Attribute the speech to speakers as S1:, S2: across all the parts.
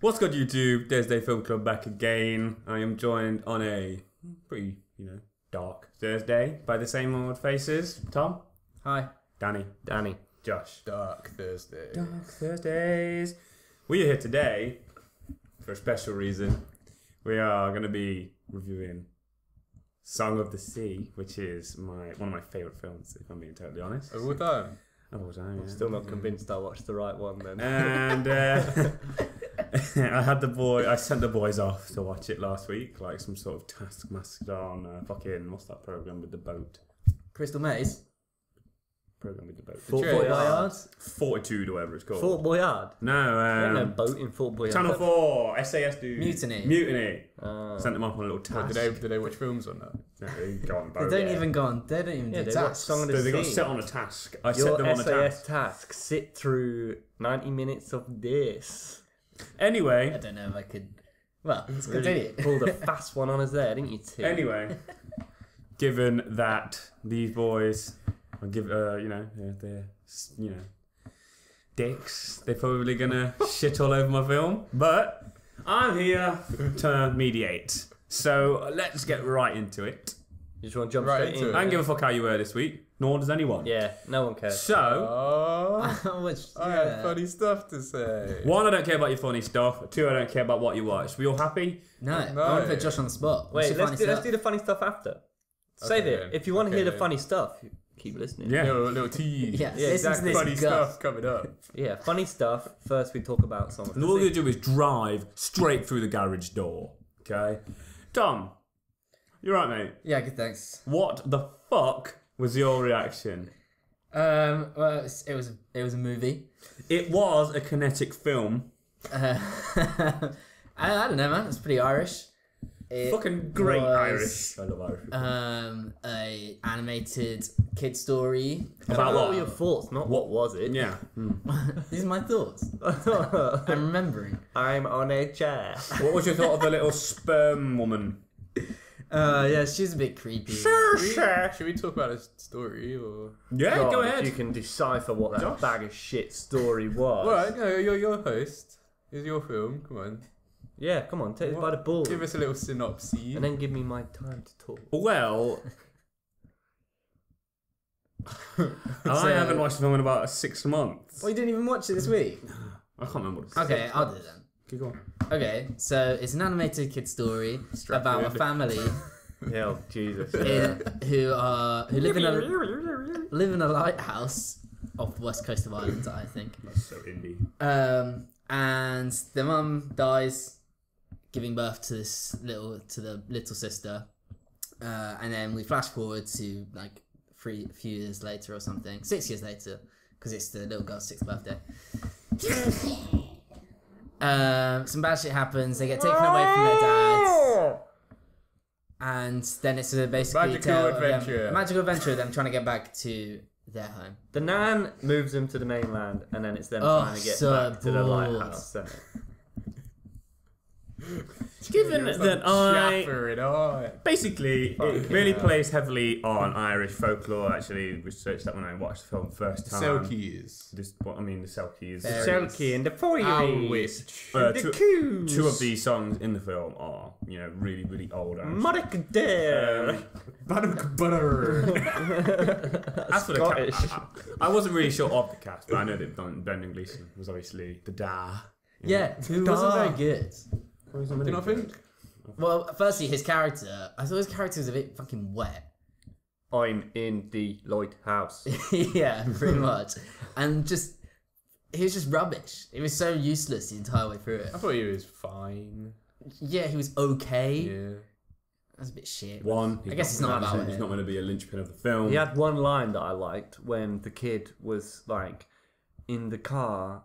S1: What's good, YouTube? Thursday Film Club back again. I am joined on a pretty, you know, dark Thursday by the same old faces. Tom,
S2: Hi,
S1: Danny,
S2: Danny.
S1: Josh.
S2: Dark Thursday.
S1: Dark Thursdays. We are here today for a special reason. We are going to be reviewing Song of the Sea, which is my one of my favorite films, if I'm being totally honest.
S2: Of all time.
S1: Of all time, yeah.
S3: Still not convinced I watched the right one then.
S1: and uh, I had the boy. I sent the boys off to watch it last week, like some sort of taskmaster on uh, fucking what's that program with the boat?
S3: Crystal Maze?
S1: Program with the boat.
S3: Fort
S2: Cheers.
S3: Boyard?
S1: Fortitude or whatever it's called.
S3: Fort Boyard? I
S1: no,
S3: don't know,
S1: um,
S3: boat in Fort Boyard.
S1: Channel Four, SAS dude.
S3: Mutiny.
S1: Mutiny.
S3: Ah.
S1: Sent them off on a little
S2: What,
S1: task.
S2: did, they, did they watch films on that?
S1: No, they go on
S4: They
S1: boat.
S4: don't
S3: yeah.
S4: even go on. They don't even
S3: Yeah,
S4: do
S3: they watch
S4: tasks.
S3: Song of the
S1: So they got
S3: Sea.
S1: set on a task. I set
S3: Your
S1: them on a
S3: SAS
S1: task.
S3: task. Sit through 90 minutes of this.
S4: I
S1: Anyway,
S4: don't know if I could. Well, let's
S3: Really
S4: continue.
S3: pulled a fast one on us there, didn't you, Tim?
S1: anyway, given that these boys are give uh, you know they're, they're s- you know dicks, they're probably gonna shit all over my film. But I'm here to mediate, so let's get right into it.
S3: You just want to jump
S2: Right
S3: straight
S2: into
S3: in?
S1: I don't give a fuck how you were this week, nor does anyone.
S3: Yeah, no one cares.
S1: So.
S2: Oh,
S4: Which,
S2: I
S4: yeah.
S2: had funny stuff to say.
S1: One, I don't care about your funny stuff. Two, I don't care about what you watch. We all happy?
S4: No,
S2: No.
S4: I want to put Josh on the spot. What's
S3: Wait,
S4: your
S3: let's
S4: funny
S3: do, let's
S4: stuff?
S3: do the funny stuff after. Save
S2: Okay
S3: it.
S2: then.
S3: If you want to
S2: Okay
S3: hear the
S2: then.
S3: funny stuff, keep listening.
S1: Yeah.
S2: Little, little tease.
S4: Yeah,
S3: Yeah,
S4: listen
S3: exactly.
S4: to this
S2: Funny
S4: guff.
S2: stuff coming up.
S3: Yeah, funny stuff. First, we talk about Song of
S1: And
S3: the
S1: all we're
S3: Sea.
S1: going to do is drive straight through the garage door. Okay? Tom, you're right, mate.
S4: Yeah, good. Thanks.
S1: What the fuck was your reaction?
S4: Um, well, it was it was, it was a movie.
S1: It was a kinetic film.
S4: Uh, I, I don't know, man. It's pretty Irish. It
S1: Fucking great
S4: was,
S1: Irish. I love Irish.
S4: Um, a animated kid story
S1: About
S3: What
S1: what?
S3: were your thoughts? Not what was it?
S1: yeah.
S4: These are my thoughts. I'm remembering.
S3: I'm on a chair.
S1: What was your thought of the little sperm woman?
S4: Uh, yeah, she's a bit creepy.
S2: Should we talk about his story or?
S1: Yeah,
S3: God,
S1: go
S3: if
S1: ahead.
S3: You can decipher what that
S1: Josh?
S3: bag of shit story was.
S2: All right, no, you're your host. It's your film. Come on,
S3: Yeah, come on, take it by the ball,
S2: give us a little synopsis.
S3: and then give me my time to talk.
S1: Well. I haven't watched a film in about six months.
S4: Well, you didn't even watch it this week.
S1: I can't remember what it's
S4: Okay, I'll do it then.
S1: Keep going.
S4: Okay, so it's an animated kid story
S2: Strap
S4: about
S2: in.
S4: a family
S3: Yeah, oh, Jesus.
S4: in, who are who live in a live in a lighthouse off the west coast of Ireland, I think.
S1: That's so indie.
S4: Um, and their mum dies, giving birth to this little to the little sister, uh, and then we flash forward to like three few years later or something, six years later, because it's the little girl's sixth birthday. um, some bad shit happens. They get taken away from their dads. And then it's a basically
S2: Magical
S4: tale of them-
S2: adventure.
S4: a magical adventure of them trying to get back to their home.
S3: The nan moves them to the mainland, and then it's them
S4: Oh,
S3: trying to get
S4: so
S3: back to the
S4: bored.
S3: lighthouse. so-
S1: Given
S2: It's
S1: that
S2: like
S1: I
S2: chaffering on.
S1: basically it
S3: Fucking
S1: really
S3: hell.
S1: plays heavily on Irish folklore. I Actually, researched that when I watched the film first time.
S2: Selkies.
S1: This, what I mean, the Selkies.
S4: Fair. There it is.
S3: Selkie and the
S2: Owl
S3: Foyeries.
S2: witch.
S1: Uh,
S3: The
S1: two,
S3: coos.
S1: two of these songs in the film are, you know, really, really old. Um, Irish.
S3: Muddock Dare.
S1: Um, Baddock butter. That's what I,
S3: Scottish.
S1: I, I wasn't really sure of the cast, but I know that Don, Brendan Gleeson was obviously the da.
S4: Yeah, who wasn't
S2: Duh.
S4: very good.
S2: Do you not think?
S4: Well, firstly, his character. I thought his character was a bit fucking wet.
S3: I'm in the lighthouse.
S4: yeah, pretty much. And just, he was just rubbish. It was so useless the entire way through it.
S2: I thought he was fine.
S4: Yeah, he was okay.
S2: Yeah.
S4: That's a bit shit.
S1: One.
S4: I guess it's not about
S1: He's
S4: it.
S1: not going to be a linchpin of the film.
S3: He had one line that I liked when the kid was like in the car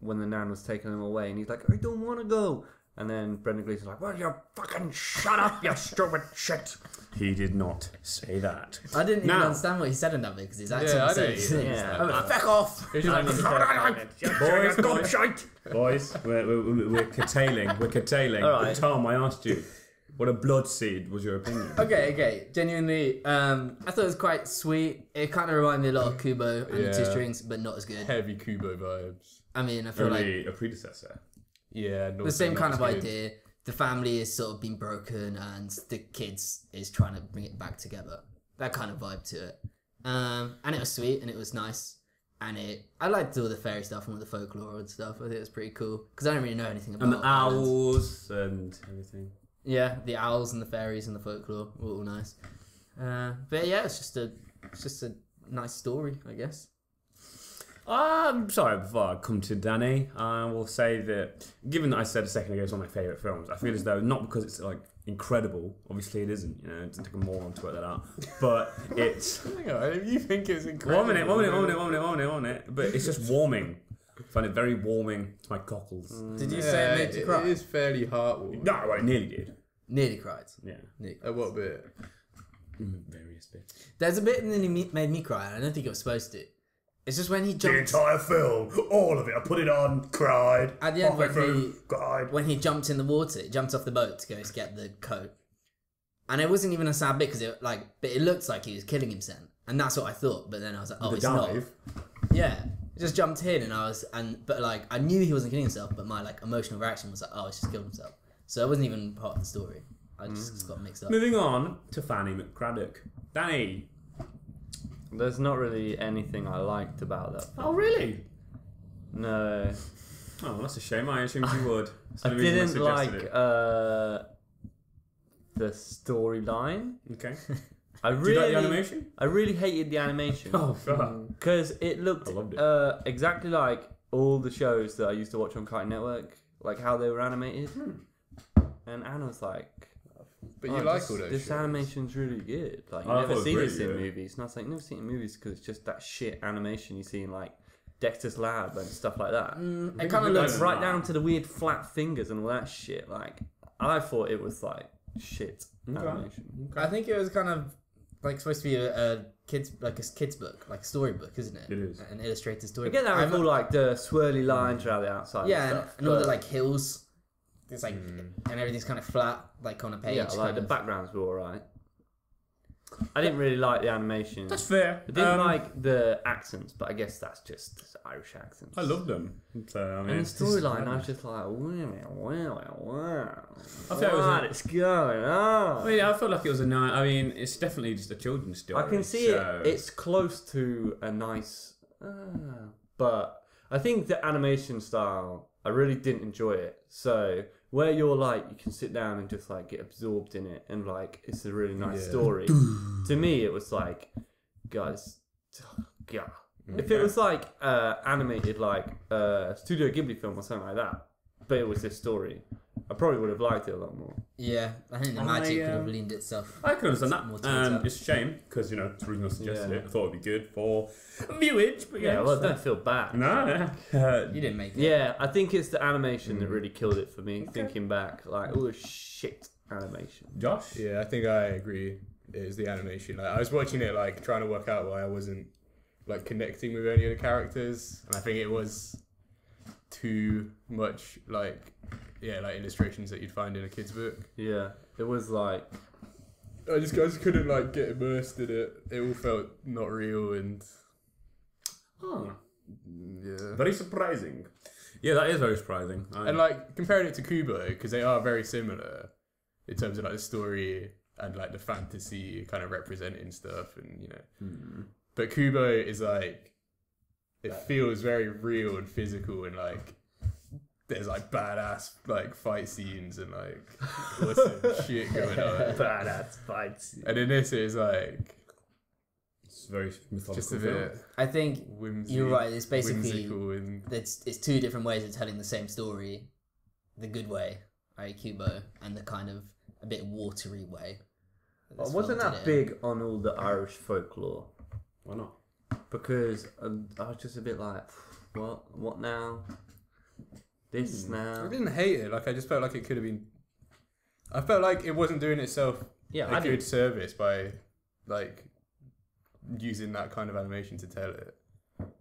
S3: when the nan was taking him away, and he's like, "I don't want to go." And then Brendan Gleeson's like, "Well, you fucking shut up, you stupid shit."
S1: He did not say that.
S4: I didn't even
S1: Now-
S4: understand what he said in that bit because his accent
S2: I
S4: was so
S2: don't either.
S4: distinct.
S3: Yeah.
S4: I'm like, fuck off!
S2: It was
S1: Boys,
S2: just like-
S1: boys.
S3: shite.
S1: Boys, we're, we're, we're- we're curtailing. We're curtailing.
S3: All right.
S1: Tom, I asked you, what a blood seed was your opinion?
S4: Okay, okay. Genuinely, um, I thought it was quite sweet. It kind of reminded me a lot of Kubo and the
S2: Yeah.
S4: Two Strings, but not as good.
S2: heavy Kubo vibes.
S4: I mean, I feel like
S1: Only a predecessor.
S2: Yeah,
S4: the same kind of idea. The family is sort of been broken, and the kids is trying to bring it back together. That kind of vibe to it. Um, and it was sweet, and it was nice, and it. I liked all the fairy stuff and all the folklore and stuff. I think it was pretty cool because I don't really know anything about
S1: And the
S4: Ireland.
S1: owls and everything.
S4: Yeah, the owls and the fairies and the folklore were all nice. Uh, but yeah, it's just a, it's just a nice story, I guess.
S1: Um, sorry, before I come to Danny, I will say that given that I said a second ago it's one of my favourite films, I feel as though not because it's like incredible, obviously it isn't, you know, it took a moron to work that out, but it's.
S2: Hang on, if you think it's incredible.
S1: one minute, one minute, one minute, one minute, one minute, one minute, but it's just warming. I find it very warming to my cockles.
S4: Did you
S2: Yeah,
S4: say it made you cry?
S2: It is fairly heartwarming.
S1: No, well, I nearly did.
S4: Nearly cried.
S1: Yeah.
S4: Nearly.
S2: At what bit?
S1: Mm, Various bits.
S4: There's a bit that me- made me cry. and I don't think it was supposed to. It's just when he
S5: The
S4: jumped
S5: entire film, all of it. I put it on, cried.
S4: At the end
S5: halfway
S4: when
S5: through,
S4: he-
S5: cried.
S4: when he jumped in the water. He jumped off the boat to go to get the coat, and it wasn't even a sad bit because it like, but it looked like he was killing himself, and that's what I thought. But then I was like, oh,
S1: The
S4: it's not.
S1: dive.
S4: Yeah, he just jumped in, and I was, and but like I knew he wasn't killing himself, but my like emotional reaction was like, oh, he's just killed himself. So it wasn't even part of the story. I just got mixed
S3: Mm.
S4: up.
S1: Moving on to Fanny McCraddock. Danny.
S3: There's not really anything I liked about that.
S1: Oh, really?
S3: No,
S1: Oh, that's a shame. I assumed you would. That's the
S3: I
S1: reason
S3: didn't
S1: suggested
S3: like
S1: it.
S3: uh, the storyline.
S1: Okay.
S3: I
S1: Do
S3: really,
S1: you like the animation?
S3: I really hated the animation
S1: Oh, God.
S3: because it looked
S1: I loved it.
S3: Uh, exactly like all the shows that I used to watch on Cartoon Network, like how they were animated. And Anna's like,
S2: But
S3: "Oh,
S2: you like
S3: this,
S2: all those
S3: This
S2: shows.
S3: animation's really good. Like you
S1: I
S3: never
S1: thought it
S3: see
S1: was
S3: this
S1: great,
S3: in
S1: yeah.
S3: movies." And I was like, "Never seen it in movies because it's just that shit animation you see in like Dexter's Lab and stuff like that."
S4: Mm, it
S1: think
S4: kind
S1: we
S4: of
S1: did
S4: looks
S3: It's right down to the weird flat fingers and all that shit. Like I thought it was like shit
S1: Okay.
S3: animation.
S4: I think it was kind of like supposed to be a, a kids like a kids book, like a storybook, isn't it?
S1: It is.
S4: an illustrated
S3: I
S4: story.
S3: get that
S4: I'm-
S3: with all like the swirly lines around the outside.
S4: yeah,
S3: and,
S4: and,
S3: stuff,
S4: and all the
S3: but-
S4: like hills. It's like and everything's kind of flat, like on a page.
S3: yeah, like
S4: kind
S3: the
S4: of.
S3: backgrounds were alright. I didn't really like the animation.
S1: That's fair.
S3: I
S1: Um,
S3: didn't like the accents, but I guess that's just Irish accents.
S1: I love them. So, I mean,
S3: And the
S1: it's just-
S3: storyline, I was just like, wow, wow, wow,
S1: I feel it was
S3: wow.
S1: a-
S3: What is going
S1: I
S3: on?
S1: mean, I felt like it was a night. I mean, it's definitely just a children's story.
S3: I can see
S1: so-
S3: it. It's close to a nice, uh, but I think the animation style. I really didn't enjoy it. So where you're like, you can sit down and just like get absorbed in it, and like it's a really nice
S2: Yeah.
S3: story. to me, it was like, guys, yeah. If it
S1: Okay.
S3: was like uh, animated, like uh, Studio Ghibli film or something like that, but it was this story, I probably would have liked it a lot more.
S4: Yeah, I think the
S1: I,
S4: magic could
S3: uh,
S4: have
S1: um,
S4: leaned itself.
S1: I can understand
S4: More
S1: that.
S4: towards
S1: Um,
S4: that.
S1: it's a shame because you know it's the reason I suggested
S3: Yeah.
S1: it. I thought it'd be good for viewage, but yeah.
S3: Yeah, well,
S1: it's
S3: don't feel bad.
S1: fair. no, no. Uh,
S4: You didn't make it.
S3: Yeah, I think it's the animation that really killed it for me. Thinking back, like oh shit, animation.
S1: Josh.
S2: Yeah, I think I agree. It is the animation. Like, I was watching it, like trying to work out why I wasn't like connecting with any of the characters, and I think it was too much like yeah, like illustrations that you'd find in a kids' book.
S3: Yeah, it was like
S2: I just, I just couldn't like get immersed in it. It all felt not real and
S1: Oh,
S2: yeah.
S1: very surprising. Yeah, that is very surprising. I,
S2: And like comparing it to Kubo because they are very similar in terms of like the story and like the fantasy kind of representing stuff and you know. But Kubo is like, it feels very real and physical and like, there's like badass like fight scenes and like awesome shit going on.
S3: badass fights.
S2: And in this, it's like
S1: it's very mythological.
S2: just a
S1: film.
S2: bit
S4: I think
S2: whimsy,
S4: you're right. It's basically
S2: whimsical and
S4: it's it's two different ways of telling the same story, the good way, i.e. Kubo, and the kind of a bit watery way. that this
S3: wasn't
S4: film
S3: that
S4: did it.
S3: big on all the Irish folklore
S1: Why not?
S3: because um, I was just a bit like, what, what now? This
S1: Hmm.
S2: I
S3: now?
S2: didn't hate it. Like I just felt like it could have been. I felt like it wasn't doing itself
S3: Yeah,
S2: a
S3: I
S2: good
S3: did.
S2: service by, like, using that kind of animation to tell it.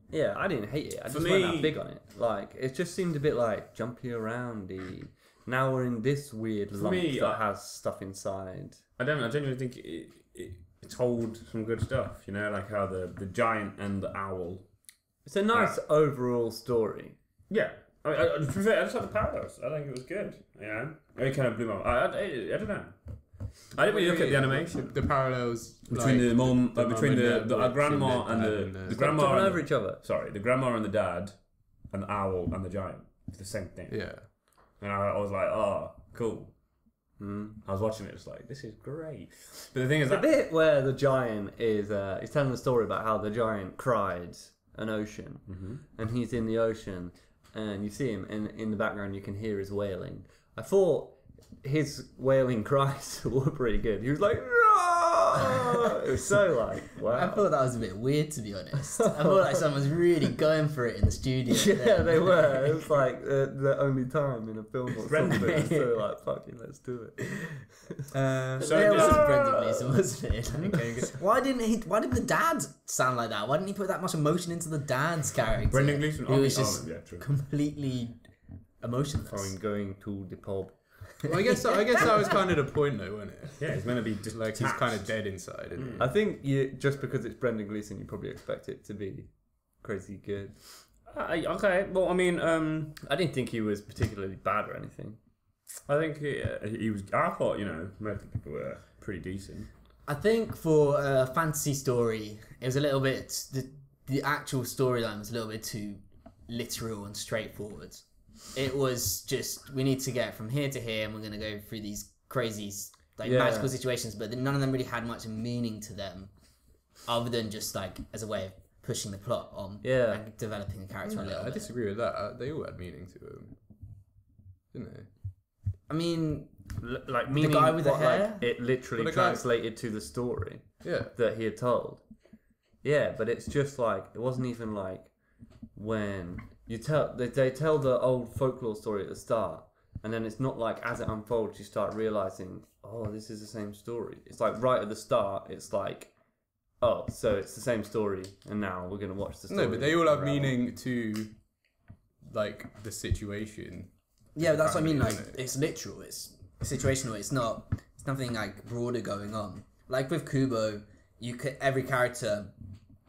S3: Yeah, I didn't hate it. I
S1: For
S3: just wasn't
S1: me-
S3: that big on it. Like it just seemed a bit like jumpy aroundy. Now we're in this weird lump
S1: me,
S3: that
S1: I-
S3: has stuff inside.
S1: I don't. I genuinely think it, it, it told some good stuff. You know, like how the the giant and the owl.
S3: It's a nice overall story.
S1: Yeah, I, I, to be fair, I just like the parallels. I think it was good. You know, it kind of blew my. I, I, I, don't know. I didn't really look at the animation
S2: The parallels
S1: between
S2: like,
S1: the mom, uh,
S2: mum
S1: between
S2: and
S1: the,
S2: dad
S1: the, uh,
S2: works in
S1: grandma
S2: the-
S1: and
S2: and
S1: the,
S2: the-
S1: the
S2: Stop
S1: grandma
S3: Talking
S1: and the-
S3: over each other.
S1: sorry, the grandma and the dad, and the owl and the giant, it's the same thing.
S2: Yeah.
S1: And I, I was like, oh, cool.
S2: Hmm.
S3: Mm.
S1: I was watching it, it's like this is great. But the thing is
S3: The
S1: that
S3: bit where the giant is uh, he's telling the story about how the giant cried an ocean, and he's in the ocean, and you see him, and in the background you can hear his wailing. I thought his wailing cries were pretty good. He was like, "Rah!" it was so like,
S4: I
S3: wow.
S4: thought that was a bit weird, to be honest. I felt like someone was really going for it in the studio.
S3: Yeah,
S4: then.
S3: they were. It was like the, the only time in a film or something.
S1: Random.
S3: It's So like, fucking, let's do it.
S4: Uh,
S1: So
S4: yeah, it
S1: this-
S4: was Brendan Gleeson, wasn't it? Like, why didn't he? Why did the dad sound like that? Why didn't he put that much emotion into the dad's character?
S1: Brendan Gleeson,
S4: who
S1: oh,
S4: was
S1: oh,
S4: just
S1: yeah, true.
S4: completely emotionless.
S3: I'm Oh, going to the pub.
S2: Well, I guess that, I guess that was kind of the point, though, wasn't it?
S1: yeah, it's meant to be just
S2: Like he's kind of dead inside, isn't he?
S3: I think you just because it's Brendan Gleeson, you probably expect it to be crazy good.
S1: I, okay, well, I mean, um,
S3: I didn't think he was particularly bad or anything.
S1: I think he, uh, he was. I thought you know most of the people were pretty decent.
S4: I think for a fantasy story, it was a little bit the the actual storyline was a little bit too literal and straightforward. It was just we need to get from here to here, and we're gonna go through these crazy like
S3: Yeah.
S4: magical situations, but then none of them really had much meaning to them, other than just like as a way of pushing the plot on,
S3: Yeah.
S4: and developing the character a little
S2: I
S4: bit.
S2: disagree with that. Uh, They all had meaning to them, didn't they?
S4: I mean,
S3: L- like meaning
S4: guy with the
S3: what,
S4: hair?
S3: Like, it literally
S2: Well, the guy-
S3: translated to the story
S2: Yeah.
S3: that he had told. Yeah, but it's just like it wasn't even like when you tell they, they tell the old folklore story at the start, and then it's not like as it unfolds you start realizing oh this is the same story. It's like right at the start it's like oh so it's the same story, and now we're gonna watch the story.
S2: No, but they all have
S3: unravel.
S2: meaning to, like, the situation.
S4: yeah, that's what I mean. Like
S2: Isn't it?
S4: it's literal, it's situational. It's not. It's nothing like broader going on. Like with Kubo, you could every character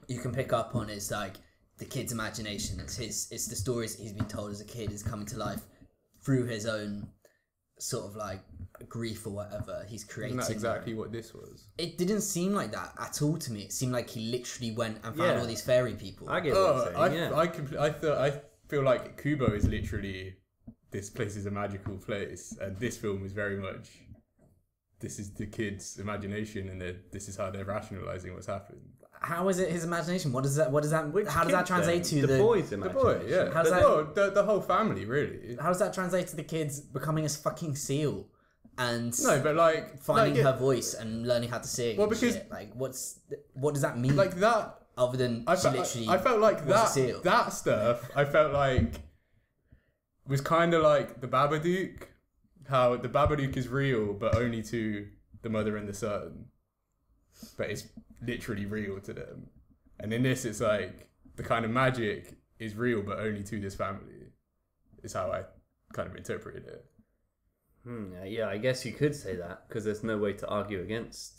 S4: you can pick up on is like the kid's imagination. It's his. It's the stories he's been told as a kid is coming to life through his own sort of like grief or whatever he's creating.
S2: Isn't that exactly what this was?
S4: It didn't seem like that at all to me. It seemed like he literally went and found
S3: Yeah.
S4: all these fairy people.
S3: I get what
S2: Oh,
S3: you're
S2: I,
S3: saying, yeah.
S2: I, compl- I, thought, I feel like Kubo is literally this place is a magical place, and this film is very much this is the kids' imagination, and they're- this is how they're rationalizing what's happened.
S4: how is it his imagination? What does that? What does that? how does that
S3: Kids,
S4: translate
S3: then.
S4: to
S3: the, boys?
S2: The boy, yeah.
S4: How's
S2: How's
S4: that-
S2: the, the whole family, really.
S4: How does that translate to the kids becoming a fucking seal and
S2: No, but like
S4: finding
S2: like, it-
S4: her voice and learning how to sing?
S2: Well,
S4: and
S2: because-
S4: shit? like, what's what does that mean?
S2: like that.
S4: other than
S2: I,
S4: she
S2: fe-
S4: literally,
S2: I, I felt like
S4: was a seal.
S2: that that stuff. I felt like was kind of like the Babadook. How the Babadook is real, but only to the mother and the son. But it's literally real to them. And in this, it's like the kind of magic is real, but only to this family. Is how I kind of interpreted it.
S3: Hmm, yeah, I guess you could say that because there's no way to argue against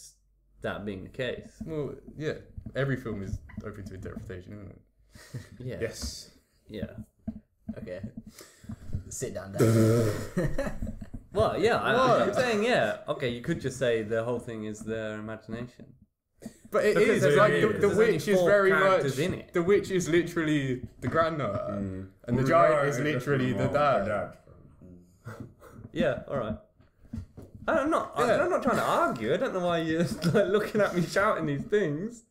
S3: that being the case.
S2: Well, yeah. Every film is open to interpretation, isn't it?
S3: Yeah.
S1: Yes.
S3: Yeah.
S4: okay, sit down. Dad.
S3: Well, yeah, I,
S2: What?
S3: I'm saying yeah. Okay, you could just say the whole thing is their imagination.
S2: But it
S3: Because
S2: is
S3: there's
S2: like
S1: only-
S2: the, the
S3: there's only
S2: witch is
S3: four
S2: very
S3: characters
S2: much
S3: in it. Mm.
S2: the witch is literally the granddaughter, and the giant is literally the dad.
S3: Yeah. All right. I'm not.
S2: Yeah.
S3: I, I'm not trying to argue. I don't know why you're like, looking at me shouting these things.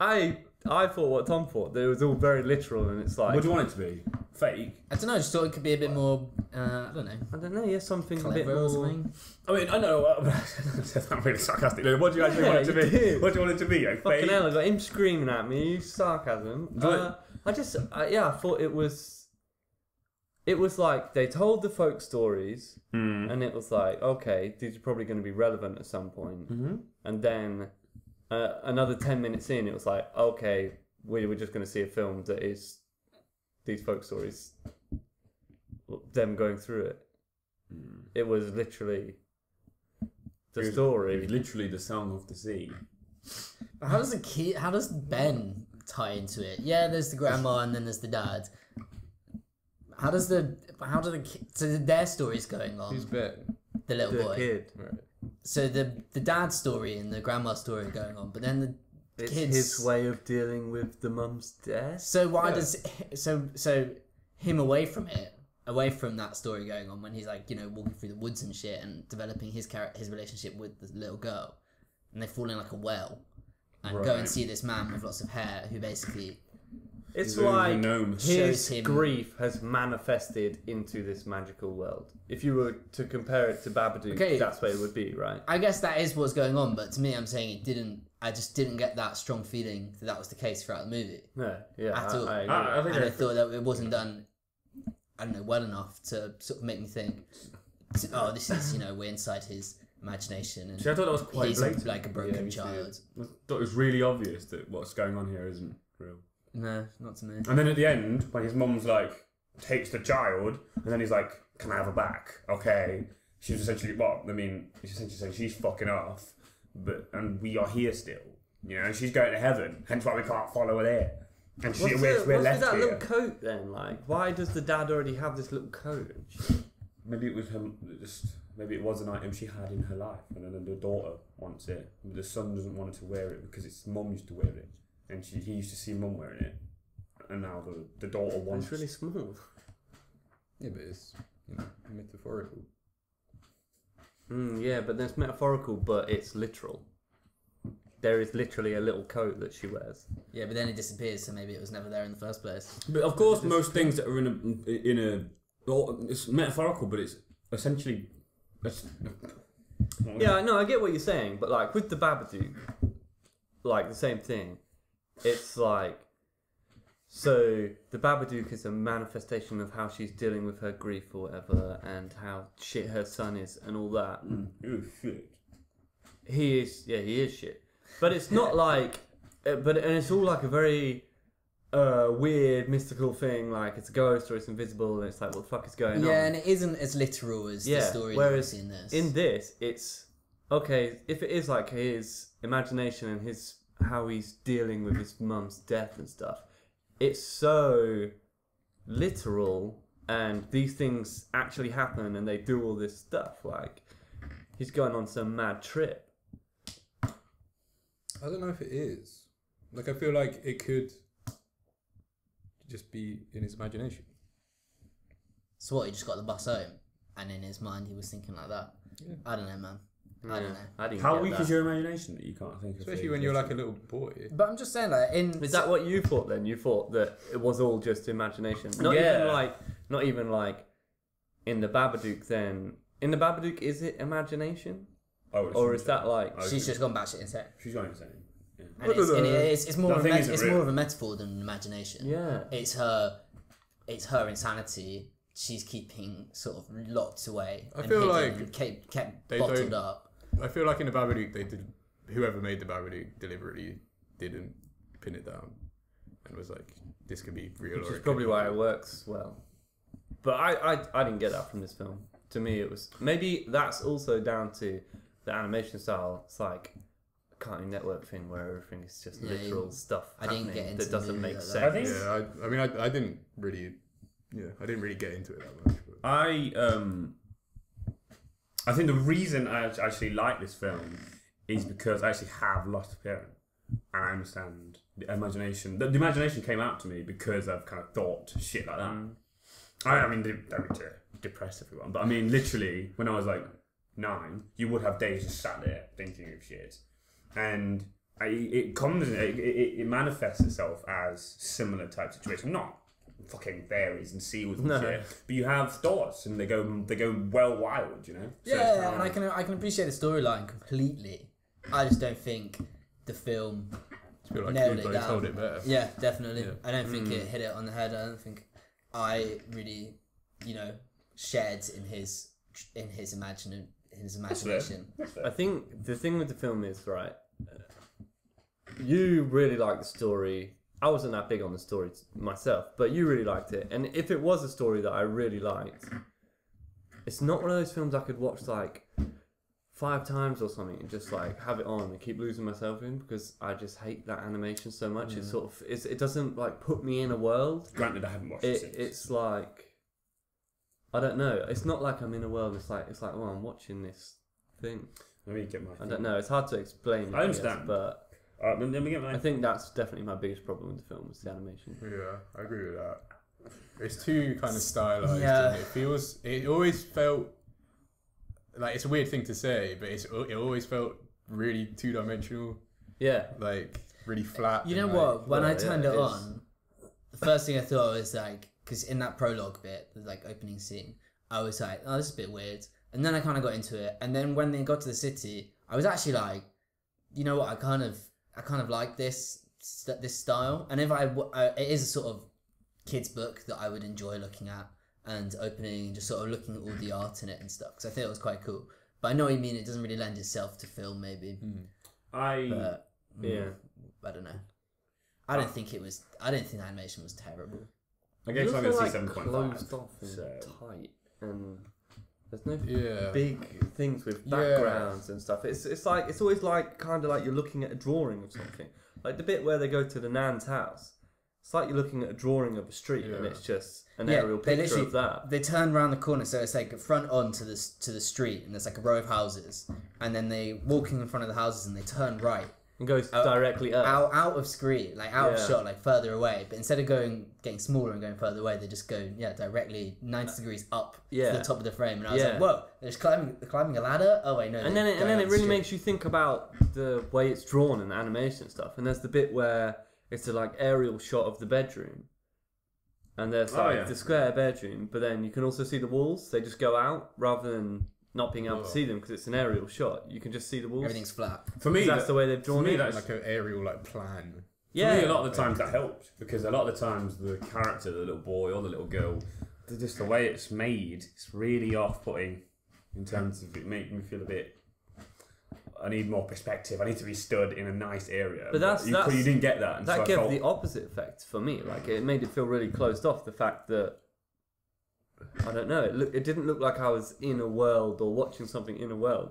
S3: I I thought what Tom thought. That it was all very literal, and it's like
S1: What do you want it to be? Fake.
S4: I don't know. I just thought it could be a bit more. Uh, I don't know.
S3: I don't know. Yeah, something a bit
S4: Clever or
S3: more.
S4: something.
S1: I mean, I know. uh, That's not really sarcastic. Like, What do you actually
S3: Yeah,
S1: want it to
S3: you
S1: be?
S3: did.
S1: What do you want it to be? Like,
S3: Fucking
S1: fake?
S3: hell! I got him screaming at me. Sarcasm.
S1: Do it.
S3: Uh, I just, I, yeah, I thought it was. It was like they told the folk stories,
S1: Hmm.
S3: and it was like, okay, these are probably going to be relevant at some point. Mm-hmm. And then uh, another ten minutes in, it was like, okay, we were just going to see a film that is these folk stories, them going through it. It was literally the
S1: It Hmm. was-
S3: story.
S1: It was literally the song of the sea.
S4: How does the kid? How does Ben tie into it? Yeah, there's the grandma and then there's the dad. How does the how do the ki- so their story's going on
S2: Who's bet?
S4: the little
S3: the
S4: boy.
S3: kid.
S2: Right.
S4: So the the dad's story and the grandma's story are going on, but then the
S3: It's
S4: kids.
S3: his way of dealing with the mum's death.
S4: So why
S2: Yeah.
S4: does so so him away from it, away from that story going on when he's like you know walking through the woods and shit and developing his character, his relationship with the little girl, and they fall in like a well, and go and
S1: Right.
S4: see this man with lots of hair who basically
S3: It's
S1: Zoom the
S3: like
S1: gnome.
S4: Shows
S3: his
S4: him-
S3: grief has manifested into this magical world. If you were to compare it to Babadook,
S4: Okay.
S3: that's what it would be, right?
S4: I guess that is what's going on, but to me, I'm saying it didn't. I just didn't get that strong feeling that that was the case throughout the movie,
S3: No, yeah,
S4: At
S3: I,
S4: all.
S3: I agree.
S1: I, I think
S4: and I
S1: I-
S4: thought that it wasn't done. I don't know well enough to sort of make me think, oh, this is you know we're inside his imagination and
S1: See, I thought that was quite
S4: he's
S1: blatant.
S4: like a
S2: Yeah,
S4: broken
S2: me too.
S4: child.
S1: I thought it was really obvious that what's going on here isn't real.
S4: No, not to me.
S1: And then at the end, when his mum's like takes the child, and then he's like, "Can I have her back?" Okay, she's essentially well, I mean, she's essentially saying she's fucking off, but and we are here still. You know, she's going to heaven, hence why we can't follow her there. And she,
S3: What's,
S1: we're,
S3: the,
S1: we're
S3: what's with
S1: left
S3: that
S1: here.
S3: little coat then? Like, why does the dad already have this little coat?
S1: Maybe it was her. Just maybe it was an item she had in her life, and then the daughter wants it, but the son doesn't want her to wear it because its mum used to wear it, and she he used to see mum wearing it, and now the the daughter wants.
S3: It's really small.
S2: Yeah, but it's you know, metaphorical.
S3: Mm, yeah, but that's metaphorical, but it's literal. There is literally a little coat that she wears.
S4: Yeah, but then it disappears, so maybe it was never there in the first place.
S1: But of course, most things that are in a in a well, it's metaphorical, but it's essentially. It's,
S3: Yeah, no, I get what you're saying, but like with the Babadook, like the same thing. It's like so the Babadook is a manifestation of how she's dealing with her grief or whatever, and how shit her son is, and all that.
S1: Oh, shit.
S3: He is, yeah, he is shit. But it's not like, uh, but and it's all like a very uh, weird mystical thing. Like it's a ghost or it's invisible, and it's like, what the fuck is going on?
S4: Yeah, and it isn't as literal as
S3: Yeah,
S4: the story
S3: whereas
S4: that we see in this.
S3: in this it's okay if it is like his imagination and his how he's dealing with his mum's death and stuff it's so literal and these things actually happen and they do all this stuff like he's going on some mad trip
S2: I don't know if it is. Like, I feel like it could just be in his imagination.
S4: so what? He just got the bus home, and in his mind, he was thinking like that.
S2: Yeah.
S4: I don't know, man. I don't know.
S3: I didn't
S1: How
S3: get
S1: weak
S3: that.
S1: is your imagination that you can't think of?
S2: Especially
S1: things?
S2: when you're like a little boy.
S4: But I'm just saying, like in
S3: is that what you thought then you thought that it was all just imagination not
S1: Yeah.
S3: even like not even like in the babadook then in the babadook is it imagination
S1: Oh, it's
S3: or is that like
S1: Oh,
S4: she's just gone batshit insane.
S1: She's going insane. Yeah.
S4: And it's, and it- it's, it's more
S1: That
S4: of a
S1: thing
S4: met-
S1: isn't
S4: it's
S1: real.
S4: more of a metaphor than imagination.
S3: Yeah.
S4: It's her, it's her insanity. She's keeping sort of locked away.
S2: I
S4: and
S2: feel
S4: hidden
S2: like
S4: and kept, kept
S2: they
S4: bottled
S2: don't-
S4: up.
S2: I feel like in the Babadook, they did. Whoever made the Babadook deliberately didn't pin it down and was like, "This could be real."
S3: which
S2: or
S3: is
S2: it
S3: probably
S2: could be-
S3: why it works well. But I, I, I didn't get that from this film. To me, it was maybe that's also down to the animation style. It's like a Cartoon Network thing where everything is just
S4: Yeah,
S3: literal stuff
S4: I didn't
S3: happening
S4: get into
S3: that doesn't
S4: movies
S3: make
S4: like
S3: sense.
S4: that.
S1: I think
S2: Yeah, I, I mean, I, I didn't really. Yeah, I didn't really get into it that much. But
S1: I um, I think the reason I act- actually like this film is because I actually have lost a parent, and I understand the imagination. The, the imagination came out to me because I've kind of thought shit like that.
S3: Mm.
S1: I, I mean, don't mean to depress everyone, but I mean, literally, when I was like nine, you would have days just sat there thinking of shit, and I, it comes, it, it, it manifests itself as similar type situation, not fucking theories and seals and
S3: No.
S1: shit, but you have thoughts and they go, they go well wild, you know. So it's
S4: yeah,
S1: kinda
S4: and I
S1: like-
S4: can I can appreciate the storyline completely. I just don't think the film.
S2: I feel like
S4: Nailed it
S2: Kubo
S4: down.
S2: told it better.
S4: Yeah, definitely.
S2: Yeah. Mm.
S4: I don't think it hit it on the head. I don't think I really, you know, shared in his in his imagine his imagination.
S3: I think the thing with the film is right. uh, You really like the story. I wasn't that big on the story t- myself, but you really liked it. And if it was a story that I really liked, it's not one of those films I could watch like five times or something and just like have it on and keep losing myself in because I just hate that animation so much. It sort of it's, it doesn't like put me in a world.
S1: Granted, I haven't watched it.
S3: It,
S1: since.
S3: it's like I don't know. It's not like I'm in a world. It's like it's like oh, I'm watching this thing.
S1: Let me get my.
S3: I don't know. It's hard to explain.
S1: I
S3: guess,
S1: understand.
S3: but
S1: Alright, let let me get my.
S3: I think that's definitely my biggest problem with the film was the animation.
S2: Yeah, I agree with that. It's too kind of stylized.
S4: Yeah.
S2: And it feels. It always felt like it's a weird thing to say, but it's it always felt really two dimensional,
S3: Yeah,
S2: like really flat.
S4: You know
S2: and,
S4: what? When
S3: well,
S4: I
S3: yeah,
S4: turned it
S3: it is.
S4: on, the first thing I thought was like, because in that prologue bit, the like opening scene, I was like, oh, this is a bit weird. And then I kind of got into it. And then when they got to the city, I was actually like, you know what? I kind of, I kind of like this st- this style. And if I, w- I- it is a sort of kids book that I would enjoy looking at and opening and just sort of looking at all the art in it and stuff. Because I think it was quite cool. But I know what you mean. It doesn't really lend itself to film, maybe.
S1: I
S3: Uh,
S4: But,
S3: yeah.
S4: I don't know. I don't think it was. I don't think the animation was terrible.
S1: I guess
S3: It
S1: I'm gonna
S3: looks like
S1: see seven point
S3: Closed
S1: five.
S3: off and
S1: so-
S3: tight, and there's no
S2: Yeah.
S3: big things with
S2: Yeah.
S3: backgrounds and stuff. It's it's like it's always like kind of like you're looking at a drawing of something. Like the bit where they go to the nan's house, it's like you're looking at a drawing of a street, and
S2: Yeah.
S3: it's just an
S4: Yeah,
S3: aerial
S4: they
S3: picture
S4: literally-
S3: of that.
S4: They turn round the corner, so it's like front on to the s- to the street, and there's like a row of houses, and then they walking in front of the houses, and they turn right
S3: It goes
S4: Out-
S3: directly up.
S4: out out of screen, like out
S3: Yeah.
S4: of shot, like further away. But instead of going getting smaller and going further away, they just go yeah directly ninety degrees up to
S3: Uh, yeah.
S4: the top of the frame, and I was
S3: Yeah.
S4: like whoa, they're just climbing they're climbing a ladder. Oh wait no,
S3: and
S4: they're
S3: then it,
S4: going
S3: and then
S4: up
S3: it
S4: the
S3: really
S4: street.
S3: makes you think about the way it's drawn and the animation and stuff. And there's the bit where it's a like aerial shot of the bedroom, and there's
S1: Oh,
S3: like
S1: yeah.
S3: the square bedroom, but then you can also see the walls. They just go out rather than not being able to
S2: Oh.
S3: see them because it's an aerial shot. You can just see the walls.
S4: everything's flat.
S1: For me,
S3: that's the way they've
S1: for
S3: drawn
S1: me
S3: it.
S1: that's
S2: like an aerial like plan.
S1: Yeah.
S3: yeah,
S1: a lot of the times that helped because a lot of the times the character, the little boy or the little girl, the- just the way it's made, it's really off putting in terms of it making me feel a bit. I need more perspective. I need to be stood in a nice area.
S3: But that's-
S1: you,
S3: that's-
S1: you didn't get that. And so
S3: that
S1: I
S3: gave
S1: felt,
S3: the opposite effect for me. Like it made it feel really closed off. The fact that I don't know. It look, it didn't look like I was in a world or watching something in a world.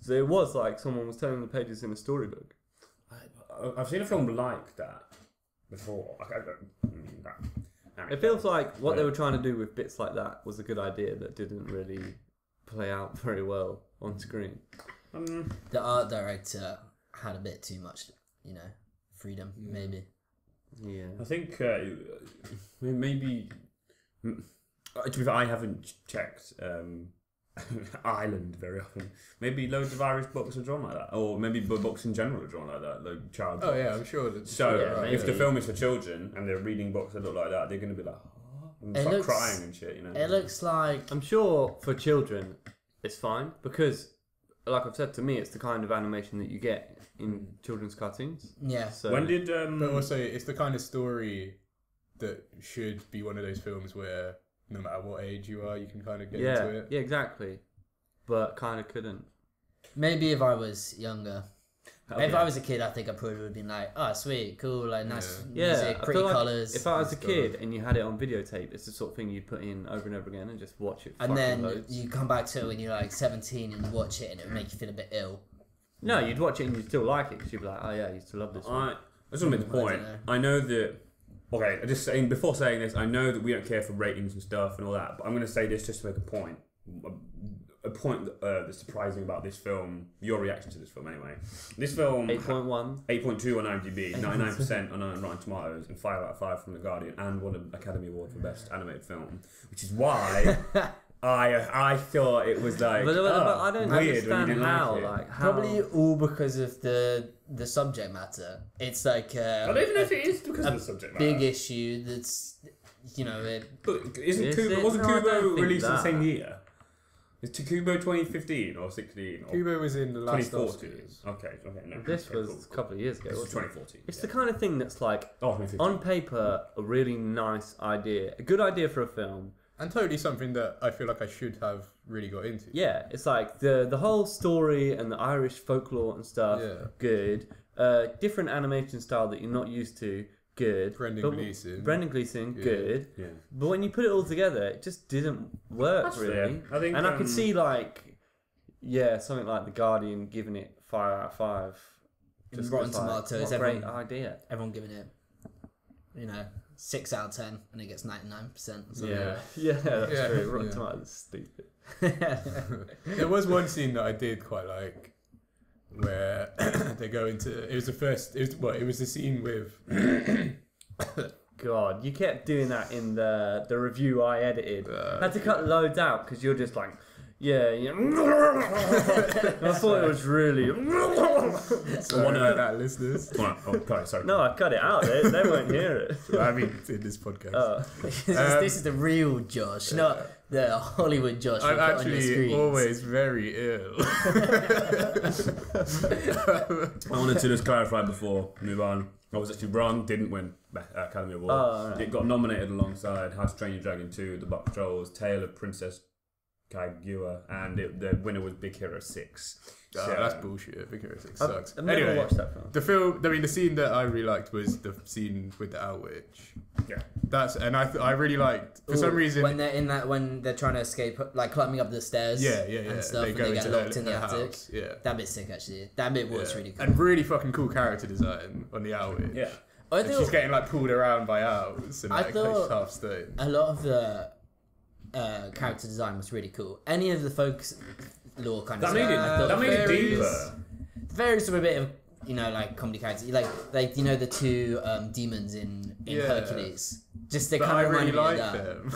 S3: So it was like someone was turning the pages in a storybook.
S1: I- I've seen a film like that before. Like, I don't, mm, that-
S3: It feels like what they were trying to do with bits like that was a good idea that didn't really play out very well on screen.
S1: Um,
S4: The art director had a bit too much, you know, freedom maybe.
S3: Yeah.
S1: I think uh, maybe. mm, To be fair, I haven't ch- checked um, Ireland very often. Maybe loads of Irish books are drawn like that, or maybe bu- books in general are drawn like that, like child.
S2: Oh yeah, I'm sure. That,
S1: So
S3: Yeah,
S1: if the
S3: maybe.
S1: film is for children and they're reading books that look like that, they're going to be like, "Huh?" and
S4: It
S1: start
S4: looks-
S1: crying and shit. You know.
S4: It looks like
S3: I'm sure for children it's fine because, like I've said, to me it's the kind of animation that you get in children's cartoons.
S4: yeah.
S3: So
S1: Mm. when did um?
S2: But also, it's the kind of story that should be one of those films where no matter what age you are, you can kind of get
S3: yeah,
S2: into it.
S3: yeah, exactly. But kind of couldn't.
S4: Maybe if I was younger. If
S1: Okay.
S4: I was a kid, I think I probably would have been like, oh, sweet, cool, like nice
S2: Yeah.
S3: Yeah,
S4: music,
S3: I
S4: pretty
S3: feel like
S4: colours.
S3: If I was a
S2: and stuff.
S3: kid and you had it on videotape, it's the sort of thing you put in over and over again and just watch it. fucking
S4: and then
S3: loads.
S4: you come back to it when you're like 17 and you watch it and it would make you feel a bit ill.
S3: no, you'd watch it and you'd still like it because you'd be like, oh yeah, I used to love this. one.
S1: I, I just want to make the
S4: I don't
S1: point.
S4: know.
S1: I know that. Okay, I just saying before saying this, I know that we don't care for ratings and stuff and all that, but I'm going to say this just to make a point. A, a point that, uh, that's surprising about this film, your reaction to this film anyway. This film.
S3: Eight point one.
S1: 8.2 on IMDb, 99% on uh, Rotten Tomatoes, and 5 out of 5 from The Guardian, and won an Academy Award for Best Animated Film, which is why I I thought it was like.
S3: But, but-
S1: oh,
S3: but I don't
S1: weird when you
S3: understand
S1: didn't
S3: how,
S1: Like
S3: like,
S1: it.
S3: how.
S4: Probably all because of the the subject matter. It's like
S1: I
S4: uh,
S1: don't even know if it is because
S4: a
S1: of the subject matter.
S4: big issue that's, you know, it,
S1: But isn't
S3: Is
S1: Kubo,
S3: it?
S1: wasn't
S3: No, I
S1: Kubo
S3: don't think
S1: released in the
S3: that.
S1: same year? Is to Kubo 2015 or 16 or
S2: Kubo was in the last
S1: 2014?
S2: Oscars.
S1: Okay, okay, no.
S3: This
S1: okay,
S3: was
S1: cool.
S3: a couple of years ago.
S1: This was
S3: wasn't
S1: 2014.
S3: it? It's
S1: yeah.
S3: the kind of thing that's like
S1: Oh, 2015.
S3: on paper a really nice idea, a good idea for a film,
S2: and totally something that I feel like I should have really got into.
S3: Yeah, it's like the the whole story and the Irish folklore and stuff.
S2: Yeah.
S3: Good. Uh, different animation style that you're not used to. Good.
S2: Brendan
S3: But-
S2: Gleeson.
S3: Brendan Gleeson. Good.
S1: Yeah.
S3: But when you put it all together, it just didn't work
S1: That's
S3: really.
S1: fair. I think,
S3: and I
S1: um,
S3: could see like, yeah, something like the Guardian giving it five out of five.
S4: in Rotten
S3: was like,
S4: Tomatoes,
S3: what a great
S4: everyone,
S3: idea.
S4: everyone giving it, you know, six out of ten, and it gets ninety nine percent.
S3: Yeah, yeah, that's
S2: Yeah.
S3: true. Rotten
S2: Yeah.
S3: Tomatoes is stupid.
S2: there was one scene that I did quite like where they go into it was the first it was what it was the scene with
S3: God, you kept doing that in the the review I edited.
S2: Uh,
S3: Had to cut loads out because you're just like, yeah, yeah. I thought it was really.
S2: sorry
S1: One of the-
S2: about that listeners.
S5: Well, oh, sorry, sorry.
S3: No, I cut it out. They, they won't hear it.
S2: I mean it's in this podcast.
S3: Oh,
S4: this, is, this
S2: Um,
S4: is the real Josh, not the Hollywood Josh. we
S2: I'm
S4: put on your
S2: actually
S4: screens.
S2: always very ill.
S1: I wanted to just clarify before we move on. I was actually wrong. Didn't win Be- uh, Academy Award.
S3: Oh, all right.
S1: It got nominated alongside How to Train Your Dragon 2, The Box Trolls, Tale of Princess Kaguya, and it, the winner was Big Hero 6.
S2: Oh,
S1: So-
S2: that's bullshit. Big Hero Six
S3: I've,
S2: sucks.
S3: I've never
S2: anyway,
S3: watched that film.
S2: the film. I mean, the scene that I really liked was the scene with the outwitch.
S1: Yeah.
S2: That's and I th- I really liked for some
S4: Ooh,
S2: reason.
S4: when they're in that when they're trying to escape, like climbing up the stairs,
S2: yeah, yeah, yeah.
S4: and stuff, and they get
S2: their-
S4: locked in the
S2: their
S4: attic.
S2: house, Yeah.
S4: That bit's sick, actually. That bit was
S2: yeah.
S4: really cool.
S2: And really fucking cool character design on the outwitch.
S1: Yeah.
S4: I
S2: And she's
S4: thought
S2: getting like pulled around by owls and
S4: I
S2: like
S4: thought-
S2: half stone.
S4: a lot of the uh, character design was really cool. Any of the folks lore kind of
S1: That made it,
S4: stuff, I thought
S1: that
S4: was
S1: made it
S4: very-
S1: deeper.
S4: very sort of a bit of you know like comedy characters like like you know the two um, demons in in
S2: Yeah.
S4: Hercules. Just they
S2: But
S4: kind
S2: I
S4: of
S2: really
S4: reminded me
S2: like
S4: of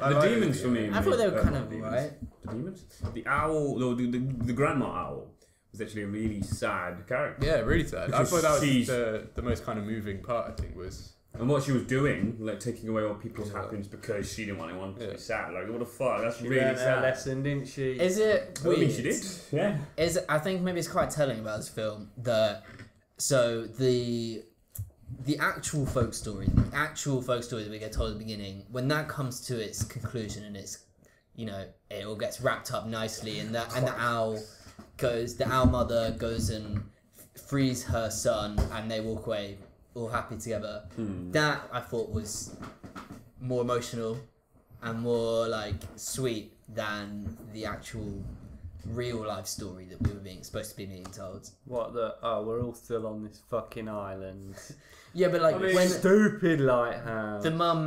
S2: them.
S1: The demons for me.
S4: I thought they were
S1: uh,
S4: kind
S1: not
S4: of
S1: demons.
S4: alright.
S1: The demons? The owl, no, the, the, the grandma owl, was actually a really sad character.
S2: Yeah, really sad. I
S1: Because
S2: thought that was
S1: she's-
S2: the, the most kind of moving part. I think was
S1: And what she was doing, like taking away all people's
S2: Yeah.
S1: happiness because she didn't want anyone to
S2: Yeah.
S1: be sad. Like, what the fuck? That's
S3: She
S1: really
S3: learned her
S1: sad.
S3: lesson, didn't she?
S4: Is it
S1: I
S4: weird?
S1: mean, she did. Yeah.
S4: Is it- I think maybe it's quite telling about this film that so the the actual folk story, the actual folk story that we get told at the beginning, when that comes to its conclusion and it's you know it all gets wrapped up nicely and that and the owl goes, the owl mother goes and f- frees her son and they walk away all happy together. That I thought was more emotional and more like sweet than the actual real life story that we were being supposed to be being told.
S3: What the? Oh, we're all still on this fucking island.
S4: Yeah, but like
S1: I mean-
S4: when
S3: Stupid lighthouse.
S4: the mum,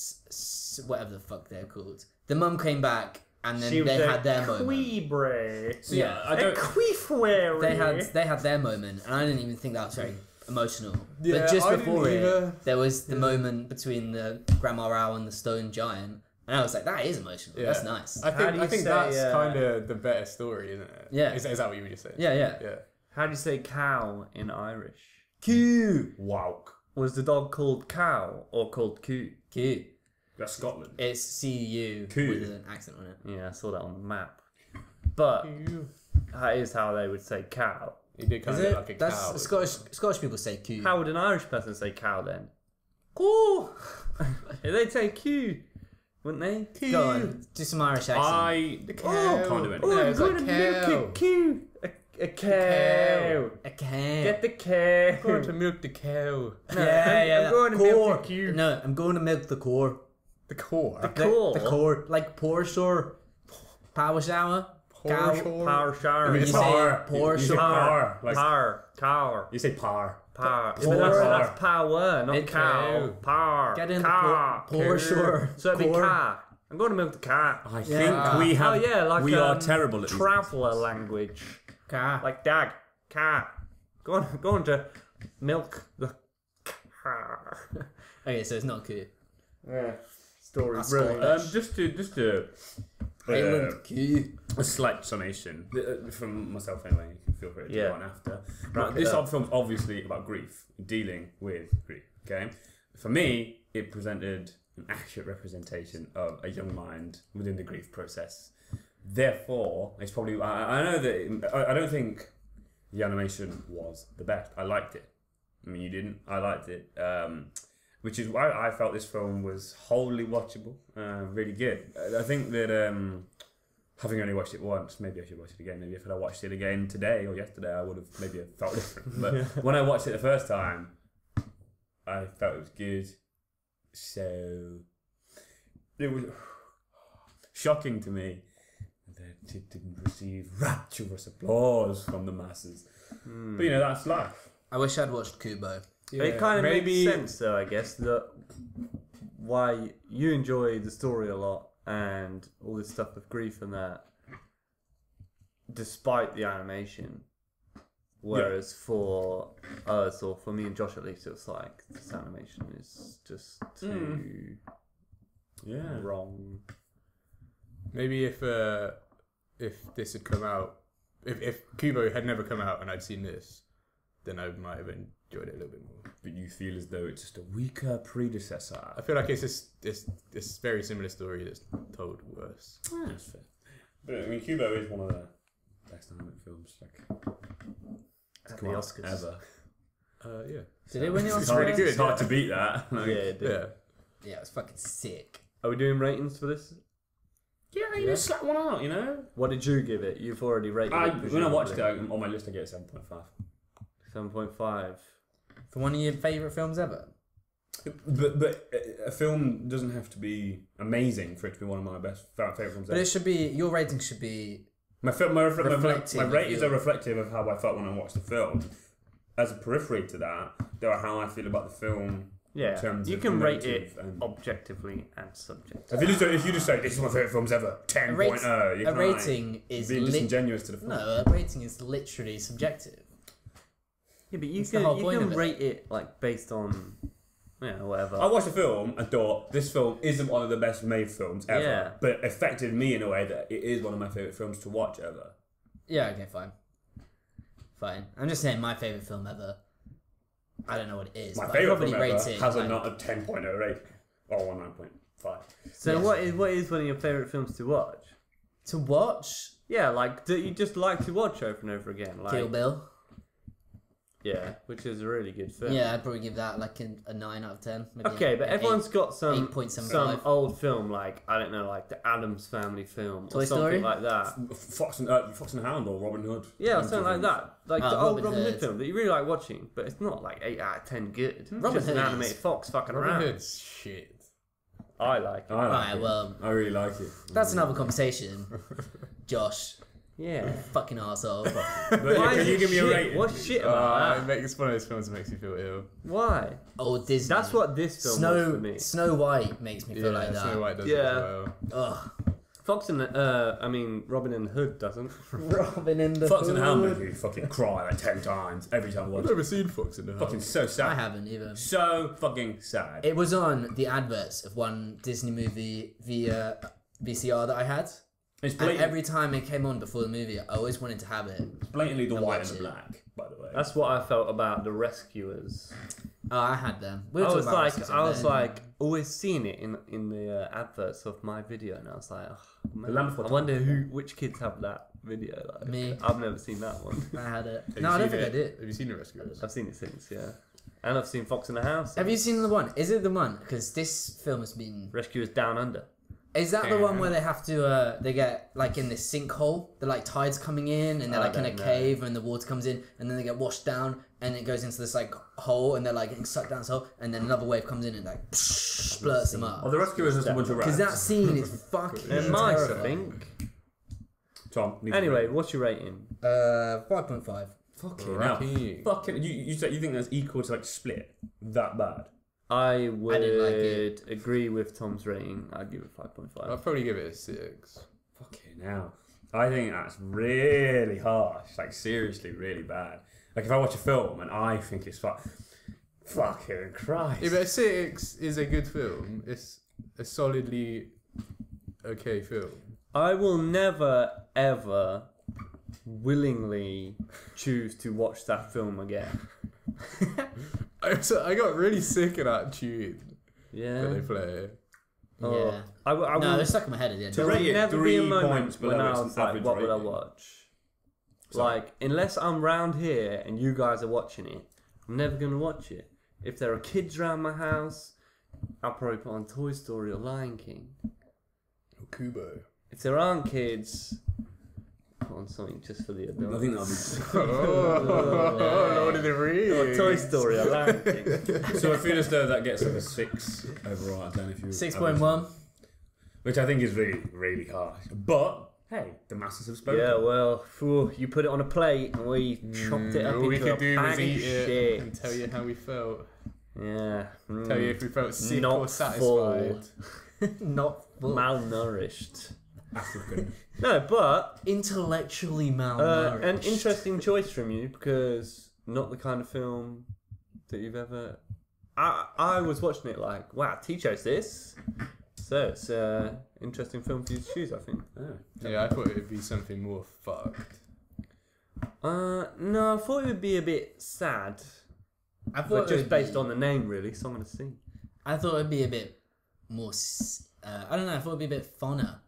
S4: s- s- whatever the fuck they're called, the mum came back and then
S3: She was
S4: they
S3: a
S4: had their moment.
S3: Quibre.
S1: So, yeah, I
S3: A
S1: don't.
S3: queefwary.
S4: They had they had their moment, and I didn't even think that was very emotional.
S2: Yeah,
S4: but just
S2: I didn't
S4: before
S2: either.
S4: it, there was the moment between the grandma owl and the stone giant, and I was like, that is emotional. That's
S2: Yeah.
S4: nice.
S2: I think
S3: do
S2: I
S3: you
S2: think
S3: say,
S2: that's
S3: uh,
S2: kind of the better story, isn't it?
S4: Yeah.
S2: Is, is that what you were just saying?
S4: yeah, yeah.
S2: Yeah.
S3: How do you say cow in Irish?
S4: Cute,
S1: Wow.
S3: Was the dog called cow or called coo?
S4: cute.
S1: That's Scotland.
S4: It's C U
S1: Cute.
S4: with an accent on it.
S3: Yeah, I saw that on the map. But that is how they would say cow.
S2: He did kind
S4: Is
S2: of
S4: it?
S2: like a
S4: That's
S2: cow.
S4: Scottish. Scottish people say cute.
S3: How would an Irish person say cow then? Coo. They'd say coo, wouldn't they?
S4: Go on, do some Irish accent.
S1: I
S2: cow.
S1: can't do it.
S2: Oh,
S3: Oh,
S2: Yeah,
S3: I'm
S2: it's like
S3: going to milk
S2: cow.
S3: a coo. A, a cow.
S2: cow.
S4: I can.
S3: Get the cow.
S2: Going to milk the cow.
S4: yeah, yeah,
S3: I'm
S4: that
S3: going to milk
S4: core.
S3: the cute.
S4: No, I'm going to milk the core.
S2: The core.
S4: The-
S3: Core?
S4: The, core, like poor sore, power shower, cow,
S3: Power shower.
S4: mean,
S1: It's
S4: You say
S1: par.
S4: poor
S1: You- you say
S4: shot.
S1: par. Like,
S3: Par. Cow.
S1: you say par.
S3: Par.
S4: Poor.
S3: But that's, that's power, not
S4: It-
S3: cow. Par.
S4: get in
S3: Car.
S4: the poor, poor shore.
S3: So it'd be
S4: core.
S3: car. I'm going to milk the car.
S1: I
S4: Yeah.
S1: think we have.
S3: oh yeah, like
S1: we
S3: um,
S1: are terrible at these
S3: traveler language.
S4: Car.
S3: Like dag, car. Going, going to milk the car.
S4: okay, so it's not cute.
S3: yeah. Story
S4: That's
S3: brilliant.
S4: Scottish.
S1: Um, just to just to uh,
S4: Island cute.
S1: a slight summation uh, from myself anyway. You can feel free to
S3: Yeah.
S1: go on after. But this
S3: up.
S1: film's obviously about grief, dealing with grief. Okay, for me, it presented an accurate representation of a young mind within the grief process. Therefore, it's probably I, I know that I, I don't think the animation was the best. I liked it. I mean, you didn't. I liked it, um, which is why I felt this film was wholly watchable. Uh, really good. I- I think that um, having only watched it once, maybe I should watch it again. Maybe if I watched it again today or yesterday, I would have maybe felt different. But when I watched it the first time, I felt it was good. So it was shocking to me that it didn't receive rapturous applause from the masses.
S3: Hmm.
S1: But you know that's life.
S4: I wish I'd watched Kubo.
S3: It kind of
S2: maybe
S3: makes sense, though, I guess, that why you enjoy the story a lot and all this stuff with grief and that, despite the animation. Whereas for us, or for me and Josh at least, it was like this animation is just too
S2: Mm.
S1: Yeah.
S3: wrong.
S2: Maybe if uh, if this had come out, if if Kubo had never come out and I'd seen this, then I might have enjoyed it a little bit more.
S1: But you feel as though it's just a weaker predecessor.
S2: I feel like it's this this this very similar story that's told worse.
S1: That's fair. But I mean, Kubo is one of the best animated films like
S3: At
S1: come
S3: the
S1: out
S3: Oscars.
S1: ever.
S2: Uh, yeah,
S4: Did it win the
S1: It's
S4: Oscar?
S1: hard,
S2: really good,
S1: it's hard
S2: yeah.
S1: to beat that.
S3: Yeah,
S1: Like,
S3: it did.
S2: yeah.
S4: Yeah, it was fucking sick.
S3: Are we doing ratings for this?
S1: yeah, you just slap one out, you know.
S3: What did you give it? You've already rated
S1: I,
S3: it.
S1: when I watched it
S3: presumably.
S1: on my list, I get a seven point five.
S3: 7.5.
S4: For one of your favourite films ever.
S1: But but uh, a film doesn't have to be amazing for it to be one of my best favorite films.
S4: But it should be your rating should be
S1: My film, my, refle- my,
S4: Reflective
S1: my
S4: of
S1: ratings
S4: your-
S1: are reflective of how I felt when I watched the film. As a periphery to that, there are how I feel about the film. in
S3: Yeah.
S1: terms
S3: You
S1: of
S3: can rate it
S1: narrative and-
S3: objectively and subjectively.
S1: If you just if you just say this is my favorite films ever,
S4: a,
S1: ten
S4: rate-
S1: point oh, you
S4: a
S1: can't
S4: rating is
S1: being
S4: lit-
S1: disingenuous to the film.
S4: no a rating is literally subjective.
S3: Yeah, but you
S4: It's the
S3: can,
S4: whole
S3: you
S4: point
S3: can
S4: of it.
S3: rate it like based on yeah whatever.
S1: I watched a film and thought this film isn't one of the best made films ever,
S3: Yeah.
S1: but it affected me in a way that it is one of my favorite films to watch ever.
S4: Yeah, okay, fine. Fine. I'm just saying my favourite film ever. I don't know what it is.
S1: My
S4: but
S1: favorite
S4: I probably
S1: film ever
S4: rate it
S1: has a
S4: like-
S1: not a ten point oh rating or one nine point five.
S3: so
S4: yes.
S3: what is what is one of your favorite films to watch?
S4: to watch
S3: Yeah, like that you just like to watch over and over again. Like
S4: Kill Bill.
S3: yeah, which is a really good film.
S4: Yeah, I'd probably give that like an, a nine out of ten. Maybe
S3: Okay,
S4: an
S3: but
S4: eight.
S3: everyone's got some
S4: 8.75.
S3: some old film like I don't know like the Adams Family film
S4: Toy
S3: or something
S4: Story?
S3: like that.
S1: Fox and uh, Fox and Hound or Robin Hood.
S3: Yeah, something like that. Like
S4: Oh,
S3: the old
S4: Robin
S3: Robin Hood
S4: Hood.
S3: film that you really like watching, but it's not like eight out of ten good. It's
S4: Robin
S3: just an
S4: Hood is-
S3: animated fox fucking around.
S2: Robin Hood's shit.
S3: I like it.
S1: I like
S4: Right,
S1: it.
S4: well,
S1: I really like it.
S4: that's another conversation. Josh,
S3: Yeah.
S4: fucking asshole.
S1: But yeah,
S3: Why
S1: can
S3: is
S1: you
S3: it
S1: give me a
S3: shit?
S1: rating?
S3: What's shit about
S2: Uh, it
S3: that?
S2: makes, it's one of those films that makes you feel ill.
S3: Why?
S4: Oh, Disney.
S3: That's what this film was for
S4: Snow
S3: me.
S4: Snow White makes me feel like that.
S2: Snow White does it
S3: Yeah.
S2: as well.
S4: Ugh.
S3: Fox and uh, I mean Robin and Hood doesn't.
S4: Robin in the
S1: Fox and Hound make you fucking cry like ten times every time I watch
S2: I've
S1: it.
S2: never seen Fox in the
S1: Fucking
S2: House.
S1: so
S4: I
S1: sad.
S4: haven't even.
S1: So fucking sad.
S4: It was on the adverts of one Disney movie via VCR that I had,
S1: It's
S4: and
S1: blatant,
S4: every time it came on before the movie, I always wanted to have it.
S1: blatantly the
S4: I
S1: white
S4: watch
S1: and the
S4: it.
S1: black, by the way.
S3: That's what I felt about the Rescuers.
S4: Oh, I had them. We
S3: I
S4: were talking
S3: was
S4: about
S3: like,
S4: racism
S3: I was
S4: then.
S3: like, always seeing it in in the uh, adverts of my video, and I was like, oh, man,
S1: Lamb for
S3: I wonder who which kids have that video. Like,
S4: Me.
S3: I've never seen that one.
S4: I had it.
S2: Have you
S4: No, I don't
S2: seen
S4: think
S2: it?
S4: I did.
S2: Have you seen The Rescuers?
S3: I've seen it since, yeah, and I've seen Fox in the House.
S4: Have you seen the one? Is it the one? Because this film has been.
S3: Rescuers Down Under?
S4: Is that the one where they have to? uh They get like in this sinkhole. They're like tides coming in, and they're
S3: I
S4: like in a
S3: don't know.
S4: cave, and the water comes in, and then they get washed down, and it goes into this like hole, and they're like getting sucked down this hole, and then another wave comes in and like blurs them
S1: Oh,
S4: up.
S1: the rescuers is just a bunch of
S4: Because
S1: rats.
S4: that scene is fucking
S3: They're mice, I
S4: terrifying.
S3: think.
S1: Tom. need to
S3: Anyway,
S1: rate.
S3: what's your rating?
S4: Uh, five point five.
S1: fucking hell.
S2: Cracking.
S1: Fucking. You you say you think that's equal to like split? That bad?
S3: I would
S4: didn't like it. Oh.
S3: agree with Tom's rating. I'd give it five point
S2: I'll
S3: five.
S2: probably give it a six.
S1: Fucking hell. I think that's really harsh. Like seriously, really bad. Like if I watch a film and I think it's fuck. Fucking Christ.
S2: Yeah, but a six is a good film. It's a solidly okay film.
S3: I will never ever willingly choose to watch that film again.
S2: I, was- I got really sick of that tune that
S3: Yeah.
S2: they play.
S3: Oh,
S4: Yeah.
S3: I, w- I
S4: No,
S3: will
S4: they're stuck in my head at the end.
S1: To
S3: There
S1: rate
S3: would
S1: it
S3: never
S1: three
S3: be a moment
S1: points
S3: when
S1: below
S3: I
S1: its
S3: was like,
S1: average
S3: what would I
S1: rating.
S3: watch? Like, unless I'm round here and you guys are watching it, I'm never going to watch it. If there are kids around my house, I'll probably put on Toy Story or Lion King.
S2: Kubo.
S3: If there aren't kids, put on something just for the
S1: I
S3: adults.
S1: think that'll
S2: Oh, Lord of the
S3: Or
S2: Rings.
S3: Toy Story or Lion King.
S1: be. so I feel as though that gets like a six overall. I don't know if you.
S4: Six point one.
S1: Which I think is really, really harsh. But hey, the masses have spoken.
S3: yeah, well, phew, you put it
S1: Mm,
S3: on a plate and we chopped it up
S2: Mm, All we
S3: into a
S2: could do
S3: bag
S2: was
S3: of
S2: eat it
S3: shit.
S2: and tell you how we felt.
S3: Yeah. Mm.
S2: Tell you if we felt sick
S3: Not full.
S2: or satisfied.
S4: Not full.
S3: Malnourished.
S1: African.
S3: No, but
S4: intellectually
S3: uh,
S4: malnourished.
S3: an interesting choice from you because not the kind of film that you've ever. I I was watching it like, wow, T chose this, so it's an interesting film for you to choose. I think.
S1: Oh.
S2: Yeah, I thought it would be something more fucked.
S3: Uh, no, I thought it would be a bit sad,
S4: I
S3: but
S4: thought
S3: just based
S4: be,
S3: on the name, really. So I'm gonna see.
S4: I thought it'd be a bit more. s- Uh, I don't know. I thought it'd be a bit funner.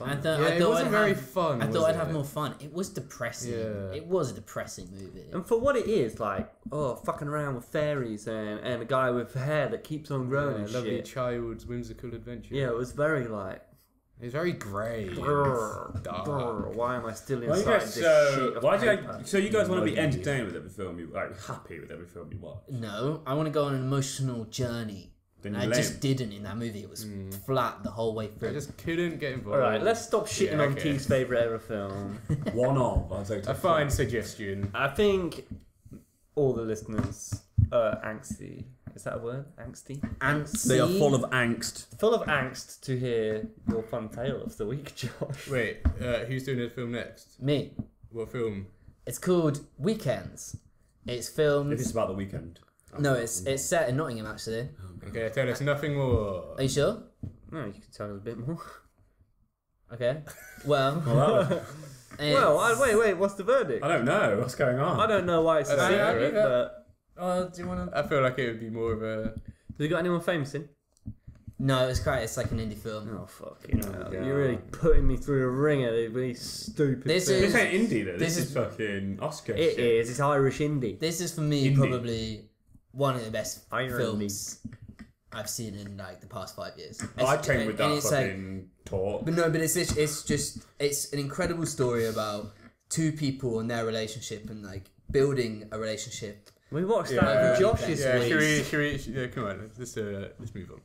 S4: I thought,
S2: Yeah,
S4: I
S2: it
S4: thought
S2: wasn't
S4: I'd
S2: very
S4: have,
S2: fun,
S4: I
S2: was
S4: thought I'd
S2: it?
S4: have more fun. It was depressing.
S2: Yeah.
S4: It was a depressing movie.
S3: And for what it is, like, oh, fucking around with fairies and, and a guy with hair that keeps on growing
S2: Yeah,
S3: and
S2: lovely
S3: shit.
S2: child's whimsical adventure.
S3: yeah, it was very like,
S2: It's very grey.
S3: brr,
S2: dark.
S3: brr, why am I still
S1: Why
S3: inside
S1: you guys
S3: this sheet
S1: so?
S3: of
S1: Why do
S3: paper?
S1: you? So you guys want to be entertained with every film you like, happy with every film you watch?
S4: no, I want to go on an emotional journey.
S1: Then
S4: And I
S1: you're
S4: just
S1: lame.
S4: didn't in that movie. It was flat the whole
S2: I
S4: way through.
S2: just couldn't get involved.
S3: All right, let's stop shitting
S2: Yeah,
S3: on
S2: okay.
S3: T's favorite ever film.
S1: One of. I'll take
S2: A fine suggestion.
S3: I think all the listeners are angsty. Is that a word? Angsty.
S4: and
S1: They are full of angst.
S3: Full of angst to hear your fun tale of the week, Josh.
S2: Wait, uh, who's doing a film next?
S4: me.
S2: What film?
S4: It's called Weekends. It's filmed.
S1: If it's about the weekend.
S4: no, it's it's set in Nottingham actually.
S2: Okay, tell us nothing more.
S4: Are you sure?
S3: No, you can tell us a bit more.
S4: Okay. Well.
S1: Well, that was-
S4: it's-
S3: Well, I, wait, wait. What's the verdict?
S1: I don't know what's going on.
S3: I don't know why it's a
S2: I don't know,
S3: secret,
S2: yeah.
S3: but.
S4: Oh, do you want to?
S2: I feel like it would be more of a.
S3: Have you got anyone famous in?
S4: No, it's quite. It's like an indie film.
S3: Oh fucking hell!
S1: yeah.
S3: You're really putting me through a ringer. They're really stupid.
S4: This
S3: things.
S1: This ain't indie though. This,
S4: This
S1: is,
S4: is-
S1: fucking Oscar.
S3: It
S1: shit.
S3: is. It's Irish indie.
S4: This is for me
S1: Indie.
S4: probably one of the best
S3: Iron
S4: films I've seen in like the past five years.
S1: I
S4: It's-
S1: came with that
S4: it's like-
S1: fucking talk.
S4: but no, but it's just, it's just it's an incredible story about two people and their relationship and like building a relationship.
S3: We watched that
S2: Yeah.
S3: with Josh's
S2: Yeah,
S3: week.
S2: should we? Should we? Should, yeah, come on, let's just, uh, let's move on.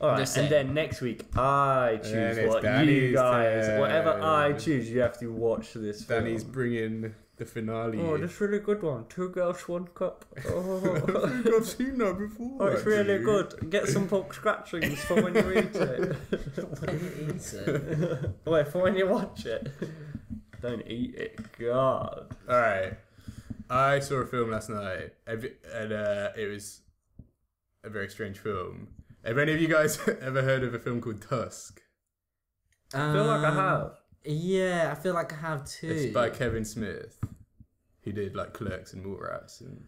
S3: All right,
S4: Just
S3: and
S4: saying.
S3: then next week I
S2: then
S3: choose
S2: it's
S3: what you
S2: Danny's
S3: guys,
S2: turn.
S3: whatever I choose, you have to watch this. Film.
S2: Danny's bringing the finale.
S3: Oh, this really good one. Two girls, one cup. Oh,
S2: I think I've seen that before.
S3: oh it's really
S2: actually.
S3: good. Get some pork scratchings for when you eat it.
S4: So,
S3: Wait, for when you watch it. Don't eat it. God.
S2: All right. I saw a film last night, Have- and uh, it was a very strange film. Have any of you guys ever heard of a film called Tusk?
S3: I feel like I
S4: um,
S3: have.
S4: Yeah, I feel like I have too.
S2: It's by Kevin Smith, who did like Clerks and Mallrats and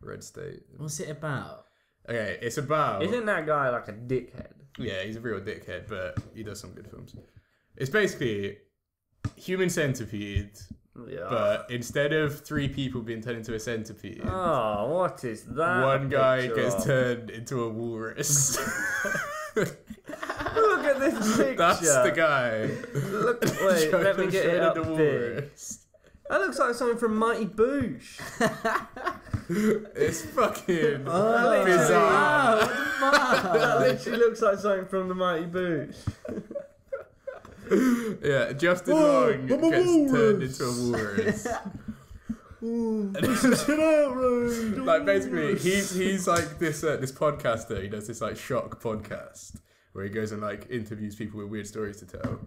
S2: Red State.
S4: What's it about?
S2: Okay, it's about.
S3: Isn't that guy like a dickhead?
S2: Yeah, he's a real dickhead, but he does some good films. It's basically human centipede,
S3: Yeah.
S2: but instead of three people being turned into a centipede,
S3: Oh, what is that?
S2: one guy
S3: picture
S2: gets
S3: of?
S2: turned into a walrus.
S3: Look at this picture.
S2: That's the guy.
S3: Look, wait,
S2: Showed
S3: let me
S2: him
S3: get it
S2: shredded
S3: up
S2: the
S3: big.
S2: walrus.
S3: That looks like something from Mighty Boosh.
S2: It's fucking
S3: That literally-
S4: Oh,
S2: bizarre.
S3: That literally looks like something from the Mighty Boosh.
S2: Yeah, Justin
S5: Whoa,
S2: Long
S5: I'm a
S2: gets turned
S5: walrus.
S2: into a walrus.
S5: Get out, Ray.
S2: like basically he's he's like this uh, this podcaster he does this like shock podcast where he goes and like interviews people with weird stories to tell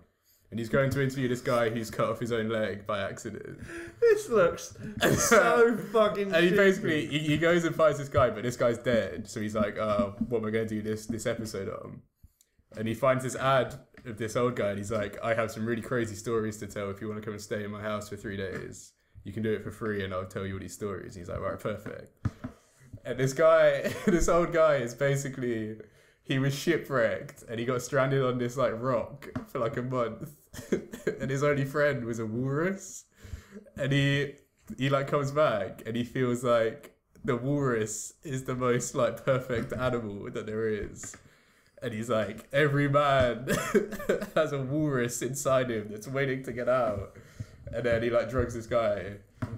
S2: and he's going to interview this guy who's cut off his own leg by accident
S3: This looks so fucking.
S2: and he
S3: stupid.
S2: basically he, he goes and finds this guy but this guy's dead so he's like uh what am i going to do this this episode on and he finds this ad of this old guy and he's like i have some really crazy stories to tell if you want to come and stay in my house for three days you can do it for free and i'll tell you all these stories and he's like right perfect and this guy this old guy is basically he was shipwrecked and he got stranded on this like rock for like a month and his only friend was a walrus and he he like comes back and he feels like the walrus is the most like perfect animal that there is and he's like every man has a walrus inside him that's waiting to get out and then he like drugs this guy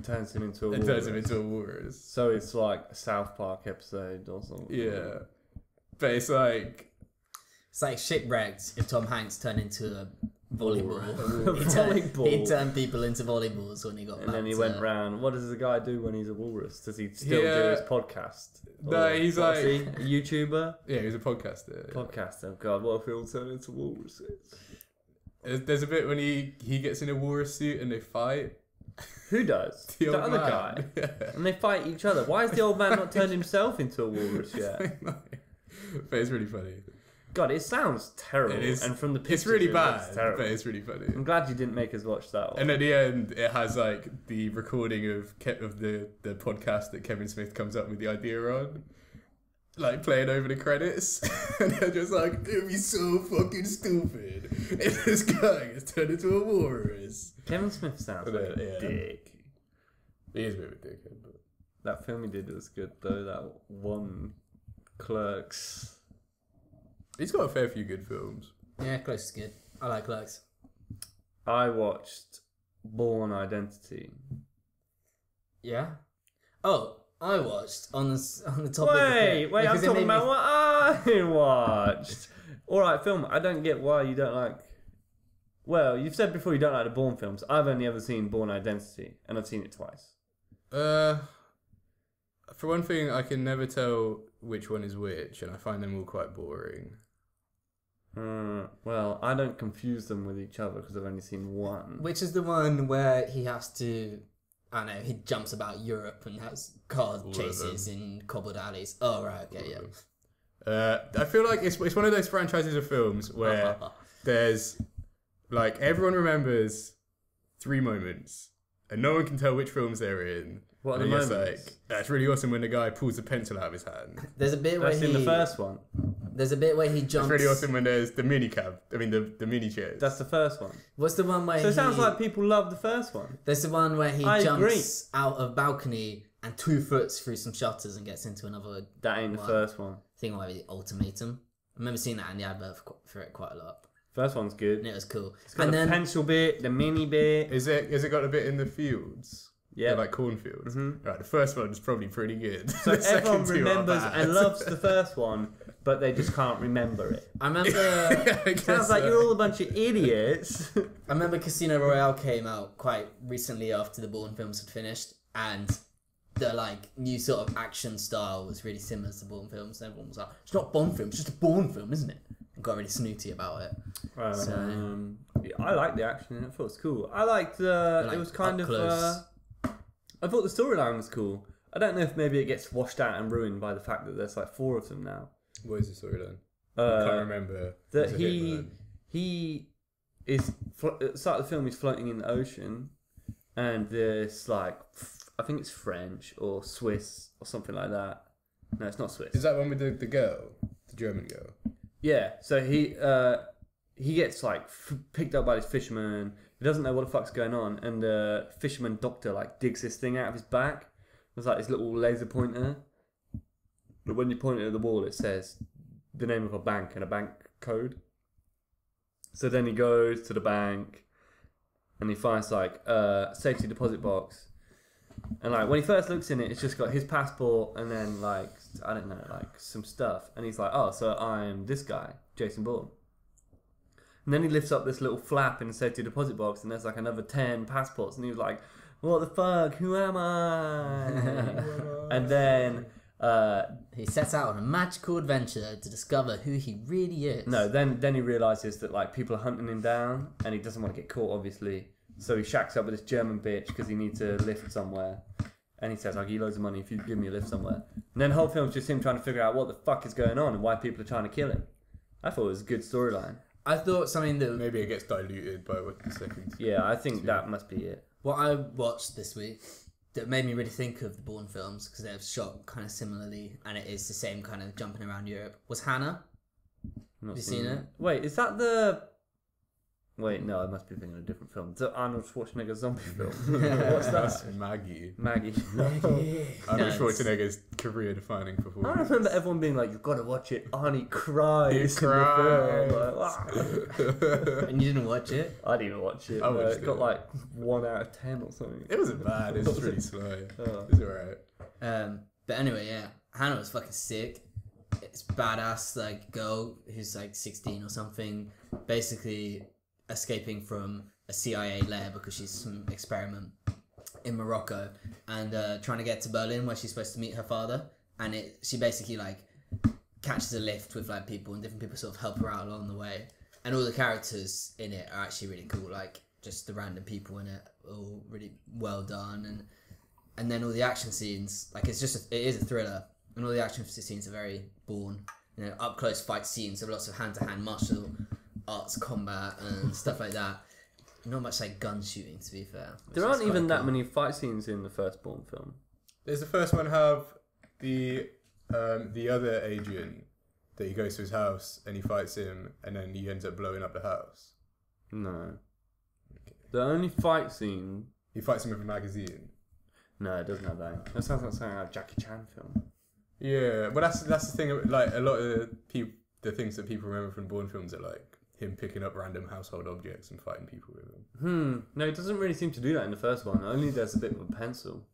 S3: turns him into a.
S2: and turns him
S3: walrus.
S2: into a walrus
S3: So it's like a South Park episode or something.
S2: Yeah. But it's like
S4: It's like shipwrecked if Tom Hanks turned into a volleyball. he, turned,
S3: Volleyball.
S4: he turned people into volleyballs when he got uh,
S3: And
S4: back.
S3: then he
S4: to-
S3: went round. What does the guy do when he's a walrus? Does he still do
S2: Yeah.
S3: his podcast?
S2: No, he's
S3: what's
S2: like-
S3: he? A YouTuber,
S2: Yeah, he was a podcaster. yeah.
S3: podcast. Oh God, what if we all turn into walruses?
S2: There's- There's a bit when he he gets in a walrus suit and they fight.
S3: Who does?
S2: The,
S3: The,
S2: old
S3: other
S2: man.
S3: guy.
S2: Yeah.
S3: And they fight each other. Why has the old man not turned himself into a walrus yet?
S2: but it's really funny.
S3: God, it sounds terrible.
S2: It is-
S3: and from the
S2: It's
S3: pictures,
S2: really
S3: it looks
S2: bad,
S3: terrible.
S2: but it's really funny.
S3: I'm glad you didn't make us watch that one.
S2: And at the end, it has like the recording of Ke- of the the podcast that Kevin Smith comes up with the idea on, like playing over the credits, and they're just like, "It'd be so fucking stupid if this guy gets turned into a walrus."
S3: Kevin Smith sounds
S2: But,
S3: like
S2: uh,
S3: a
S2: yeah.
S3: dick.
S2: He is a bit of a dickhead, but
S3: That film he did was good though. That one, Clerks.
S2: he's got a fair few good films.
S4: Yeah, close is good. I like Lux.
S3: I watched Born Identity.
S4: Yeah. Oh, I watched on the s- on the topic. of-
S3: Wait, wait, I'm
S4: because it
S3: talking
S4: made me-
S3: about what I watched. All right, film. I don't get why you don't like. Well, you've said before you don't like the Born films. I've only ever seen Born Identity, and I've seen it twice.
S2: Uh, for one thing, I can never tell which one is which, and I find them all quite boring.
S3: Uh, well, I don't confuse them with each other because I've only seen one.
S4: Which is the one where he has to. I don't know he jumps about Europe and has car
S2: All of
S4: chases in cobbled alleys. Oh right, okay, yeah.
S2: Uh, I feel like it's it's one of those franchises of films where there's like everyone remembers three moments, and no one can tell which films they're in.
S3: What are
S2: and
S3: the
S2: it's
S3: moments?
S2: Like, That's really awesome when the guy pulls a pencil out of his hand.
S4: There's a bit where
S3: That's
S4: he.
S3: in the first one.
S4: There's a bit where he
S2: It's
S4: jumps.
S2: really awesome when there's the mini cab. I mean the the mini chairs.
S3: That's the first one.
S4: What's the one where?
S3: So it sounds
S4: he-
S3: like people love the first one.
S4: There's the one where he
S3: I
S4: jumps
S3: agree.
S4: out of balcony and two foots through some shutters and gets into another
S3: That ain't the
S4: Wow.
S3: first one.
S4: thing where the ultimatum. I remember seeing that in the advert for, qu- for it quite a lot,
S3: First one's good.
S4: and it was cool.
S3: It's got
S4: And
S3: the
S4: then
S3: pencil bit, the mini bit.
S2: Is it is it got a bit in the fields?
S3: Yeah. Mm-hmm.
S2: like cornfields. Right, the first one's probably pretty good.
S3: So
S2: the second
S3: everyone
S2: two are
S3: remembers
S2: bad.
S3: and loves the first one, but they just can't remember it.
S4: I remember
S2: Yeah, I guess
S3: Sounds like
S2: so.
S3: you're all a bunch of idiots.
S4: I remember Casino Royale came out quite recently after the Bourne films had finished, and the like new sort of action style was really similar to the Bourne films. And everyone was like, "It's not Bond film, it's just a Bourne film, isn't it?" And got really snooty about it. So-
S3: um, yeah, I liked the action. in it. I thought it was cool. I liked. Uh,
S4: Like,
S3: it was kind
S4: up
S3: of. Uh,
S4: close.
S3: I thought the storyline was cool. I don't know if maybe it gets washed out and ruined by the fact that there's like four of them now.
S2: What is the storyline? I can't
S3: Uh,
S2: remember.
S3: that
S2: He's a
S3: he
S2: hitman.
S3: he is flo- at the start of the film he's floating in the ocean and this like f- i think it's french or swiss or something like that no it's not swiss
S2: is that one with the, the girl, the German girl.
S3: yeah so he uh he gets like f- picked up by this fisherman he doesn't know what the fuck's going on and the fisherman doctor like digs this thing out of his back there's like this little laser pointer but when you point it at the wall it says the name of a bank and a bank code. So then he goes to the bank and he finds like a safety deposit box. And like when he first looks in it, it's just got his passport and then like I don't know, like some stuff. And he's like, Oh, so I'm this guy, Jason Bourne. And then he lifts up this little flap in the safety deposit box and there's like another ten passports and he was like, What the fuck? Who am I? and then uh
S4: He sets out on a magical adventure to discover who he really is.
S3: No, then then he realizes that like people are hunting him down, and he doesn't want to get caught, obviously. So he shacks up with this German bitch because he needs a lift somewhere, and he says, "I'll give you loads of money if you give me a lift somewhere." And then the whole film's just him trying to figure out what the fuck is going on and why people are trying to kill him. I thought it was a good storyline.
S4: I thought something that
S2: Maybe it gets diluted by what the second.
S3: Yeah, I think that must be it.
S4: what I watched this week that made me really think of the Bourne films because they're shot kind of similarly, and it is the same kind of jumping around Europe. Was Hannah?
S3: I've not
S4: You seen it?
S3: Wait, is that the? Wait, no, I must be thinking of a different film. The Arnold Schwarzenegger zombie film. What's that?
S2: Maggie.
S3: Maggie.
S2: Arnold
S4: Nice.
S2: Schwarzenegger's career defining
S3: I
S2: performance.
S3: remember everyone being like, "You've got to watch it." Arnie cries.
S2: He
S3: in the film. Like,
S2: cries.
S3: "Ah."
S4: And you didn't watch it?
S3: I didn't even watch it.
S2: I
S3: I
S2: watched
S3: it got
S2: it.
S3: like one out of ten or something.
S2: It wasn't bad. It was really slow.
S3: Oh.
S2: It was alright.
S4: Um, but anyway, yeah, Hannah was fucking sick. It's badass, like girl who's like sixteen or something, basically escaping from a CIA lair because she's some experiment in Morocco and uh, trying to get to Berlin where she's supposed to meet her father. And it, she basically like catches a lift with like people and different people sort of help her out along the way. And all the characters in it are actually really cool. Like just the random people in it, are all really well done. And and then all the action scenes, like it's just a, it is a thriller, and all the action scenes are very born. You know, up close fight scenes of lots of hand to hand martial arts combat and stuff like that. Not much like gun shooting, to be fair. which
S3: There
S4: is
S3: aren't
S4: quite
S3: even that
S4: cool.
S3: many fight scenes in the first Bourne film.
S2: Does the first one have the um, the other agent that he goes to his house and he fights him and then he ends up blowing up the house?
S3: No. The only fight scene.
S2: He fights him with a magazine.
S3: No, it doesn't have that. That sounds like something out of Jackie Chan film.
S2: Yeah, well that's that's the thing. Like a lot of the people, the things that people remember from Bourne films are like him picking up random household objects and fighting people with them.
S3: Hmm. No, it doesn't really seem to do that in the first one. Only there's a bit with a pencil.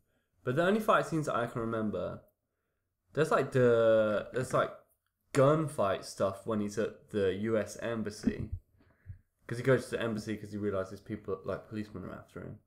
S3: But the only fight scenes that I can remember, there's like the there's like gunfight stuff when he's at the U.S. embassy, because he goes to the embassy because he realizes people like policemen are after him.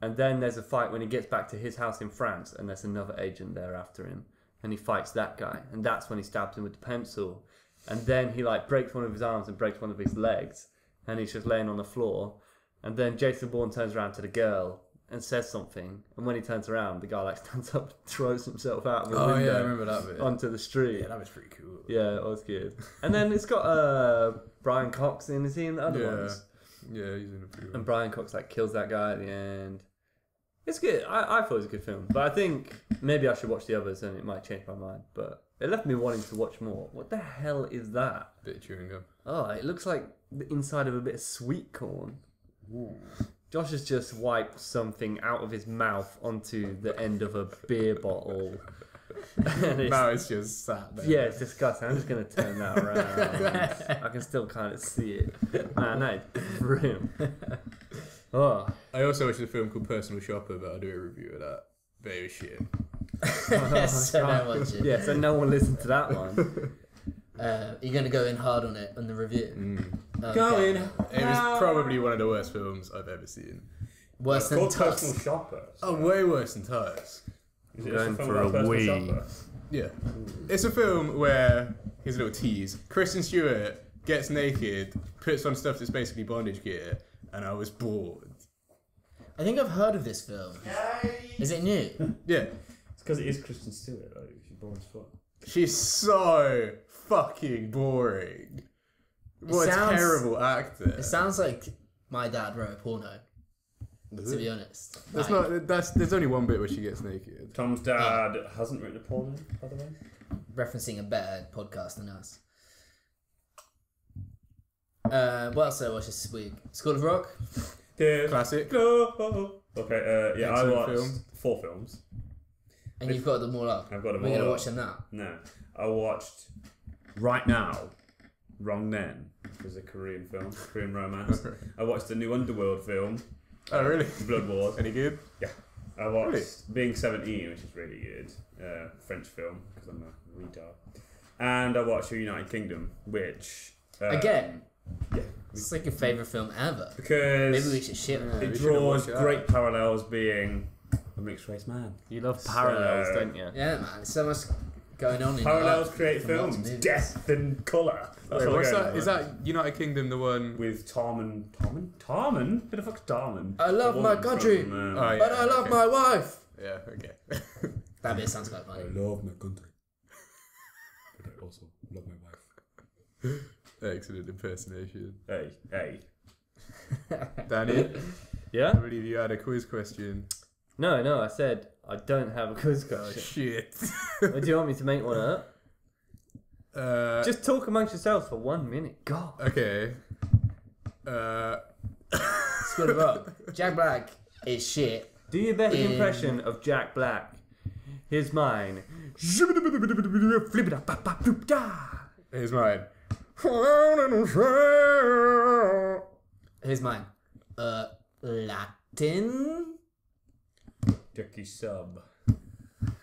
S3: And then there's a fight when he gets back to his house in France, and there's another agent there after him, and he fights that guy, and that's when he stabs him with the pencil, and then he like breaks one of his arms and breaks one of his legs, and he's just laying on the floor, and then Jason Bourne turns around to the girl and says something, and when he turns around, the guy like stands up, and throws himself out of the
S2: Oh yeah, I
S3: window
S2: remember that bit.
S3: onto the street.
S2: yeah, that was pretty cool.
S3: Yeah, it was good. And then it's got uh, Brian Cox in. Is he in the other
S2: Yeah.
S3: ones?
S2: Yeah, he's in a pretty.
S3: And Brian Cox like kills that guy at the end. It's good. I, I thought it was a good film, but I think maybe I should watch the others, and it might change my mind. But it left me wanting to watch more. What the hell is that?
S2: bit of chewing gum.
S3: Oh, it looks like the inside of a bit of sweet corn. Josh has just wiped something out of his mouth onto the end of a beer bottle. and it's
S2: Now it's just sat there.
S3: Yeah, it's disgusting. I'm just gonna turn that around. I can still kind of see it. Man, that is grim. Oh,
S2: I also watched a film called Personal Shopper, but I'll do a review of that. But it was shit.
S4: so don't watch it.
S3: yeah. So no one listened to that one.
S4: Uh, you're gonna go in hard on it on the review. Okay.
S2: It was probably one of the worst films I've ever seen.
S4: worse than
S5: Called personal
S4: Tusk.
S5: shopper.
S2: Oh, way worse than Tires.
S5: Is it
S1: Going
S5: just film
S1: for a
S5: about personal
S1: wee.
S5: shopper?
S2: Yeah. It's a film where, here's a little tease Kristen Stewart gets naked, puts on stuff that's basically bondage gear, and I was bored.
S4: I think I've heard of this film. Is it new?
S2: Yeah.
S5: It's because it is Kristen Stewart. Like she's born as fuck.
S2: She's so fucking boring. What
S4: sounds-
S2: a terrible actor.
S4: It sounds like my dad wrote a porno. To be honest,
S2: That's
S4: Like,
S2: not, that's, there's only one bit where she gets naked.
S5: Tom's dad hasn't written a porno, by the way.
S4: referencing a better podcast than us. Uh, what else did I watch this week? School of Rock.
S5: Did
S2: Classic.
S5: go. Okay, uh, yeah, I
S2: Excellent
S5: watched
S2: film.
S5: four films.
S4: And you've got them all up.
S5: I've got them
S4: We're
S5: all
S4: gonna
S5: up.
S4: watch them now.
S5: No, I watched Right Now, Wrong Then, which is a Korean film, Korean romance. I watched the new Underworld film,
S2: Oh, really?
S5: Blood Wars.
S2: Any good?
S5: I watched
S2: Really?
S5: Being 17, which is really good, uh, French film, because I'm a retard. And I watched The United Kingdom, which. Uh,
S4: Again,
S5: Yeah.
S4: it's like your favorite film ever. Maybe
S5: Because
S4: we should shit. on it.
S5: it
S2: we should've
S5: draws
S2: watched that.
S5: great parallels being a mixed race man.
S3: You love parallels,
S5: So-
S3: don't you?
S4: Yeah, man. There's so much going on in
S5: Parallels
S4: life
S5: create
S4: from lots
S5: films.
S4: of movies.
S5: Death and colour. That's
S2: Wait,
S5: all I
S2: what's
S5: go
S2: that?
S5: with.
S2: Is that United Kingdom the one?
S5: with Tarman? Tarman? Tarman? Who the fuck's Tarman?
S4: I love
S5: The
S4: my
S5: woman
S4: country.
S5: from, uh,
S2: Oh, yeah,
S4: But I love
S2: okay.
S4: my wife.
S2: Yeah, okay.
S4: That bit sounds quite funny.
S5: love my country. But I also love my wife.
S2: Excellent impersonation.
S5: Hey, hey.
S2: Danny,
S3: Yeah.
S2: I believe you had a quiz question.
S3: No, no. I said I don't have a quiz
S2: Oh,
S3: question.
S2: Shit.
S3: Or do you want me to make one up?
S2: Uh,
S3: Just talk amongst yourselves for one minute. God.
S2: okay. Uh,
S4: School of Rock. Jack Black is shit.
S3: Do your best
S4: Um,
S3: impression of Jack Black. Here's mine.
S2: here's mine.
S4: Here's mine. Uh, Latin.
S5: Turkey sub.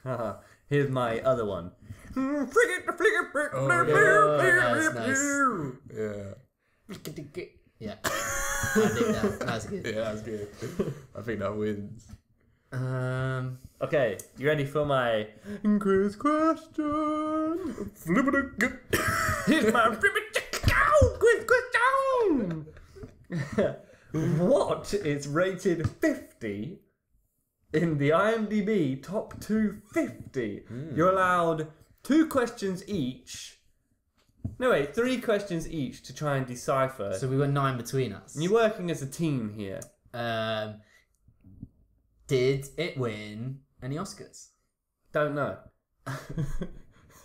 S3: Haha, Uh-huh. Here's my other one.
S2: Oh,
S4: Oh, that's nice.
S2: yeah.
S4: Look at the g- Yeah. I dig that. That was good.
S2: Yeah, that's good. I think that wins.
S4: Um,
S3: Okay, you ready for my
S2: Quiz question.
S3: Here's my quiz question. what is rated 50 in the IMDb top 250? You're allowed two questions each. No, wait, three questions each to try and decipher.
S4: so we got nine between us.
S3: You're working as a team here.
S4: Um, did it win any Oscars?
S3: Don't know.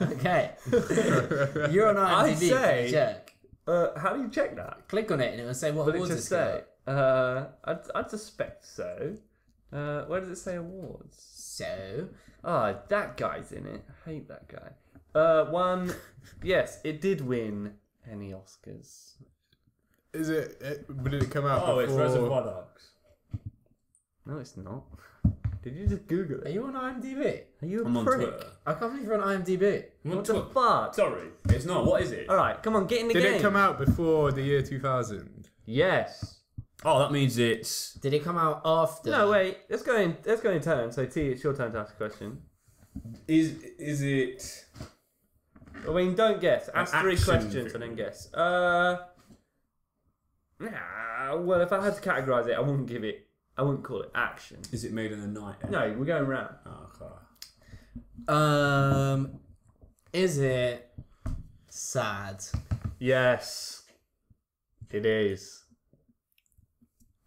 S4: Okay. You're on IMDb.
S3: I'd say-
S4: jerk.
S3: Uh, how do you check that?
S4: Click on it and it'll say what
S3: What did it
S4: awards
S3: just
S4: it's
S3: say?
S4: got.
S3: Uh, I'd, I'd suspect so. Uh, where does it say awards?
S4: So,
S3: Ah, that guy's in it. I hate that guy. Uh, one. yes, it did win any Oscars.
S2: Is it, it? Did it come out
S1: Oh, it's
S2: before?
S1: Reservoir Dogs.
S3: No, it's not. Did you just Google
S4: are
S3: it?
S4: you on IMDb?
S3: Are you a
S1: I'm on
S3: prick?
S1: Twitter.
S4: I can't believe you're on IMDb.
S1: I'm on
S3: What the
S1: Twitter.
S3: fuck?
S1: Sorry, it's not. What is it?
S3: All right, come on, get in the
S2: Did
S3: game.
S2: it come out before the year 2000?
S3: Yes.
S1: Oh, that means it's.
S4: Did it come out after?
S3: No, wait. Let's go in. Let's go in turn. So T, it's your turn to ask a question.
S1: Is is it?
S3: I mean, don't guess. Ask three
S1: action
S3: questions and
S1: film.
S3: then guess. Uh. Nah. Well, if I had to categorize it, I wouldn't give it. I wouldn't call it action.
S1: Is it made in the night? eh?
S3: No, we're going round.
S1: Oh, God.
S4: Um, is it sad?
S3: Yes. It is.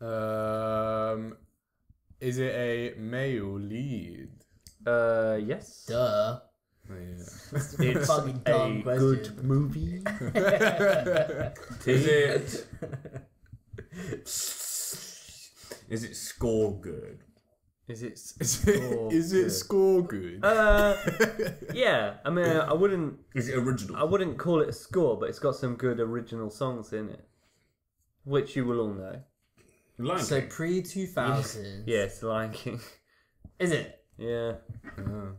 S2: Um, is it a male lead? Oh,
S3: Uh, yes.
S4: Duh.
S3: It's
S4: Fucking dumb
S3: a
S4: question.
S3: good movie.
S1: Is it? is it score good?
S3: Is it?
S2: Is it,
S3: Score
S2: is it
S3: good.
S2: score good?
S3: Uh, yeah. I mean, I wouldn't.
S1: Is it original?
S3: I wouldn't call it a score, but it's got some good original songs in it, which you will all know.
S1: Lion
S4: So
S1: King.
S4: pre 2000.
S3: Yes, Lion King.
S4: Is it?
S3: Yeah.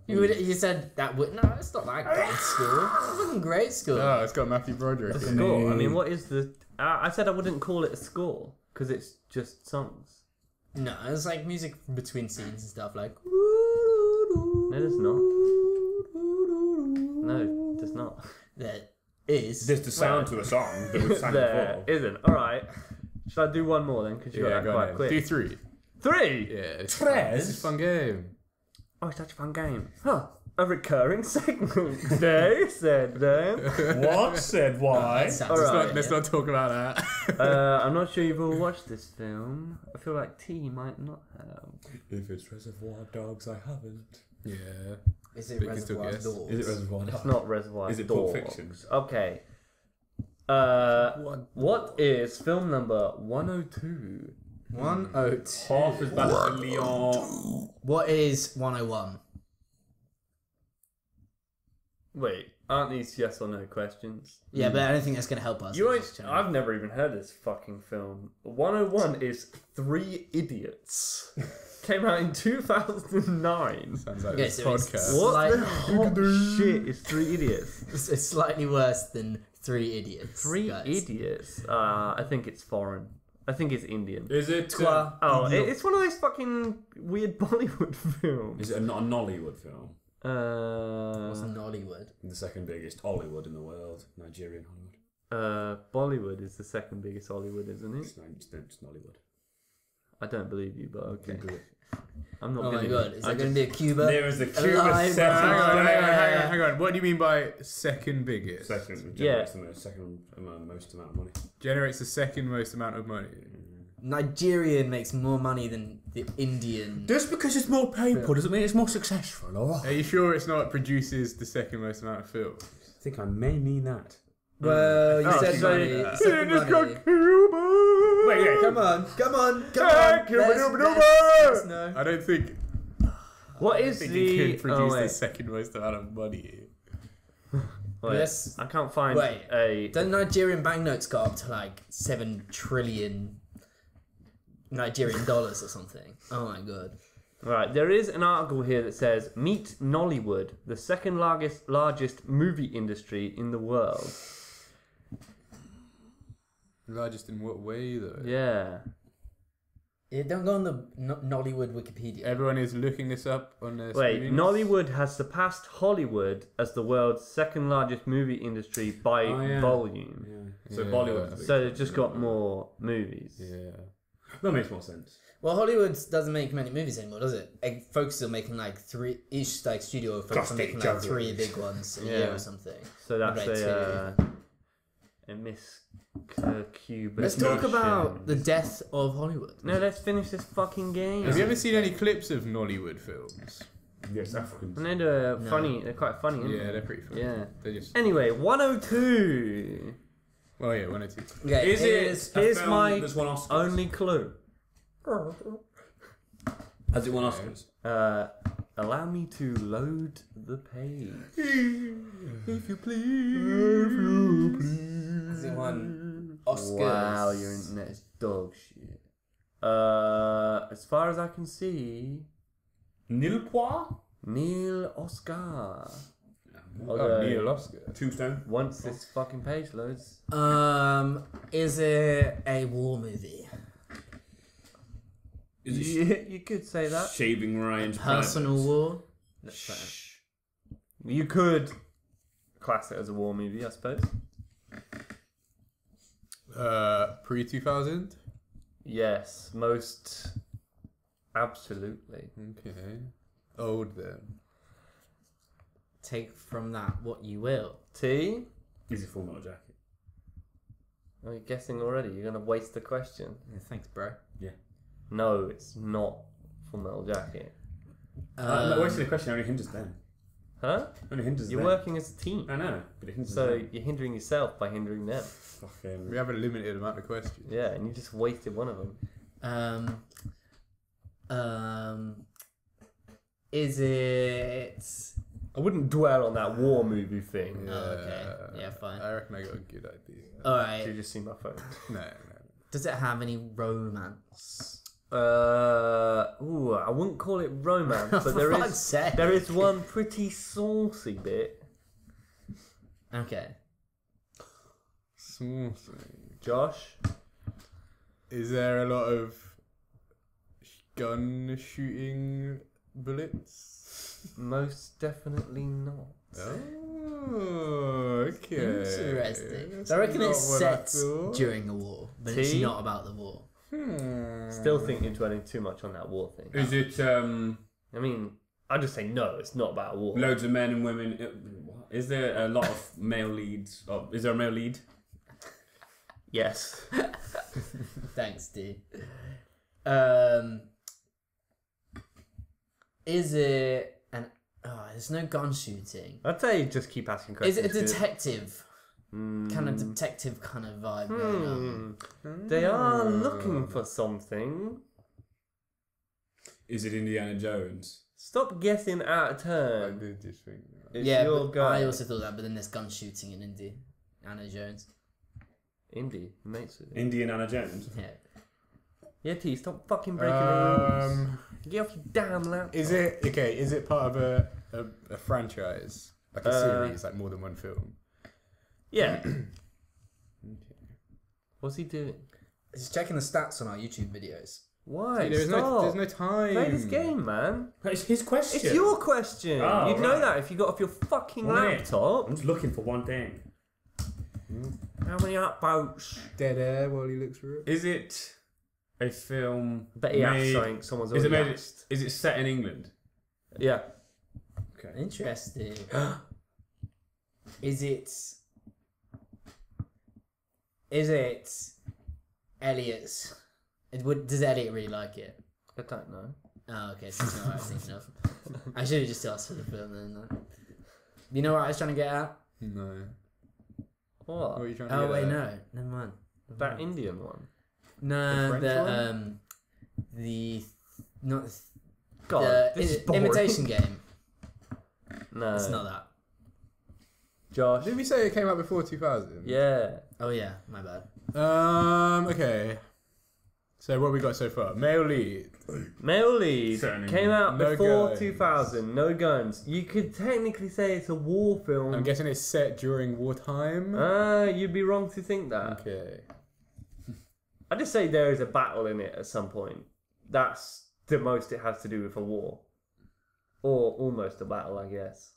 S4: You, would, you said that would. No, it's not that great school. It's fucking great school.
S2: oh, it's got Matthew Broderick. in it.
S3: Score. I mean, what is the? I I said I wouldn't call it a score because it's just songs.
S4: No, it's like music between scenes and stuff. Like,
S3: No, it's not. No, it's not.
S4: that is.
S1: There's the sound to a song that we've sang
S3: There
S1: before.
S3: isn't. All right. Should I do one more then? Because you
S2: Yeah,
S3: got that
S2: go
S3: quite
S2: on.
S3: quick.
S2: Do three.
S3: Three.
S2: Yeah. It's
S1: Tres?
S2: This is a fun game.
S3: Oh, it's such a fun game. Huh. A recurring segment. they said them.
S1: What said why?
S4: Sounds
S3: All
S4: like
S3: right.
S4: it,
S2: Let's
S4: yeah.
S2: not talk about that.
S3: Uh, I'm not sure you've all watched this film. I feel like T might not have.
S1: If it's Reservoir Dogs, I haven't.
S2: yeah.
S4: Is
S2: We
S4: it
S2: can still
S4: Reservoir
S2: guess.
S4: Dogs?
S1: Is it Reservoir
S3: It's
S1: Dogs?
S3: not Reservoir
S1: Is it Pulp
S3: Dogs.
S1: Fiction?
S3: Okay. Uh, what is film number 102?
S2: Oh,
S4: 102.
S1: Half as bad as Leon.
S4: What is 101?
S3: Wait, aren't these yes or no questions?
S4: Yeah, but I don't think that's going to help us.
S3: You
S4: in
S3: ain't,
S4: this channel.
S3: I've never even heard this fucking film. 101 is Three Idiots. Came out in 2009.
S2: Sounds like
S4: Okay,
S2: this
S4: so it's-
S2: podcast.
S3: What
S4: Like-
S3: the hot shit is Three Idiots?
S4: It's, it's slightly worse than Three Idiots.
S3: Three
S4: guys.
S3: Idiots. Uh, I think it's foreign. I think it's Indian.
S1: Is it?
S4: Trois
S1: uh,
S3: Oh, it,
S4: idiots.
S3: it's one of those fucking weird Bollywood films.
S1: is it a, not a Nollywood film?
S4: What's
S3: Uh,
S4: in Nollywood?
S1: The second biggest Hollywood in the world, Nigerian Hollywood.
S3: uh, Bollywood is the second biggest Hollywood, isn't it?
S1: It's, not, it's, not- it's Nollywood.
S3: I don't believe you, but okay.
S1: Google it.
S3: I'm not
S4: Oh my
S3: gonna.
S4: god, is
S3: I
S4: there going to be a Cuba?
S1: There is the
S4: Alive,
S1: Cuba
S2: Hang
S4: man.
S1: second.
S2: on, hang on, hang on, hang on. What do you mean by second biggest?
S1: Second, which
S3: Yeah.
S1: generates the most, second amount, the most amount of money.
S2: Generates the second most amount of money.
S4: Nigerian makes more money than the Indian. Mm.
S1: Just because it's more painful doesn't mean it's more successful, alright?
S2: Are you sure it's not produces the second most amount of film?
S1: I think I may mean that.
S4: Well, you
S2: Oh,
S4: said
S2: Cuba.
S4: money.
S2: Yeah.
S4: You said
S3: It's got
S4: money.
S3: Cuba.
S1: Wait, wait,
S4: Come on, come on, come
S3: Hey,
S4: on.
S3: Cuba,
S4: Let's-
S3: Cuba,
S4: let's-
S3: Cuba.
S4: let's know.
S2: I don't think
S3: What is
S2: think he
S3: the?
S2: could
S3: Oh,
S2: Uh, produce the
S3: wait,
S2: second most amount of money.
S3: wait.
S4: Yes.
S3: I can't find
S4: Wait.
S3: a.
S4: The Nigerian banknotes got up to like seven trillion Nigerian dollars or something. Oh my god.
S3: Right, there is an article here that says Meet Nollywood, the second largest largest movie industry in the world.
S2: Largest in what way though?
S3: Yeah.
S4: It don't go on the no- Nollywood Wikipedia.
S2: Everyone is looking this up on their
S3: Wait,
S2: screens.
S3: Nollywood has surpassed Hollywood as the world's second largest movie industry by
S1: Oh, yeah.
S3: volume.
S1: So
S2: Yeah.
S1: Bollywood. is big.
S3: So they've just got more movies.
S2: Yeah.
S1: That makes more sense.
S4: Well, Hollywood doesn't make many movies anymore, does it? It focuses on making like three each like studio focuses on making like three big ones a year
S3: Yeah.
S4: or something.
S3: So that's
S4: Right,
S3: a, uh, a Miss Cuba.
S4: Let's talk about the death of Hollywood.
S3: No, let's finish this fucking game.
S2: Have you ever seen any clips of Nollywood films?
S1: Yes, Africans.
S3: And they're uh,
S4: No.
S3: funny. They're quite funny. Aren't
S2: Yeah,
S3: They?
S2: they're pretty funny.
S3: Yeah.
S2: They're just.
S3: Anyway, 102.
S2: Well, yeah, one or two.
S4: Okay,
S1: Is it? a
S3: here's
S1: film
S3: my
S1: that's won Oscars?
S3: Only clue.
S1: Has it won Oscars?
S3: Uh, allow me to load the page.
S2: If you please. If you
S4: Is
S2: please.
S4: it won Oscars?
S3: Wow, your internet's dog shit. Uh, as far as I can see,
S1: Nilpois?
S3: Neil Oscar.
S2: Oh,
S3: Although,
S2: Neil Oscar.
S1: Tombstone.
S3: once this fucking page loads,
S4: Um, is it a war movie?
S1: Is it
S3: you, you could say that.
S1: Shaving Ryan's
S4: Personal war?
S3: You could class it as a war movie, I suppose.
S2: Uh, pre 2000?
S3: Yes, most absolutely.
S2: Okay. Old then.
S4: Take from that what you will.
S3: T.
S1: Is it Full Metal Jacket?
S3: Are you guessing already? You're gonna waste the question.
S4: thanks, bro.
S3: No, it's not Full Metal Jacket.
S1: Uh, I'm
S4: Um,
S1: not wasting the question, only hinges them.
S3: Huh?
S1: Only hinges
S3: You're
S1: them.
S3: working as a team.
S1: I know, but it hinges
S3: So
S1: them.
S3: you're hindering yourself by hindering them.
S2: We
S1: Fucking.
S2: have a limited amount of questions.
S3: Yeah, and you just wasted one of them.
S4: Um, um, is it?
S3: I wouldn't dwell on that war movie thing.
S4: Oh, okay. Yeah, fine.
S2: I reckon I got a good idea.
S4: All
S3: Did you
S4: right.
S3: just see my phone?
S2: no, no.
S4: Does it have any romance?
S3: Uh, ooh, I wouldn't call it romance, but there
S4: For fuck's
S3: is
S4: sake.
S3: there is one pretty saucy bit.
S4: Okay.
S2: Small thing.
S3: Josh,
S2: Is there a lot of sh- gun shooting bullets?
S3: most definitely not.
S2: Oh, okay.
S4: Interesting.
S2: That's
S4: So I reckon
S2: not
S4: it's
S2: what I
S4: set
S2: thought.
S4: during a war, but it's
S3: Tea?
S4: not about the war.
S2: Hmm.
S3: Still think you're dwelling too much on that war thing.
S1: Is it um,
S3: I mean, I just say no. It's not about war.
S1: loads of men and women? uh, what? Is there a lot of male leads? Oh, is there a male lead?
S3: Yes.
S4: Thanks, dude. Um, is it an? Oh, there's no gun shooting.
S3: I'd say just keep asking
S4: Is
S3: questions.
S4: it a
S3: 'cause-
S4: detective? Kind of detective kind of vibe. going on?
S3: Hmm. They are looking for something.
S1: Is it Indiana Jones?
S3: Stop guessing out of
S2: I
S3: turn.
S2: did just think that.
S3: It's
S4: yeah,
S3: your
S4: but
S3: guy.
S4: I also thought that, but then there's gun shooting in Indy. Anna Jones.
S3: Indy he makes it.
S1: Indiana Jones.
S4: Yeah.
S3: Yeah, T, stop fucking breaking the rules.
S2: Um,
S3: Get off your damn laptop.
S2: is it okay? Is it part of a a, a franchise, like a
S3: Uh,
S2: series, like more than one film?
S3: Yeah. What's he doing?
S4: Just checking the stats on our YouTube videos.
S3: Why?
S2: there's
S3: stop.
S2: no, there's no time.
S3: Play this game, man.
S1: It's his question.
S3: It's your question.
S1: Oh,
S3: You'd know
S1: right.
S3: that if you got off your fucking
S1: One minute.
S3: laptop.
S1: I'm just looking for one thing.
S3: How many upvotes?
S2: Dead air while he looks for it.
S1: Is it a film?
S3: Bet he asked
S1: made-
S3: something someone's
S1: Is
S3: already
S1: it made?
S3: asked.
S1: Is it set in England?
S3: Yeah.
S4: Interesting. is it? Is it? Elliot's. It would, does Elliot really like it?
S3: I don't know.
S4: Oh, okay. So it's not what I was thinking of. I should have just asked for the film then. like. You know what I was trying to get at?
S2: No. What
S3: What?
S2: are you trying to
S4: Oh
S2: get
S4: wait,
S2: at?
S4: no, never mind.
S3: That Indian one.
S2: The
S4: No, the,
S2: French one?
S4: um, the not
S3: God,
S4: the
S3: this is
S4: i-
S3: boring. Oh.
S4: imitation game.
S3: No.
S4: It's not that.
S3: Josh.
S2: Did we say it came out before 2000?
S3: Yeah.
S4: Oh yeah, my bad.
S2: Um. Okay. So what we got so far? Male lead.
S3: Male lead
S1: Certainly.
S3: came out
S2: No
S3: before
S2: guns.
S3: 2000. No guns. You could technically say it's a war film. Uh,
S2: I'm guessing it's set during wartime.
S3: Ah, you'd be wrong to think that.
S2: Okay.
S3: I just say there is a battle in it at some point. That's the most it has to do with a war, or almost a battle, I guess.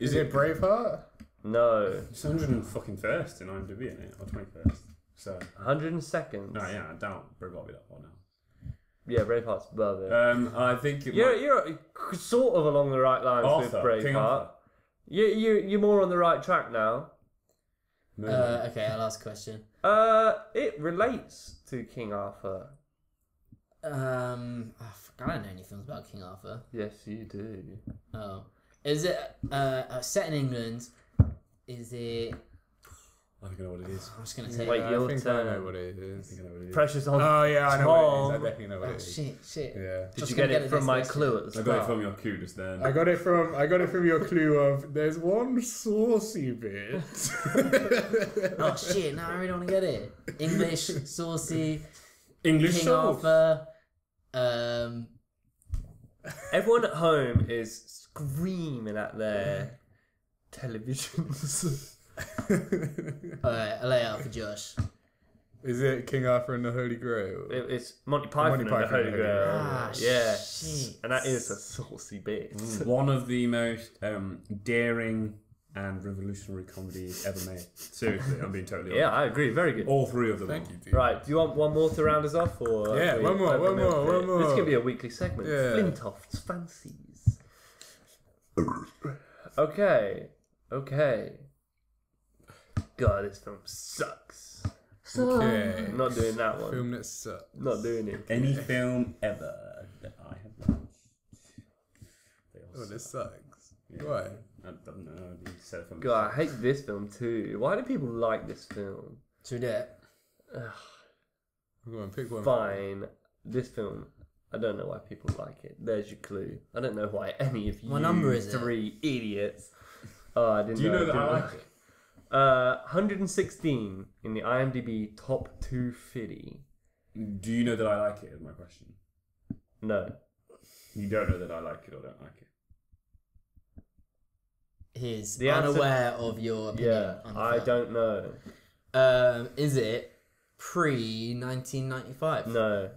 S2: Is it Braveheart?
S3: No,
S5: It's 101st in IMDb, isn't it? Or 21st. So,
S3: 102nd.
S5: no, yeah, I doubt Braveheart will be that far now.
S3: Yeah, Braveheart's above
S1: Uh,
S3: it.
S5: Um, I think it
S3: You're,
S5: might...
S3: you're sort of along the right lines
S5: Arthur,
S3: with
S5: King
S3: Braveheart.
S5: Arthur.
S3: You, you, you're more on the right track now.
S5: No.
S4: Uh, okay, our last question.
S3: Uh, it relates to King Arthur.
S4: Um, oh, fuck, I don't know any films about King Arthur.
S3: Yes, you do.
S4: Oh, is it uh, uh set in England? Is it?
S5: I think I know what it is.
S4: I'm just gonna say.
S3: Wait,
S2: Uh, I
S3: your
S2: think
S3: turn.
S2: I know what it
S5: I
S2: is.
S5: think I know what it is.
S3: Precious on.
S5: Uh,
S2: Oh yeah, I know what it
S3: Tom.
S2: is. I definitely know what
S4: Oh,
S2: it is.
S4: shit, shit.
S2: Yeah.
S3: Did
S4: Just
S3: you
S4: gonna
S3: get
S4: get
S3: it
S4: it
S3: from
S4: this
S3: my
S4: question.
S3: clue at the
S5: I got it
S3: start?
S5: from your cue just then.
S2: I got it from I got it from your clue of there's one saucy bit.
S4: Oh shit! Now I really want to get it. English, saucy,
S5: English
S4: King
S5: sauce.
S4: Arthur. Um,
S3: Everyone at home is screaming at their televisions.
S4: all right, I'll lay it out for Josh.
S2: is it King Arthur and the Holy Grail?
S3: It- it's Monty Python,
S2: Monty
S3: and
S2: Python
S3: the Holy
S2: and the Holy
S3: Grail.
S2: Grail.
S4: Ah,
S3: yeah,
S4: shit.
S3: and that is a saucy bit.
S5: One of the most um, daring and revolutionary comedies ever made. Seriously, I'm being totally
S3: Yeah,
S5: honest.
S3: I agree. Very good.
S5: All three of them.
S2: Thank you, dude.
S3: Right, do you want one more to round us off? Or
S2: Yeah,
S3: have we
S2: one more,
S3: opened
S2: one
S3: up
S2: more,
S3: a bit?
S2: one more.
S3: This could be a weekly segment.
S2: Yeah.
S3: Flintoft's fancies. okay, okay. God, this film sucks.
S2: Okay.
S3: I'm not doing that one.
S2: Film that sucks.
S3: Not doing it.
S5: Any film ever that I have watched. They all
S2: Oh,
S5: suck.
S2: this sucks. Why?
S5: I don't know. You said it from
S3: God, I hate this film too. Why do people like this film?
S4: Should we do it?
S2: Go on, pick one.
S3: Fine, this film. I don't know why people like it. There's your clue. I don't know why any of you
S4: What number is it?
S3: three idiots. Oh, I didn't.
S5: Do you know that
S3: didn't
S5: I
S3: like
S5: like it?
S3: Uh, 116 in the IMDb top 250.
S5: Do you know that I like it? Is my question.
S3: No.
S5: You don't know that I like it or don't like it.
S4: He is
S3: The answer-
S4: unaware of your opinion.
S3: Yeah,
S4: on the
S3: I
S4: film.
S3: don't know.
S4: Um, is it pre 1995?
S3: No.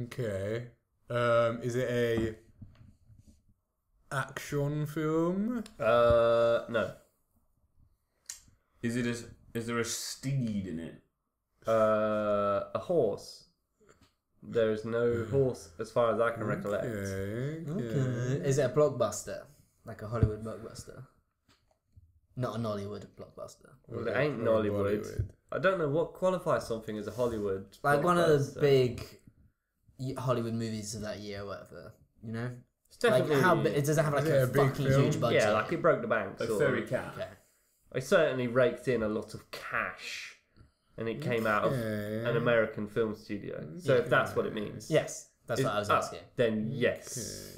S2: Okay. Um, is it a action film?
S3: Uh, no.
S5: Is it as is there a steed in it?
S3: Uh, a horse. There is no horse as far as I can recollect.
S2: Okay. okay.
S4: Is it a blockbuster? Like a Hollywood blockbuster? Not a Nollywood blockbuster.
S3: Well, it ain't Nollywood. I don't know what qualifies something as a Hollywood.
S4: Like one of
S3: blockbuster.
S4: the big y- Hollywood movies of that year or whatever. You know?
S3: It's
S4: Like
S3: definitely-
S4: how bi- it doesn't have like
S2: Is it
S4: a,
S2: a big
S4: fucking
S2: film?
S4: huge budget.
S3: yeah, like it broke the bank.
S5: A
S3: sort
S5: furry
S3: of.
S5: cat.
S4: Okay.
S3: It certainly raked in a lot of cash, and it came out of
S2: Okay.
S3: an American film studio. So if that's what it means.
S4: Yes, that's
S3: Is-
S4: what I was
S3: ah,
S4: asking.
S3: Then yes.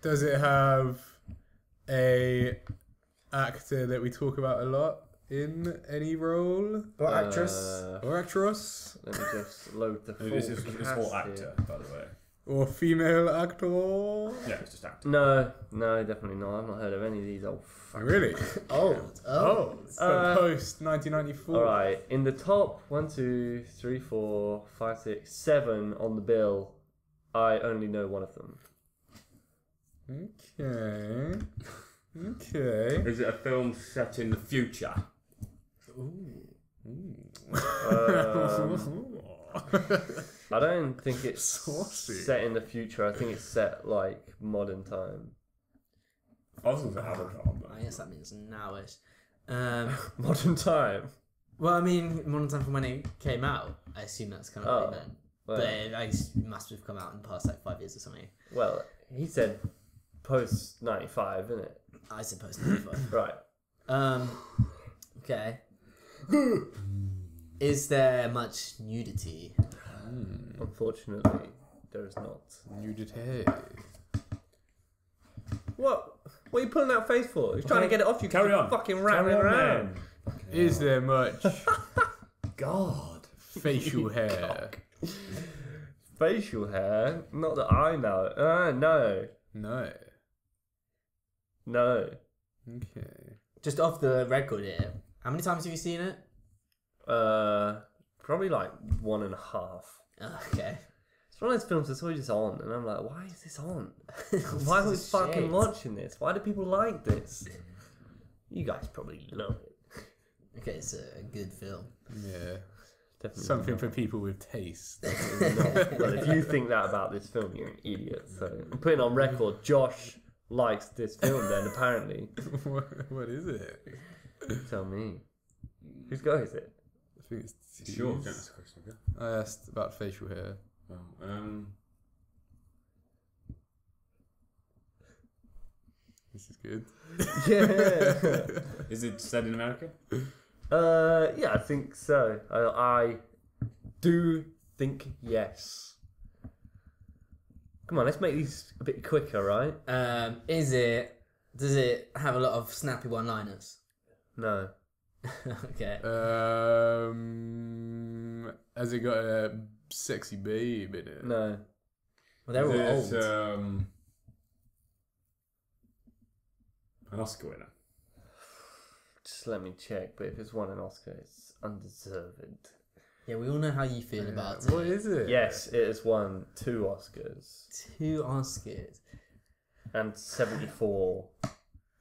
S2: Does it have a actor that we talk about a lot in any role
S4: What
S3: Uh,
S2: or actress
S3: let me just load the full
S5: Oh, This is this whole
S3: cast
S5: actor,
S3: here.
S5: by the way.
S2: or female actor? Oh,
S5: Yeah, it's just actor.
S3: No, no, definitely not. I've not heard of any of these old.
S2: Oh,
S3: Fuck.
S2: really?
S4: Old. Oh.
S2: Oh, so
S3: Uh,
S2: post 1994.
S3: All right, in the top one, two, three, four, five, six, seven on the bill, I only know one of them.
S2: Okay. Okay.
S5: Is it a film set in the future?
S3: Oh.
S2: Hmm,
S3: Um, I don't think it's
S2: Saucy.
S3: set in the future. I think it's set like modern time.
S5: I was going to Avatar,
S4: Oh,
S5: but
S4: I guess that means nowish. Um,
S3: Modern time.
S4: well, I mean, Modern Time from when it came out, I assume that's kind of what
S3: Oh.
S4: it meant.
S3: Well,
S4: But it, like, must have come out in the past like five years or something.
S3: well, he said post ninety five, isn't it?
S4: I suppose not before.
S3: Right.
S4: Um. Okay. Is there much nudity?
S3: Unfortunately, there is not.
S2: Nudity.
S3: What? What are you pulling that face for? He's trying to get it off you. 'cause
S5: Carry
S3: you're
S5: on.
S3: Fucking
S5: Carry
S3: rattling
S5: on,
S3: around.
S5: man.
S2: Is there much
S5: God.
S2: facial hair?
S3: Facial hair? Not that I know. Uh, no.
S2: No.
S3: No.
S2: Okay.
S4: Just off the record here. How many times have you seen it?
S3: Uh, probably like one and a half.
S4: Ah, Okay.
S3: It's one of those films that's always just on, and I'm like, why is this on? Why are we
S4: This is
S3: fucking
S4: shit.
S3: watching this? Why do people like this? You guys probably love it.
S4: Okay, it's a, a good film.
S2: Yeah.
S3: Definitely.
S2: Something for people with taste.
S3: not. Well, if you think that about this film, you're an idiot. So I'm putting on record. Josh likes this film. Then apparently,
S2: what, what is it?
S3: tell me, whose go is it?
S2: I think it's
S1: Sure,
S2: T's.
S1: don't ask a question. yeah.
S2: I asked about facial hair.
S1: Well, um,
S2: This is good.
S3: Yeah.
S1: is it said in America?
S3: uh, yeah, I think so. I, I do think yes. Come on, let's make these a bit quicker, right?
S4: Um, is it? Does it have a lot of snappy one-liners?
S3: No.
S4: okay.
S2: Um, has it got a sexy babe in it?
S3: No.
S4: Well, they're all
S1: is
S4: old.
S2: uh,
S1: it, um, an Oscar winner?
S3: Just let me check, but if it's won an Oscar, it's undeserved.
S4: Yeah, we all know how you feel
S2: Yeah,
S4: about
S2: What
S4: it.
S2: is it?
S3: Yes, it has won two Oscars
S4: Two Oscars.
S3: and 74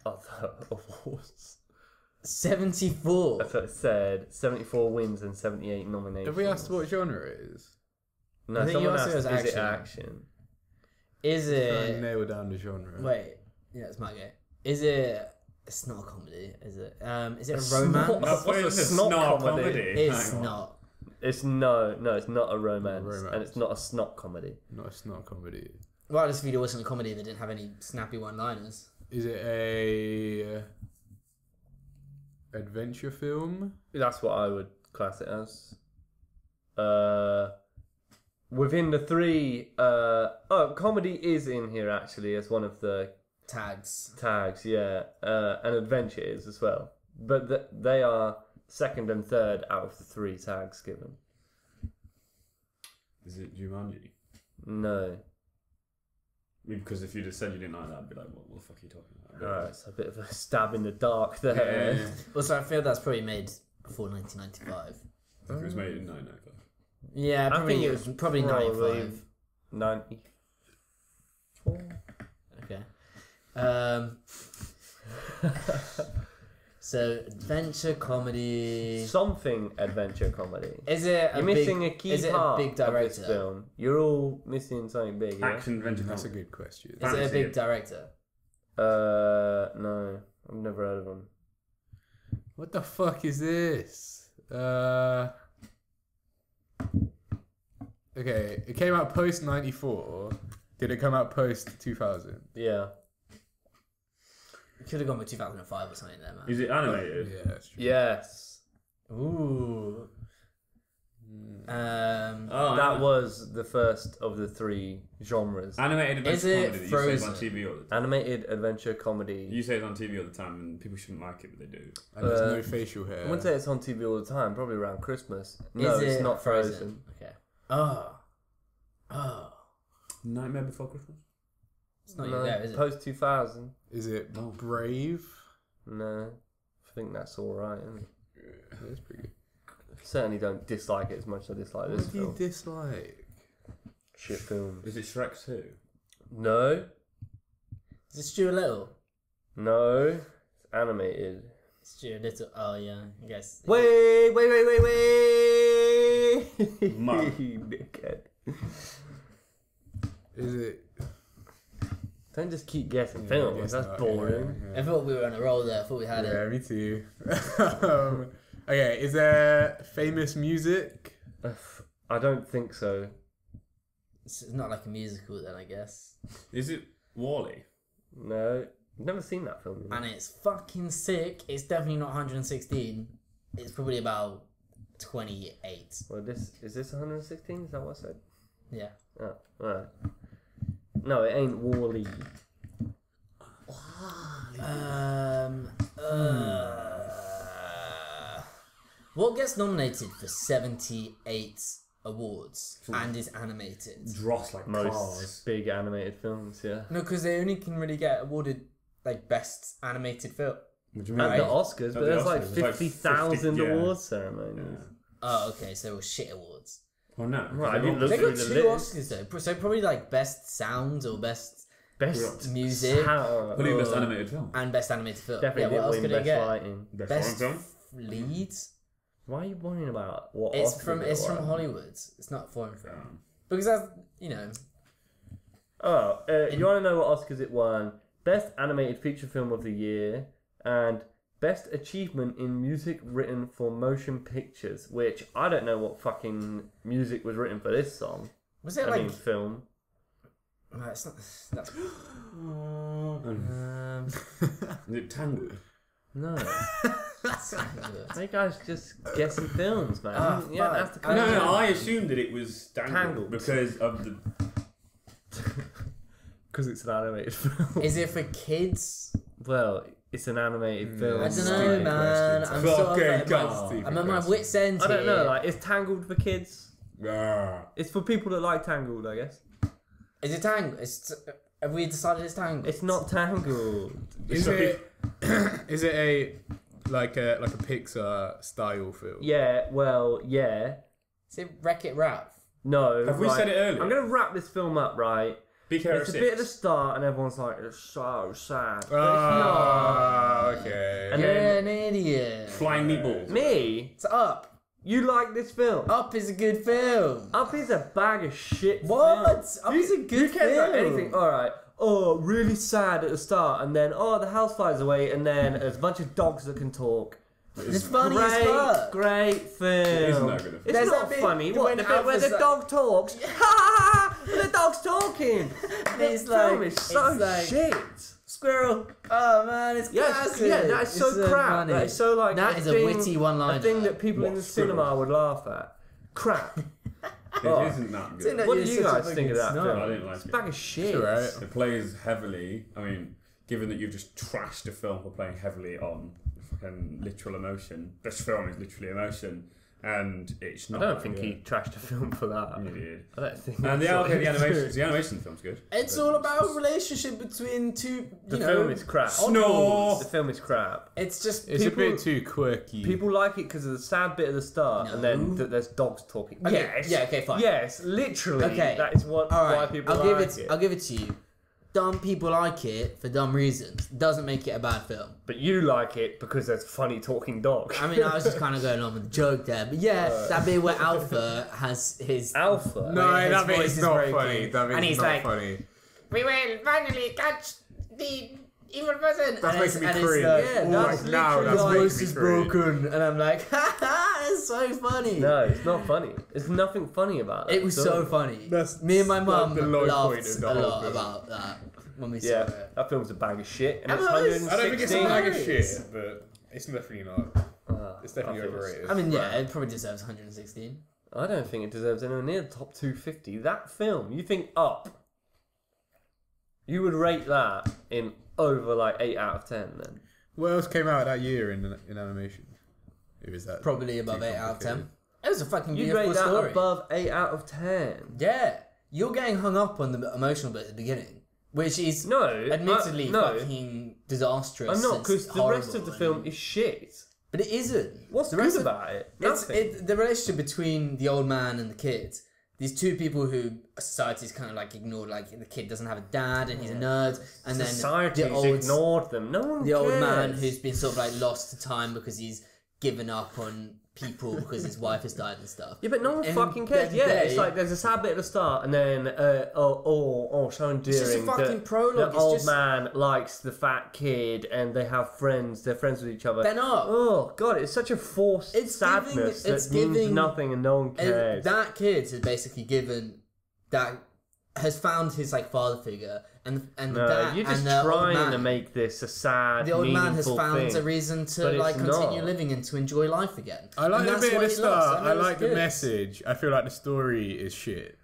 S3: other awards.
S4: Seventy-four.
S3: That's what it said. 74 wins and 78 nominations.
S2: Have we asked what genre it is?
S3: No,
S4: I think you
S3: someone
S4: asked
S3: asked,
S4: if
S3: is
S4: it was
S3: it
S4: action."
S3: action?
S4: Is
S2: Trying to
S4: it?
S2: nail down the genre.
S4: Wait. Yeah, it's my go. Is it? It's not a comedy, is it? Um, is it
S3: It's
S4: a romance?
S3: not- That's
S1: what
S3: a
S1: is this?
S3: snot
S1: Snot
S3: comedy.
S4: It's
S1: Hang on.
S4: not.
S3: It's no, no, it's not a romance,
S2: Romance.
S3: and it's not a snot comedy.
S2: No, it's not a comedy.
S4: Well, this video wasn't a comedy that didn't have any snappy one-liners.
S2: Is it a uh, adventure film?
S3: That's what I would class it as. Uh, within the three, uh, oh, comedy is in here actually as one of the
S4: Tags.
S3: tags. Yeah, uh, and adventure is as well, but th- they are second and third out of the three tags given.
S1: Is it Jumanji?
S3: No,
S1: Because if you'd have said you didn't like that, I'd be like, what, what the fuck are you talking about? But-
S3: Alright, it's a bit of a stab in the dark
S1: Yeah,
S3: there.
S1: yeah, yeah.
S4: Also, I feel that's probably made before 1995.
S1: I think it was made in 1995.
S4: Yeah,
S3: I
S4: probably,
S3: think
S4: it
S3: it
S4: was probably
S3: probably-
S4: 95.
S3: 94?
S4: Okay. Um, so, adventure comedy.
S3: Something adventure comedy.
S4: Is it a
S3: You're
S4: big-
S3: missing a key
S4: is it a
S3: part
S4: big
S3: of this
S4: director?
S3: film. You're all missing something big. Yeah?
S1: Action adventure.
S2: That's a
S1: comedy.
S2: good question.
S4: Is it a
S1: Fantasy.
S4: big director?
S3: Uh, no, I've never heard of them.
S2: What the fuck is this? Uh, okay, it came out post '94. Did it come out post 2000?
S3: Yeah,
S4: You could have gone with 2005 or something there, man.
S1: Is it animated?
S2: Yeah, that's true.
S3: yes,
S4: Ooh. Um,
S1: Oh,
S3: that was the first of the three genres.
S1: animated adventure
S4: Is it
S1: comedy that you say
S4: Frozen?
S1: is on TV all the time.
S3: Animated adventure comedy.
S1: You say it's on TV all the time, and people shouldn't like it, but they do.
S2: And there's
S3: Uh,
S2: no facial hair.
S3: I wouldn't say it's on TV all the time. Probably around Christmas. No,
S4: is
S3: it's
S4: it
S3: not Frozen.
S4: Okay. Oh. Oh.
S1: Nightmare Before Christmas.
S4: It's not
S3: no,
S4: you there, is it?
S3: post two thousand.
S2: Is it Brave?
S3: No, I think that's all right. Isn't it?
S2: That's pretty good.
S3: Certainly don't dislike it as much as I dislike this
S2: What do you
S3: film.
S2: dislike?
S3: Shit film.
S1: Is it Shrek Two?
S3: No,
S4: Is it Stuart Little?
S3: no, it's animated.
S4: Stuart Little. Oh, yeah. I guess.
S3: Wait, wait, wait, wait, wait!
S1: Mum.
S3: Dickhead.
S2: Is it
S3: Don't just keep guessing films.
S2: I guess
S3: That's
S2: not,
S3: boring.
S2: yeah,
S4: I thought we were on a roll there. I thought we had
S2: Yeah,
S4: it.
S2: me too. um, okay, is there famous music?
S3: Ugh, I don't think so.
S4: It's it's not like a musical then, I guess.
S1: Is it Wally?
S3: No, I've never seen that film.
S4: And it's fucking sick. It's definitely not 116. It's probably about 28.
S3: Well, this is this 116? Is that what I said?
S4: Yeah.
S3: Oh, alright. No, it ain't Wally.
S4: Um. Uh, what gets nominated for 78 awards and is animated?
S1: Dross like
S3: Most
S1: cars.
S3: big animated films, yeah.
S4: No, because they only can really get awarded like best animated film.
S1: What do you
S3: At
S1: mean?
S3: the Oscars,
S1: At
S3: but
S1: the
S3: there's
S1: Oscars,
S3: like
S1: it's like
S3: 50,000
S1: 50, yeah.
S3: award ceremonies.
S1: Yeah.
S4: Oh, okay. So it was shit awards.
S1: Well, Oh, no.
S3: Well, I didn't look
S4: They
S3: through
S4: got
S3: the
S4: two
S3: list.
S4: Oscars though, Pro- so probably like best sound or best
S3: Best
S4: music
S3: sound.
S1: Probably best
S4: Uh,
S1: animated film.
S4: and best animated film.
S3: Definitely
S4: yeah, what else
S3: didn't win
S4: could it
S3: best Mm-hmm.
S4: get?
S3: lighting.
S6: Best,
S4: Best
S6: foreign film?
S4: leads.
S3: Why are you worrying about what?
S4: It's
S3: Oscars
S4: from
S3: it
S4: it's from
S3: won?
S4: Hollywood. It's not foreign film because that's you know
S3: Oh, uh, you want to know what Oscars it won? Best animated feature film of the year and best achievement in music written for motion pictures. Which I don't know what fucking music was written for this song.
S4: was it
S3: I
S4: like
S3: mean, film.
S4: no, it's not that's
S3: Um,
S1: Is it Tangled?
S3: no, you guys just guessing films, man.
S4: Ah,
S3: You don't have to
S4: fuck.
S3: come
S1: no,
S3: up
S1: no,
S3: with-
S1: I assumed that it was Tangled,
S3: Uh, Tangled.
S1: because of the.
S3: Because it's an animated film.
S4: Is it for kids?
S3: well, it's an
S1: Mm.
S3: animated film.
S4: I don't know,
S2: stupid
S4: man.
S2: questions.
S4: I'm sort of
S1: Fucking
S4: at
S1: God.
S4: my, I'm at my wit's end
S3: I
S4: here.
S3: don't know. Like, it's Tangled for kids.
S1: Ah,
S3: It's for people that like Tangled, I guess.
S4: is it tangled? It's, have we decided it's tangled?
S3: It's not Tangled.
S2: Is
S1: Sorry.
S2: it is it a like a like a Pixar style film?
S3: Yeah. Well, yeah.
S4: Is it Wreck It Ralph?
S3: No.
S1: Have we
S3: right.
S1: said it earlier?
S3: I'm gonna wrap this film up, right?
S1: Big Hero
S3: It's a
S1: 6.
S3: bit at the start, and everyone's like, "It's so sad." But
S2: Ah,
S3: And
S2: okay.
S4: You're
S3: then-
S4: an idiot.
S1: Flying Meatballs.
S3: it's not. Me?
S4: It's up.
S3: You like this film?
S4: Up is a good film.
S3: Up is a bag of shit. film.
S4: What? Up is a
S3: Who
S4: good
S3: cares
S4: film.
S3: about anything? All right. Oh, really sad at the start, and then oh, the house flies away, and then there's a bunch of dogs that can talk.
S4: It's funny
S3: great,
S4: as fuck.
S3: great
S1: is
S3: film.
S1: not good.
S3: It's
S4: There's
S3: not
S4: that bit
S3: funny.
S4: when
S3: What the bit where
S4: Alpha's
S3: the
S4: like-
S3: dog talks? Ha ha ha! The dog's talking.
S4: And it's
S3: The film
S4: like,
S3: is so
S4: it's like
S3: shit.
S4: squirrel. Oh man, it's
S3: Yeah, it's-
S4: classic.
S3: yeah, that is so
S4: It's
S3: crap.
S4: funny.
S3: That is so like
S4: That is a witty one-liner.
S3: A thing that people in
S1: What,
S3: the
S1: scribble?
S3: cinema would laugh at. Crap.
S1: It isn't that
S4: Isn't
S1: good.
S4: that-
S3: What
S4: You're
S3: do you
S4: such a
S3: guys think of that
S4: fucking
S3: film?
S1: I didn't like
S3: it's a
S1: it.
S3: bag of shit.
S2: It's alright.
S1: It plays heavily. I mean, given that you've just trashed a film for playing heavily on fucking literal emotion, this film is literally emotion, and it's
S3: I
S1: not.
S3: don't think
S1: good.
S3: he trashed a film for that.
S1: Yeah, yeah.
S3: I don't think.
S1: And the,
S3: that's what
S1: okay, the
S3: he was
S1: animation,
S3: doing.
S1: the animation film's good.
S4: It's all about relationship between two. You
S3: The
S4: know, Mm.
S3: film is crap.
S1: Snore.
S3: The film is crap.
S4: It's just
S2: It's
S4: people.
S2: a bit too quirky.
S3: People like it because of the sad bit at the start, and then th- there's dogs talking.
S4: Okay,
S3: Yes.
S4: yeah, okay, fine.
S3: Yes, literally.
S4: Okay.
S3: That is what
S4: all right,
S3: why people
S4: I'll
S3: like
S4: give it, I'll give it to you. Dumb people like it for dumb reasons. Doesn't make it a bad film.
S3: But you like it because there's funny talking dogs.
S4: I mean, I was just kind of going on with the joke there, but yeah,
S2: Uh.
S4: that bit where Alpha has his.
S3: Alpha.
S2: no,
S4: His
S2: that bit
S4: voice
S2: is
S4: is
S2: not
S4: broken.
S2: funny. That bit
S4: And
S2: is
S4: he's
S2: not
S4: like-
S2: funny.
S4: we will finally catch the evil person.
S2: That's making me
S4: it's
S2: cringe.
S4: like,
S2: Yeah,
S4: yeah,
S2: Oh that's my- now literally that's
S4: your
S2: making
S4: voice
S2: me
S4: is
S2: cringe.
S4: broken, and I'm like, ha ha, that's so funny.
S3: No, it's not funny. There's nothing funny about it.
S4: It was so funny.
S2: That's
S4: Me and my mum
S2: like the low point
S4: laughed
S2: of
S4: a
S2: the whole
S4: lot
S2: film.
S4: about that when we
S3: Yeah,
S4: saw it.
S3: that film's a bag of shit. And
S4: Emma,
S3: it's
S4: it's-
S3: 160.
S2: I don't think it's a bag of
S4: hilarious.
S2: shit, but it's definitely not.
S3: Ah,
S2: It's
S3: I
S2: definitely
S3: think
S2: overrated.
S4: I mean, yeah, it probably deserves 116.
S3: I don't think it deserves anywhere near the top 250. That film, you think up. You would rate that in over like 8 out of 10 then.
S2: What else came out that year in in animation? It was that
S4: Probably above
S2: too
S4: 8 out of 10.
S2: complicated?
S4: It was a fucking
S3: You'd
S4: beautiful
S3: rate that
S4: story.
S3: above 8 out of 10.
S4: Yeah, you're getting hung up on the emotional bit at the beginning, which is
S3: No,
S4: admittedly
S3: I, no,
S4: fucking disastrous.
S3: I'm not
S4: and
S3: because the
S4: horrible
S3: rest of the
S4: and-
S3: film is shit.
S4: but it isn't.
S3: What's
S4: the
S3: good
S4: rest of-
S3: about it?
S4: It's
S3: Nothing.
S4: it, the relationship between the old man and the kid. These two people who society's kind of like ignored, like the kid doesn't have a dad and he's a nerd, and
S3: Society's
S4: then the old
S3: ignored them. No one
S4: the
S3: cares.
S4: old man who's been sort of like lost to time because he's given up on people because his wife has died and stuff.
S3: Yeah, but no one
S4: And
S3: fucking cares.
S4: then
S3: Yeah, it's
S4: they-
S3: like there's a sad bit at the start, and then uh, oh, oh, oh, so endearing.
S4: just a fucking
S3: that
S4: prologue,
S3: The
S4: it's
S3: old
S4: just-
S3: man likes the fat kid, and they have friends. They're friends with each other.
S4: They're not.
S3: Oh god, it's such a forced
S4: It's giving-
S3: sadness
S4: it's
S3: that means
S4: giving-
S3: nothing, and no one
S4: And
S3: cares.
S4: that kid has basically given that has found his like father figure, and and the
S3: no,
S4: dad
S3: you're just
S4: and the old
S3: trying
S4: man,
S3: to make this a sad,
S4: the old man has
S3: meaningful
S4: found
S3: thing.
S4: a reason to
S3: but it's
S4: like continue
S3: not.
S4: living and to enjoy life again.
S2: I like
S4: and
S2: the
S4: that's
S2: bit at
S4: what
S2: the
S4: he loves,
S2: start.
S4: and
S2: I
S4: that's
S2: like the
S4: good.
S2: message. I feel like the story is shit.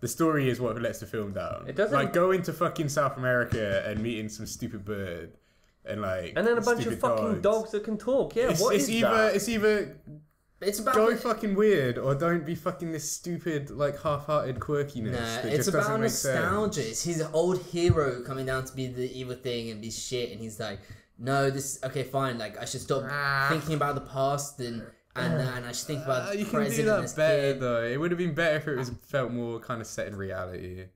S2: The story is what lets the film down.
S3: It doesn't-
S2: like go into fucking South America and meeting some stupid bird, and like
S3: and then a bunch of
S2: stupid
S3: fucking dogs. that can talk. Yeah,
S2: It's,
S3: what
S2: it's
S3: is
S2: either
S3: that?
S2: it's either
S4: It's about
S2: go
S4: the-
S2: fucking weird or don't be fucking this stupid like half-hearted quirkiness.
S4: Nah,
S2: that
S4: Uh, it's
S2: just
S4: about
S2: doesn't make
S4: nostalgia.
S2: Sense.
S4: It's his old hero coming down to be the evil thing and be shit, and he's like, "No, this okay, fine. Like, I should stop thinking about the past and and uh, and I just think about
S2: Ah. Uh, you can do
S4: president
S2: that
S4: as
S2: better
S4: kid.
S2: though. It would have been better if it was felt more kind of set in reality.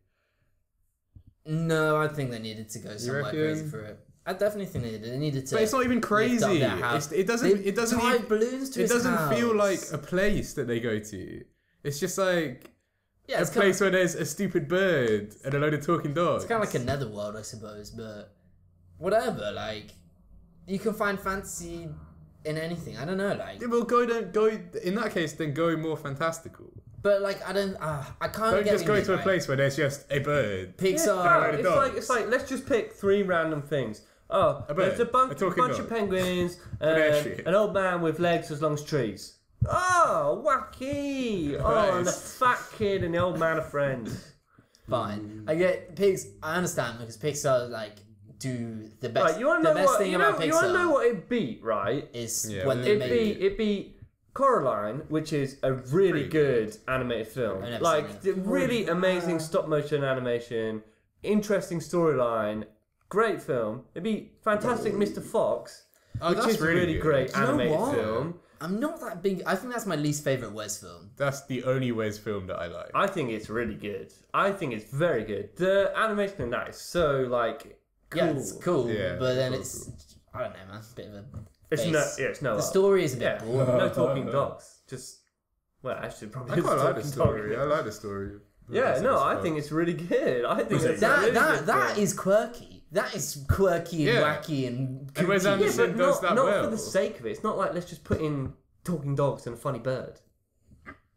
S4: No, I think they needed to go somewhere crazy
S2: reckon?
S4: for it. I definitely think they did. They needed to.
S2: But it's not even crazy.
S4: their house.
S2: It's, it doesn't.
S4: They
S2: it doesn't.
S4: tied
S2: even-
S4: balloons to
S2: it
S4: his
S2: doesn't feel like
S4: house.
S2: a place that they go to. It's just like
S4: yeah,
S2: a
S4: it's kind
S2: place
S4: of,
S2: where there's a stupid bird and a load of talking dogs.
S4: it's kind of like a netherworld, I suppose. But whatever, like you can find fancy in anything. I don't know, like,
S2: Yeah, well, go don't go. In that case, then go more fantastical.
S4: but like I don't, uh, I can't
S2: Don't
S4: get
S2: just
S4: what
S2: go
S4: you
S2: to a
S4: mean,
S2: place where there's just a bird.
S4: like,
S2: Load
S4: Pixar.
S2: of
S3: it's
S2: dogs.
S3: like it's like let's just pick three random things. Oh,
S2: A
S3: there's a
S2: bird,
S3: bunch,
S2: a
S3: bunch
S2: talking
S3: of
S2: dog.
S3: penguins, and
S2: Pedestrian.
S3: an old man with legs as long as trees. Oh, wacky! Oh, and the
S2: Nice.
S3: fat kid and the old man are friends.
S4: Fine,
S2: Mm.
S4: I get Pix. I understand because Pixar like do the best.
S3: Right, you want to
S4: the
S3: know
S4: best
S3: what
S4: thing
S3: you,
S4: about
S3: know, you
S4: Pixar
S3: want to know what it beat, right?
S4: is
S2: Yeah,
S4: when
S2: well,
S4: they
S3: It
S4: made
S3: beat it beat Coraline, which is a really
S2: Pretty
S3: good animated film.
S4: I've never
S3: Like
S4: seen
S3: the really amazing stop motion animation, interesting storyline, great film. It beat Fantastic Mr. Fox,
S2: Oh,
S3: which
S2: that's
S3: is a really,
S2: good.
S3: great
S4: know
S3: animated
S4: what?
S3: film.
S4: I'm not that big. I think that's my least favorite Wes film.
S2: That's the only Wes film that I like.
S3: I think it's really good. I think it's very good. The animation in that is so like cool.
S4: Yeah, it's cool,
S2: Yeah,
S4: but then
S2: cool,
S4: it's I don't know, man. Bit of a
S3: It's
S4: base.
S3: no, yeah, it's no.
S4: the
S3: art.
S4: story is a bit
S3: yeah,
S4: boring.
S3: no talking dogs. Just well, actually, probably.
S2: I
S3: is
S2: quite like the
S3: talking
S2: story.
S3: dog.
S2: I like the story.
S3: Yeah, no, I
S2: Well.
S3: think it's really good. I think it's a really
S4: That that
S3: good
S4: that
S3: film.
S4: is quirky. That is quirky and
S2: Yeah.
S4: wacky and
S2: And Wes
S4: kooky.
S2: Anderson-
S3: Yeah, but not,
S2: does that
S3: not for
S2: well.
S3: the sake of it. It's not like let's just put in talking dogs and a funny bird,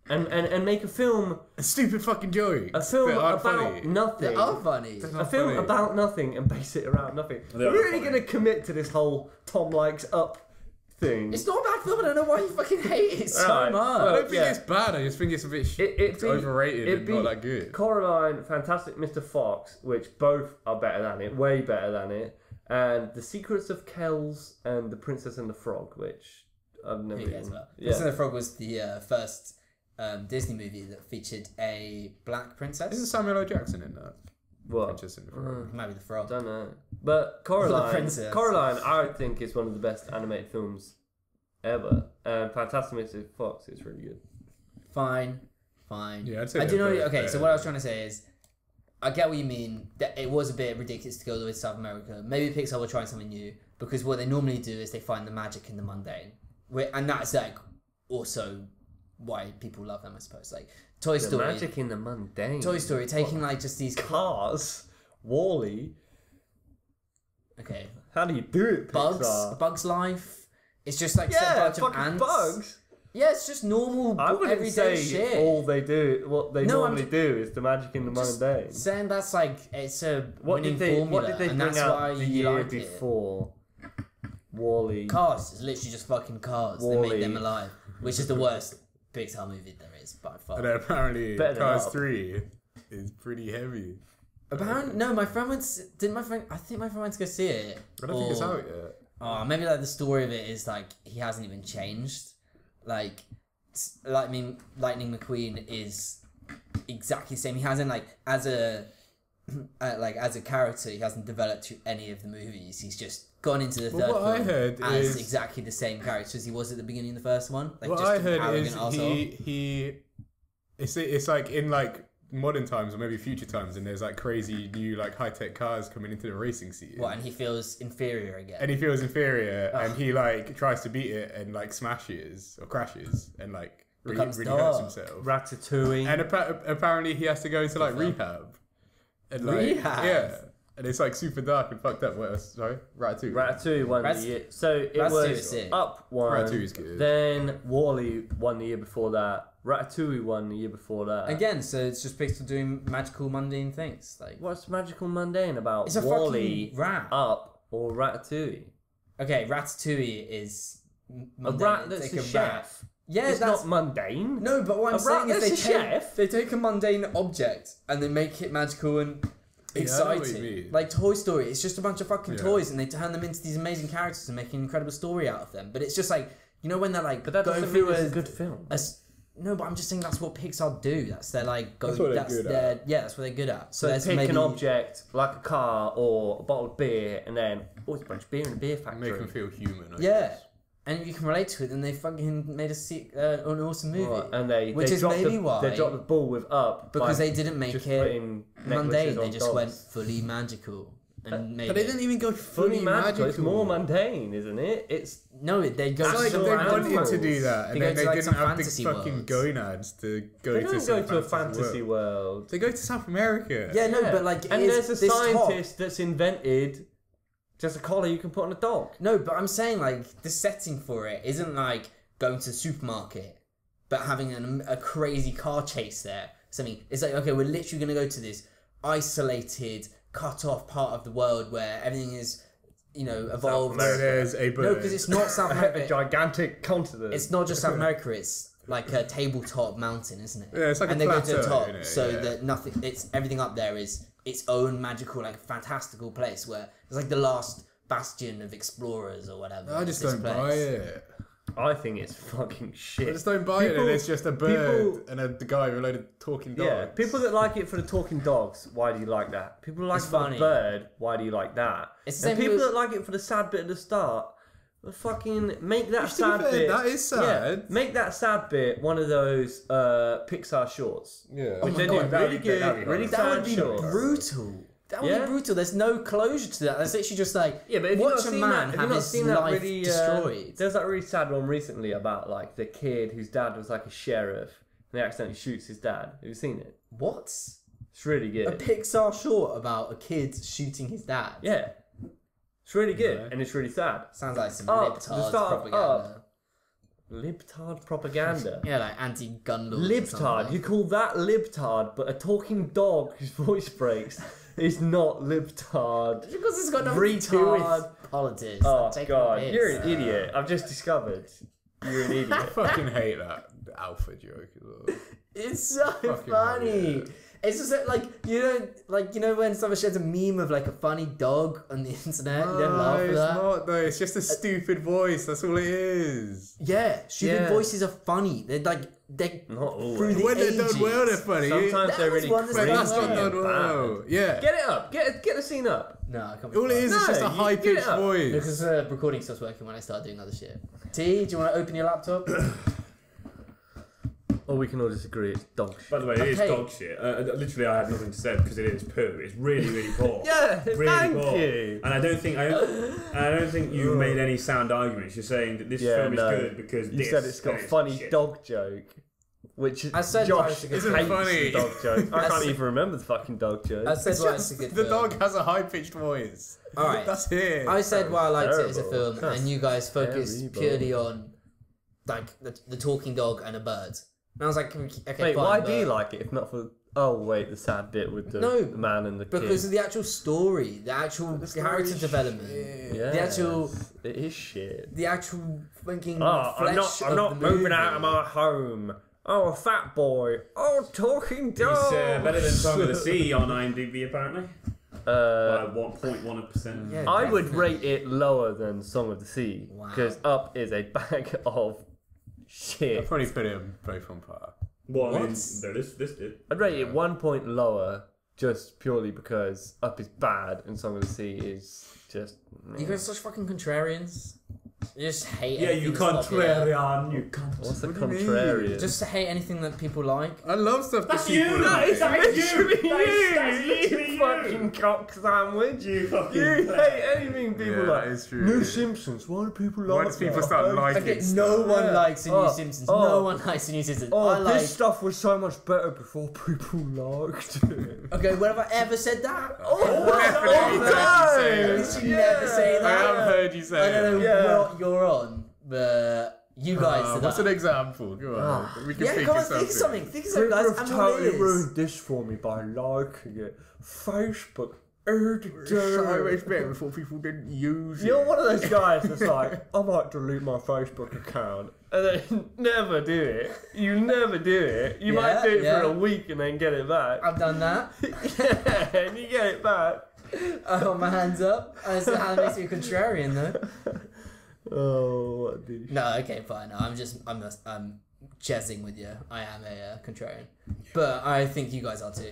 S3: and and, and make a film
S2: a stupid fucking joke.
S3: a film
S2: That
S3: about
S2: aren't funny.
S3: nothing.
S4: They are funny.
S2: That's
S3: a
S2: not
S3: film
S2: funny.
S3: about nothing and base it around nothing.
S1: They
S3: We're
S1: are
S3: really
S1: funny.
S3: going to commit to this whole Tom likes up thing.
S4: It's not a bad film. I don't know why you fucking hate it so
S3: Alright,
S4: much.
S2: I
S3: well-
S2: don't think
S3: yeah.
S2: it's bad. I just think it's a bit. Sh-
S3: It- it
S2: it's
S3: beat-
S2: overrated
S3: it
S2: and not
S3: beat
S2: that good.
S3: Coraline, Fantastic Mr. Fox, which both are better than it, way better than it, and The Secrets of Kells and The Princess and the Frog, which I've never.
S4: Who cares
S3: even-
S4: about?
S3: Yeah.
S4: Princess and the Frog was the uh, first um, Disney movie that featured a black princess.
S2: Isn't Samuel L. Jackson in that?
S3: What?
S2: Princess and the Frog.
S3: Mm.
S4: It might be the frog.
S3: don't know. But Coraline,
S4: princess.
S3: Coraline, I think is one of the best animated films ever, and Fantastic Mr. Fox is really good.
S4: Fine, fine.
S2: Yeah, I'd say
S4: I do
S2: they're
S4: know.
S2: both
S4: Okay, so
S2: better.
S4: what I was trying to say is, I get what you mean. That it was a bit ridiculous to go all the way to South America. Maybe Pixar were trying something new because what they normally do is they find the magic in the mundane, Wh- and that's like also why people love them. I suppose like Toy
S3: The
S4: Story,
S3: magic in the mundane.
S4: Toy Story, taking like just these.
S3: cars, Wally.
S4: Okay,
S3: How do you do it,
S4: Bugs,
S3: Pixar?
S4: Bugs Life. It's just like set
S3: Yeah,
S4: bunch of
S3: fucking
S4: ants.
S3: bugs.
S4: Yeah, it's just normal
S3: I wouldn't say
S4: everyday shit.
S3: all they do, what they
S4: No, I'm
S3: normally
S4: ju-
S3: do, is the magic in the
S4: Just
S3: mundane.
S4: Saying that's like it's a
S3: What did
S4: winning
S3: they?
S4: formula,
S3: What did they
S4: and
S3: bring
S4: that's why
S3: out the
S4: you
S3: year
S4: like it.
S3: before? Wally.
S4: Cars is literally just fucking cars. They
S3: Wall-E.
S4: made them alive, which is the worst Pixar movie there is by
S2: And
S4: far.
S2: then apparently,
S3: Better than
S2: Cars
S3: up.
S2: Three is pretty heavy.
S4: Apparently, no, my friend went. s- Didn't my friend? I think my friend went to go see it.
S2: I don't think it's
S4: or-
S2: out yet.
S4: Oh, maybe like the story of it is like he hasn't even changed. Like, s- Lightning Lightning McQueen is exactly the same. He hasn't like as a uh, like as a character, he hasn't developed through any of the movies. He's just gone into the
S2: Well,
S4: third
S2: what I
S4: film
S2: heard
S4: as
S2: is-
S4: exactly the same character as he was at the beginning of the first one. Like,
S2: what
S4: just
S2: I
S4: an
S2: heard
S4: arrogant
S2: is
S4: arsehole.
S2: he he it's it's like in like modern times or maybe future times and there's like crazy new like high tech cars coming into the racing scene.
S4: What, and he feels inferior again.
S2: And he feels inferior and he like tries to beat it and like smashes or crashes and like really,
S4: Becomes
S2: really hurts
S4: dark.
S2: himself.
S3: Ratatouille.
S2: And appa- apparently he has to go into like rehab. And, like,
S4: Rehab?
S2: Yeah. And it's like super dark and fucked up. What else? Sorry, Ratatouille.
S3: Ratatouille won
S4: Rats-
S3: the year. So it
S4: Ratatouille was
S3: was
S4: sick.
S3: up one.
S2: Ratatouille is good.
S3: Then Wally won the year before that. Ratatouille won the year before that.
S4: again, so it's just Pixar doing magical, mundane things. Like,
S3: What's magical mundane about
S4: It's a
S3: Wally,
S4: fucking rat.
S3: Up, or Ratatouille?
S4: okay, Ratatouille is. m-
S3: A
S4: mundane.
S3: rat
S4: It's
S3: that's
S4: like
S3: a
S4: rat.
S3: chef.
S4: Yeah,
S3: it's
S4: that's
S3: not mundane.
S4: No, but what I'm
S3: A rat
S4: saying is they
S3: that's a
S4: take
S3: chef?
S4: they take a mundane object and they make it magical and
S2: I know what you
S4: exciting.
S2: mean.
S4: like Toy Story, it's just a bunch of fucking
S2: Yeah.
S4: toys and they turn them into these amazing characters and make an incredible story out of them. But it's just like you know when they're like
S3: But that
S4: going
S3: doesn't mean
S4: through
S3: it's
S4: a,
S3: a good film.
S4: a s- no, but I'm just saying that's what Pixar do. That's their like go. That's,
S2: what they're good
S4: their yeah. That's what they're good at.
S3: So
S4: So, there's
S3: pick
S4: maybe
S3: an object like a car or a bottle of beer, and then oh, it's a bunch of beer in a beer factory.
S2: Make him feel human. I
S4: Yeah.
S2: guess.
S4: and you can relate to it, then they fucking made a se- uh, an awesome movie
S3: Right, and they
S4: Which
S3: they
S4: is
S3: dropped
S4: maybe
S3: the,
S4: why-
S3: they dropped the ball with up
S4: because
S3: by
S4: they didn't make
S3: just
S4: it
S3: putting necklaces
S4: mundane. They
S3: on
S4: just
S3: dolls.
S4: went fully magical and made.
S1: But they didn't even go
S3: fully
S1: fully
S3: magical. It's
S1: magical.
S3: more mundane, isn't it? It's
S4: No, they go.
S2: It's
S4: to
S2: like they
S4: some
S2: wanted
S4: random
S2: to do
S4: worlds.
S2: that, and
S4: go
S2: then
S4: to,
S2: they
S4: like,
S2: didn't
S4: some
S2: have the
S4: fantasy
S2: fucking
S4: worlds.
S2: gonads to go
S3: they
S2: to.
S3: don't
S2: some
S3: go to a fantasy
S2: world.
S3: world.
S2: They go to South America.
S4: Yeah, no,
S3: Yeah.
S4: but like,
S3: and
S4: it is-
S3: there's a
S4: this top-
S3: scientist that's invented just a collar you can put on a dog.
S4: No, but I'm saying like the setting for it isn't like going to the supermarket, but having an, a crazy car chase there. Something. It's like okay, we're literally gonna go to this isolated, cut off part of the world where everything is, you know, evolved.
S2: So there's a
S4: No,
S2: bird.
S4: because it's not South
S3: A
S4: America.
S3: gigantic continent.
S4: It's not just South America. It's like a tabletop mountain, isn't it?
S2: Yeah, it's like a
S4: and they go to the
S2: plateau,
S4: top,
S2: innit?
S4: so
S2: Yeah.
S4: that nothing. It's everything up there is its own magical, like fantastical place where it's like the last bastion of explorers or whatever.
S2: I
S4: of
S2: just
S4: this
S2: don't
S4: place.
S2: buy it.
S3: I think it's fucking shit.
S2: I just don't buy it.
S3: People-
S2: And it's just a bird
S3: people-
S2: and a the guy with a load of talking dogs.
S3: Yeah, people that like it for the talking dogs, why do you like that? People like
S4: It's
S3: it for the
S4: funny.
S3: bird, why do you like that?
S4: It's the
S3: and
S4: same
S3: people
S4: with-
S3: that like it for the sad bit at the start, well, fucking make that
S2: to be
S3: sad
S2: fair,
S3: bit.
S2: that is sad.
S3: Yeah, make that sad bit one of those uh, Pixar shorts.
S2: Yeah.
S3: Which
S4: Oh
S2: my
S3: they do
S2: God, that'd
S3: really
S2: be- that'd be
S3: good, really
S2: horrible.
S4: That
S3: sad
S4: would be
S3: shorts.
S4: brutal. That would
S3: Yeah.
S4: be brutal. There's no closure to that. That's literally just like
S3: Yeah, but if
S4: watch
S3: you've not
S4: a
S3: seen
S4: man
S3: that, if you've
S4: have
S3: not
S4: his
S3: seen that
S4: life
S3: really, uh,
S4: destroyed.
S3: there's that really sad one recently about like the kid whose dad was like a sheriff and he accidentally shoots his dad. Have you seen it?
S4: what?
S3: It's really
S4: A
S3: good.
S4: Pixar short about a kid shooting his dad.
S3: Yeah, it's really good and it's really sad.
S4: Sounds like some
S3: Up, the
S4: libtard
S3: start of
S4: propaganda.
S3: Up. Libtard propaganda.
S4: Yeah, like anti-gun laws. or
S3: Libtard.
S4: something.
S3: You call that libtard, but a talking dog whose voice breaks is not libtard.
S4: Because it's got no
S3: Retard.
S4: retard politics.
S3: Oh
S4: Take
S3: god,
S4: it.
S3: you're an idiot. I've just discovered you're an
S2: I
S3: idiot.
S2: fucking hate that alpha joke as well.
S4: It's so
S2: Fucking
S4: funny.
S2: idiot.
S4: It's just that, like you don't like you know when someone shares a meme of like a funny dog on the internet, you don't laugh at
S2: it's
S4: that. Uh,
S2: not though. It's just a stupid voice. That's all it is.
S4: Yeah, stupid
S3: Yeah.
S4: voices are funny. They're like they
S3: Not always.
S4: through the
S2: When they're
S4: ages.
S2: done well, they're funny.
S3: Sometimes
S4: That
S3: they're
S4: was
S3: really
S4: one of the
S2: but
S3: crazy.
S2: that's not
S4: crazy
S3: and
S2: done well.
S3: bad.
S2: Yeah.
S3: Get it up. Get get the scene up.
S4: No, I can't. be
S2: all it
S4: bothered.
S2: is is just
S3: No,
S2: a
S3: you-
S2: high
S3: get it
S2: pitched
S3: up.
S2: voice.
S4: Because the recording stops working when I start doing other shit. T, do you want to open your laptop?
S3: Or we can all disagree. It's dog shit.
S1: By the way, it is
S4: Okay.
S1: dog shit. Uh, Uh, literally, I had nothing to say because it is poo. It's really, really poor.
S3: Yeah,
S1: really
S3: thank
S1: poor.
S3: you.
S1: And I don't think I, and I don't think you made any sound arguments. You're saying that this
S3: Oh. Yeah,
S1: film
S3: no.
S1: is good because
S3: You
S1: this,
S3: said it's got
S1: and
S3: a funny
S1: shit.
S3: dog joke, which
S4: I said
S3: Josh
S4: Josh
S3: hates
S2: isn't funny.
S3: the dog joke. I
S4: I
S3: can't
S4: said-
S3: even remember the fucking dog joke.
S4: I said why it's a
S2: Just-
S4: good
S2: the
S4: film.
S2: dog has a high pitched voice.
S4: All right.
S2: That's it.
S4: I said why I liked it as a
S3: terrible.
S4: film, and you guys focused
S3: terrible.
S4: purely on like the, the talking dog and a bird. And I was like, okay,
S3: Wait,
S4: fine,
S3: why
S4: but-
S3: do you like it if not for? Oh wait, the sad bit with the,
S4: No,
S3: the man and the
S4: Because of
S3: kid.
S4: the actual story, the actual character development,
S3: yeah,
S4: the actual,
S3: it is shit.
S4: the actual thinking.
S3: Oh,
S4: flesh
S3: I'm not. I'm
S4: of
S3: not
S4: the
S3: moving
S4: movie.
S3: out of my home. Oh, a fat boy. Oh, talking
S1: It's
S3: dog.
S1: uh, better than Song of the Sea on IMDb apparently
S3: Uh,
S1: by 1.1 percent.
S4: Yeah,
S3: I would
S4: definitely.
S3: rate it lower than Song of the Sea
S4: Wow.
S3: because Up is a bag of
S2: I'd
S3: shit.
S2: probably put him both on par.
S1: Well, I mean,
S4: What?
S1: no, this this did.
S3: I'd rate it one point lower just purely because Up is bad and Song of the Sea is just.
S4: You guys are such fucking contrarians. You just hate.
S1: Yeah,
S4: anything
S1: you
S4: that's popular.
S1: contrarian, you cunt.
S3: What's the
S2: What do you mean?
S3: contrarian?
S4: Just hate anything that people like.
S2: I love stuff
S1: That's
S2: that people
S1: you. That is
S2: like.
S1: that's you.
S3: Literally
S1: That's, that's
S3: you,
S1: literally
S3: you
S1: you.
S3: fucking cock sandwich.
S1: You fucking.
S3: You hate anything
S2: Yeah,
S3: people like.
S2: that is true.
S3: New Simpsons. Why do people like
S2: Why do people
S3: that?
S2: start liking
S4: Okay,
S2: stuff?
S4: no one
S3: Yeah.
S4: likes the new
S3: Oh,
S4: Simpsons.
S3: oh.
S4: no one likes the new Simpsons.
S3: Oh,
S4: I like.
S3: this stuff was so much better before people liked it.
S4: Okay, when have I ever said that?
S3: Oh,
S2: Definitely
S3: all the
S2: heard you
S3: time.
S2: say
S4: Did you never say
S2: that. I
S4: that?
S2: have heard you
S4: I
S2: say
S4: don't know
S2: that.
S3: Yeah.
S4: what you're on, but you guys.
S2: Uh,
S4: did
S2: what's
S4: that. Ah.
S2: an example? Come on. We can
S4: yeah,
S2: think
S4: come
S2: of
S4: on, think of something. Think of something,
S3: People
S4: guys.
S3: have
S4: I'm
S3: totally
S4: all ears.
S3: ruined this for me by liking it. Facebook.
S2: So much
S3: Erdogan.
S2: better before people didn't use
S3: You're
S2: it.
S3: one of those guys that's like, I might delete my Facebook account and then never do it. You never do it. You might
S4: Yeah,
S3: do it
S4: yeah.
S3: for a week and then get it back.
S4: I've done that.
S3: yeah, and you get it back.
S4: I got my hands up. I said, how that makes me a contrarian, though.
S3: Oh, what the sh-
S4: No, okay, fine. No, I'm just, I'm, just, I'm jazzing with you. I am a uh, contrarian, but I think you guys are too.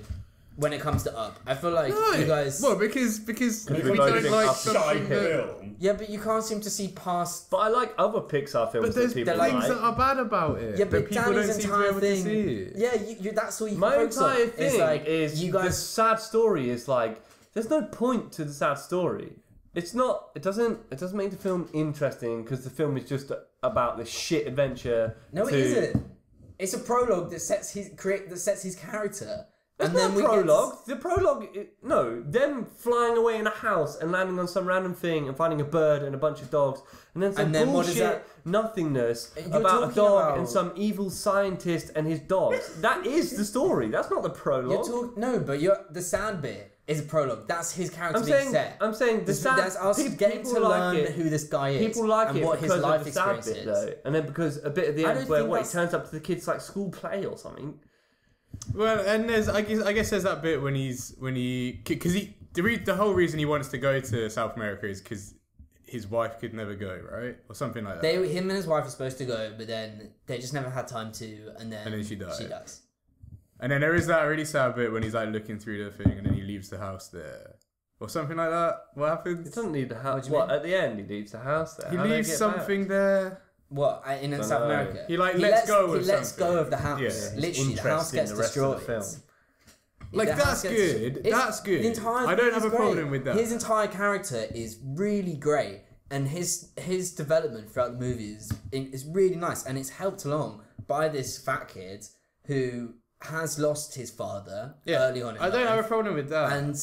S4: when it comes to Up. I feel like you guys.
S2: Well, because because we
S3: we
S2: don't
S3: think
S2: like
S3: up-
S2: something that,
S4: yeah, but you can't seem to see past.
S3: But I like other Pixar films
S2: but there's
S3: that
S2: things
S3: people like.
S2: that are bad about it.
S4: Yeah,
S2: that
S4: but
S2: people
S4: Danny's
S2: don't seem to be
S4: entire
S2: able
S4: thing.
S2: to see it.
S4: Yeah, you, you, that's all you.
S3: My
S4: can focus on.
S3: entire
S4: It's
S3: thing
S4: like,
S3: is
S4: you
S3: the
S4: guys.
S3: sad story is like there's no point to the sad story. It's not. It doesn't. It doesn't make the film interesting because the film is just about this shit adventure.
S4: No, it
S3: to-
S4: isn't. It's a prologue that sets his create that sets his character.
S3: There's no prologue. The prologue, i- no, them flying away in a house and landing on some random thing and finding a bird and a bunch of dogs, and then some
S4: And then what is
S3: bullshit nothingness
S4: You're
S3: about
S4: talking
S3: a dog
S4: about-
S3: and some evil scientist and his dogs. that is the story. That's not the prologue.
S4: You're talk- no, but you're the sad bit is a prologue. That's his character
S3: I'm
S4: being
S3: saying,
S4: set.
S3: I'm saying the
S4: This-
S3: sad.
S4: that's us
S3: pe-
S4: getting
S3: people
S4: to
S3: like
S4: learn
S3: it.
S4: who this guy is.
S3: People like
S4: and
S3: it
S4: what
S3: because
S4: his life
S3: of the sad
S4: experience
S3: bit,
S4: is.
S3: though, and then because a bit at the
S4: I
S3: end
S4: don't
S3: where
S4: think
S3: what, he
S4: that's-
S3: turns up to the kids like school play or something.
S2: Well, and there's I guess I guess there's that bit when he's when he because he the, re- the whole reason he wants to go to South America is because his wife could never go, right, or something like that.
S4: They, him and his wife are supposed to go, but then they just never had time to, and then
S2: And then she died.
S4: She dies.
S2: and then there is that really sad bit when he's like looking through the thing and then he leaves the house there or something like that. What
S3: He
S2: happens?
S3: doesn't leave the house.
S4: do you
S3: What,
S4: mean?
S3: at the end he leaves the house there.
S2: He
S3: How do they
S2: leaves
S3: get
S2: something
S3: Back?
S2: there.
S4: What I- in South
S3: know.
S4: America?
S2: He, like, lets go
S4: He
S2: of
S4: lets
S2: something.
S4: go of the house.
S2: Yeah. His
S4: Literally, the
S3: interest
S4: house
S3: in
S4: gets
S3: the rest of
S4: destroyed.
S3: the film.
S2: Like
S4: The
S2: that's
S4: house gets-
S2: good.
S4: it's-
S2: That's good.
S4: The entire
S2: I don't
S4: thing
S2: have
S4: is
S2: a
S4: great.
S2: problem with that.
S4: His entire character is really great, and his his development throughout the movie is is really nice, and it's helped along by this fat kid who has lost his father early on. In
S2: I don't
S4: life,
S2: have a problem with that.
S4: and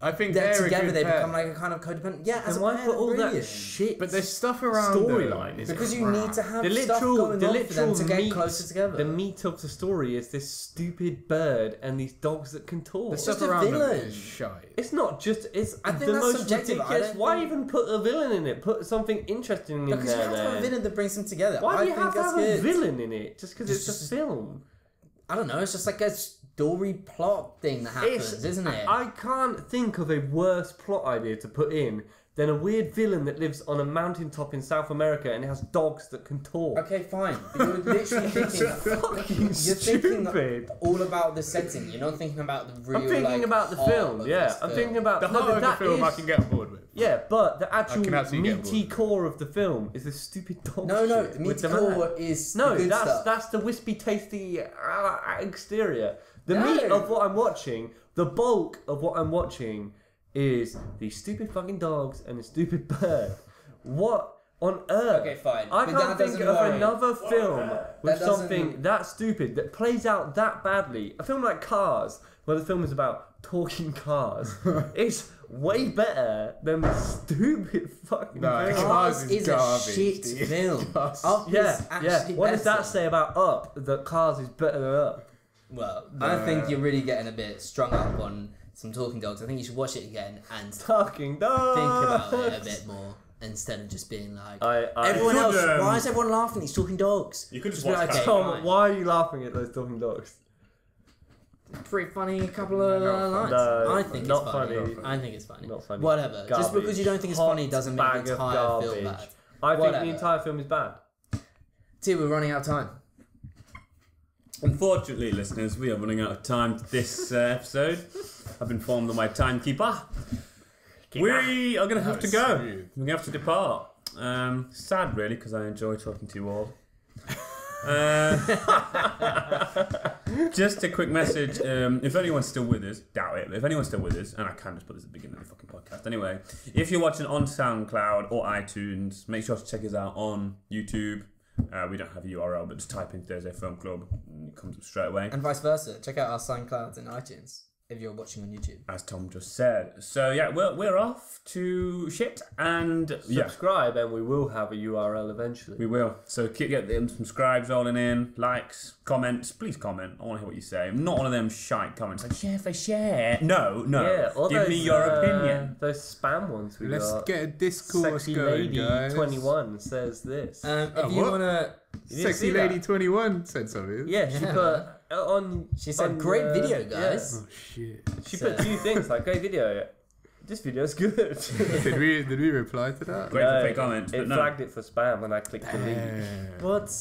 S2: I think
S4: they're,
S2: they're a
S4: together.
S2: good
S4: They
S2: pair.
S4: become like a kind of codependent. Yeah, as
S3: And
S4: a
S3: why
S4: pair,
S3: put all
S4: they're
S3: that
S4: brilliant.
S3: shit?
S2: But there's stuff around them.
S3: storyline is
S4: Because you
S2: crap.
S4: need to have
S3: the
S4: stuff
S3: literal,
S4: going
S3: the
S4: on for them
S3: literal
S4: to
S3: meat,
S4: get closer together.
S3: the meat of the story is this stupid bird and these dogs that can talk.
S2: The stuff
S4: just a
S2: around them
S4: villain.
S2: is shite.
S3: It's not just. It's
S4: I think
S3: the
S4: that's
S3: most
S4: subjective. I
S3: ridiculous.
S4: don't
S3: Why
S4: think-
S3: even put a villain in it? Put something interesting in
S4: because you
S3: there.
S4: have to have a
S3: then.
S4: villain that brings them together.
S3: Why
S4: I
S3: do you
S4: think
S3: have to
S4: that's
S3: have
S4: good.
S3: a villain in it? Just because it's
S4: Just-
S3: a film.
S4: I don't know. It's just like a story plot thing that happens, isn't it?
S3: I can't think of a worse plot idea to put in than a weird villain that lives on a mountaintop in South America and has dogs that can talk.
S4: okay, fine. But you're literally thinking.
S3: Fucking
S4: You're thinking
S3: stupid.
S4: all about the setting. You're not thinking about the real.
S3: I'm thinking
S4: like,
S3: about the
S4: heart
S3: film.
S4: of
S3: Yeah,
S4: this
S3: I'm
S4: film.
S3: thinking about
S2: The
S3: no,
S2: heart
S3: but
S2: of the
S3: that
S2: film I
S3: is-
S2: can get bored with.
S3: Yeah, but the actual
S2: can absolutely get
S3: meaty
S2: bored.
S3: core of the film is this stupid dog.
S4: No, no.
S3: shit
S4: The
S3: with
S4: meat
S3: the man.
S4: core is
S3: No,
S4: the good
S3: that's
S4: stuff.
S3: that's the wispy, tasty uh, exterior. The
S4: No.
S3: meat of what I'm watching, the bulk of what I'm watching, is these stupid fucking dogs and the stupid bird. What on earth?
S4: Okay, fine.
S3: I
S4: But
S3: can't
S4: that
S3: think
S4: doesn't
S3: of
S4: worry. uh,
S3: another film with
S4: That doesn't-
S3: something that stupid that plays out that badly. A film like Cars, where the film is about talking cars, is way better than the stupid fucking.
S2: No,
S3: film.
S2: Cars
S4: Cars
S2: is
S4: is
S2: garbage,
S4: a shit
S2: dude.
S4: film.
S2: Cars-
S4: Up is
S3: Yeah, yeah.
S4: actually
S3: What does
S4: better.
S3: that say about Up? That Cars is better than Up.
S4: Well, I think you're really getting a bit strung up on some talking dogs. I think you should watch it again and think
S3: Talking dog.
S4: about it a bit more instead of just being like,
S3: I, I,
S4: everyone
S1: could,
S4: else,
S1: um,
S4: why is everyone laughing? at These talking dogs.
S1: You could just
S4: be
S1: watch that.
S3: Tom,
S4: fine.
S3: why are you laughing at those talking dogs?
S4: pretty funny couple of lines.
S3: No,
S4: I think
S3: not
S4: it's funny.
S3: funny.
S4: I think it's funny.
S3: Not funny.
S4: Whatever. Just
S3: Garbage.
S4: because you don't think it's
S3: Hot
S4: funny doesn't make
S3: bag
S4: the
S3: of
S4: entire
S3: garbage.
S4: film bad.
S3: I think
S4: Whatever.
S3: the entire film is bad.
S4: Dude, we're running out of time.
S1: Unfortunately, listeners, we are running out of time this uh, episode. I've been informed of my timekeeper. We are going to have to go.
S2: smooth.
S1: We're going to have to depart. Um, sad, really, because I enjoy talking to you all. Uh, just a quick message. Um, if anyone's still with us, doubt it. But if anyone's still with us, and I can just put this at the beginning of the fucking podcast anyway. If you're watching on SoundCloud or iTunes, make sure to check us out on YouTube. Uh, we don't have a URL, but just type in Thursday Film Club and it comes up straight away.
S4: And vice versa. Check out our SoundClouds and iTunes if you're watching on YouTube.
S1: as Tom just said. So yeah, we're we're off to shit, and yeah,
S3: Subscribe, and we will have a URL eventually.
S1: we will. So keep get them subscribes rolling in, likes, comments. Please comment. I want to hear what you say. Not one of them shite comments like share for share. No, no.
S3: yeah, all
S1: Give
S3: those,
S1: me your
S3: uh,
S1: opinion.
S3: Those spam ones we
S2: Let's
S3: got.
S2: get a discourse
S3: Sexy
S2: going,
S3: lady
S2: guys.
S3: twenty one says this.
S4: Um, if
S2: Oh,
S4: you
S2: what?
S4: wanna,
S2: Sexy
S3: see that?
S2: lady twenty one said something.
S3: yeah, she
S4: yeah.
S3: put uh, on.
S4: she said,
S3: on,
S4: "Great
S3: uh,
S4: video,
S3: yeah.
S4: guys."
S2: Oh shit!
S3: She
S4: So-
S3: put two things like great video. This video's good.
S2: did we did we reply to that?
S1: Great
S3: No,
S4: uh,
S1: for fake comments,
S3: It
S1: but no.
S3: flagged it for spam, and I clicked delete.
S2: Yeah.
S4: What?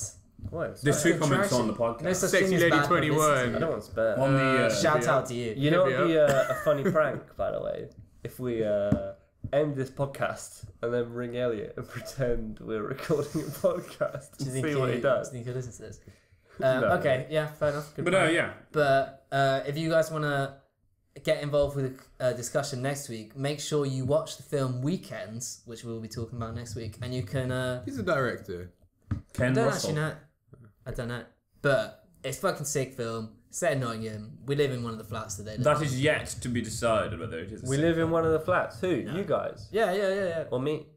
S3: What?
S1: There's two comments on the podcast.
S3: No such
S2: Sexy
S3: thing as
S2: Lady
S3: bad
S2: 21.
S3: publicity. I don't want spare.
S1: on the uh,
S4: Shout
S2: yeah.
S4: out to you.
S3: You know,
S2: Hit me
S3: it'd be uh, a funny prank, by the way, if we uh, end this podcast and then ring Elliot and pretend we're recording a podcast and
S4: Do you think
S3: see what he does.
S4: Do you think he listens to this? Um,
S3: No.
S4: Okay, yeah, fair enough. Good
S1: but no,
S4: point.
S1: yeah,
S4: But uh, if you guys want to get involved with the uh, discussion next week, make sure you watch the film Weekends, which we'll be talking about next week, and you can. Uh,
S2: He's a director.
S1: Ken
S4: I don't
S1: Russell.
S4: actually know. I don't know, but it's fucking sick film. Set in Nottingham. We live in one of the flats that they live.
S1: That
S4: in.
S1: is yet to be decided whether it is. a
S3: We live in one of the flats. Who?
S4: No.
S3: You guys?
S4: Yeah, yeah, yeah, yeah.
S3: Or me?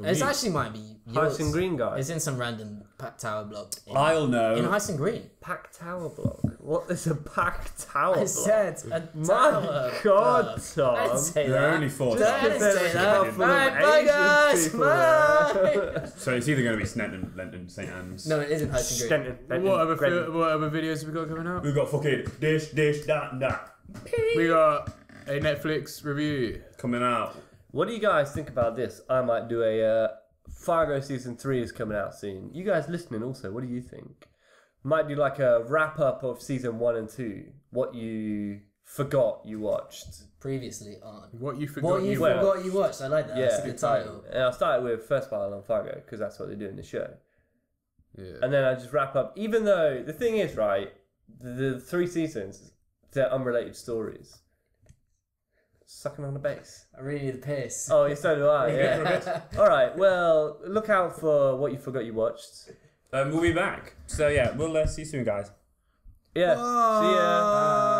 S4: It's actually might be yours.
S3: House and Green guys?
S4: It's in some random packed tower block. In,
S1: I'll
S4: in
S1: know.
S4: Heist and Green.
S3: Pack Tower Block. What is a Pack Tower
S4: I
S3: Block?
S4: said a
S3: My
S4: tower
S3: God,
S4: block. I
S3: Tom.
S4: didn't say
S1: There are
S4: that.
S1: only four.
S4: Just I
S1: times.
S4: didn't say that.
S3: Full of
S4: Right, bye
S3: Asian
S4: guys.
S3: people
S4: Bye.
S1: So it's either going to be Snenton, Lenton, St. Anne's.
S4: No, it isn't Heist and Green.
S3: Denton- Denton-
S2: What other,
S3: Grenton.
S2: fil- what other videos have we got coming out?
S1: We've got fucking this, this, that, and that
S2: We got a Netflix review.
S1: coming out.
S3: What do you guys think about this? I might do a uh, Fargo season three is coming out soon. You guys listening also? What do you think? Might do like a wrap up of season one and two. What you forgot you watched.
S4: Previously on.
S2: What you forgot
S4: What you
S2: you
S3: were.
S2: watched.
S4: forgot you watched. I like that. That's a good title.
S3: And I started with first file on Fargo because that's what they do in the show.
S2: Yeah.
S3: And then I just wrap up. Even though the thing is right, the, the three seasons they're unrelated stories. Sucking on the base.
S4: I really need the piss.
S3: Oh, yeah, so do I. Yeah. All right. Well, look out for what you forgot you watched.
S1: Um, we'll be back. So yeah, we'll uh, see you soon, guys.
S3: Yeah. See ya.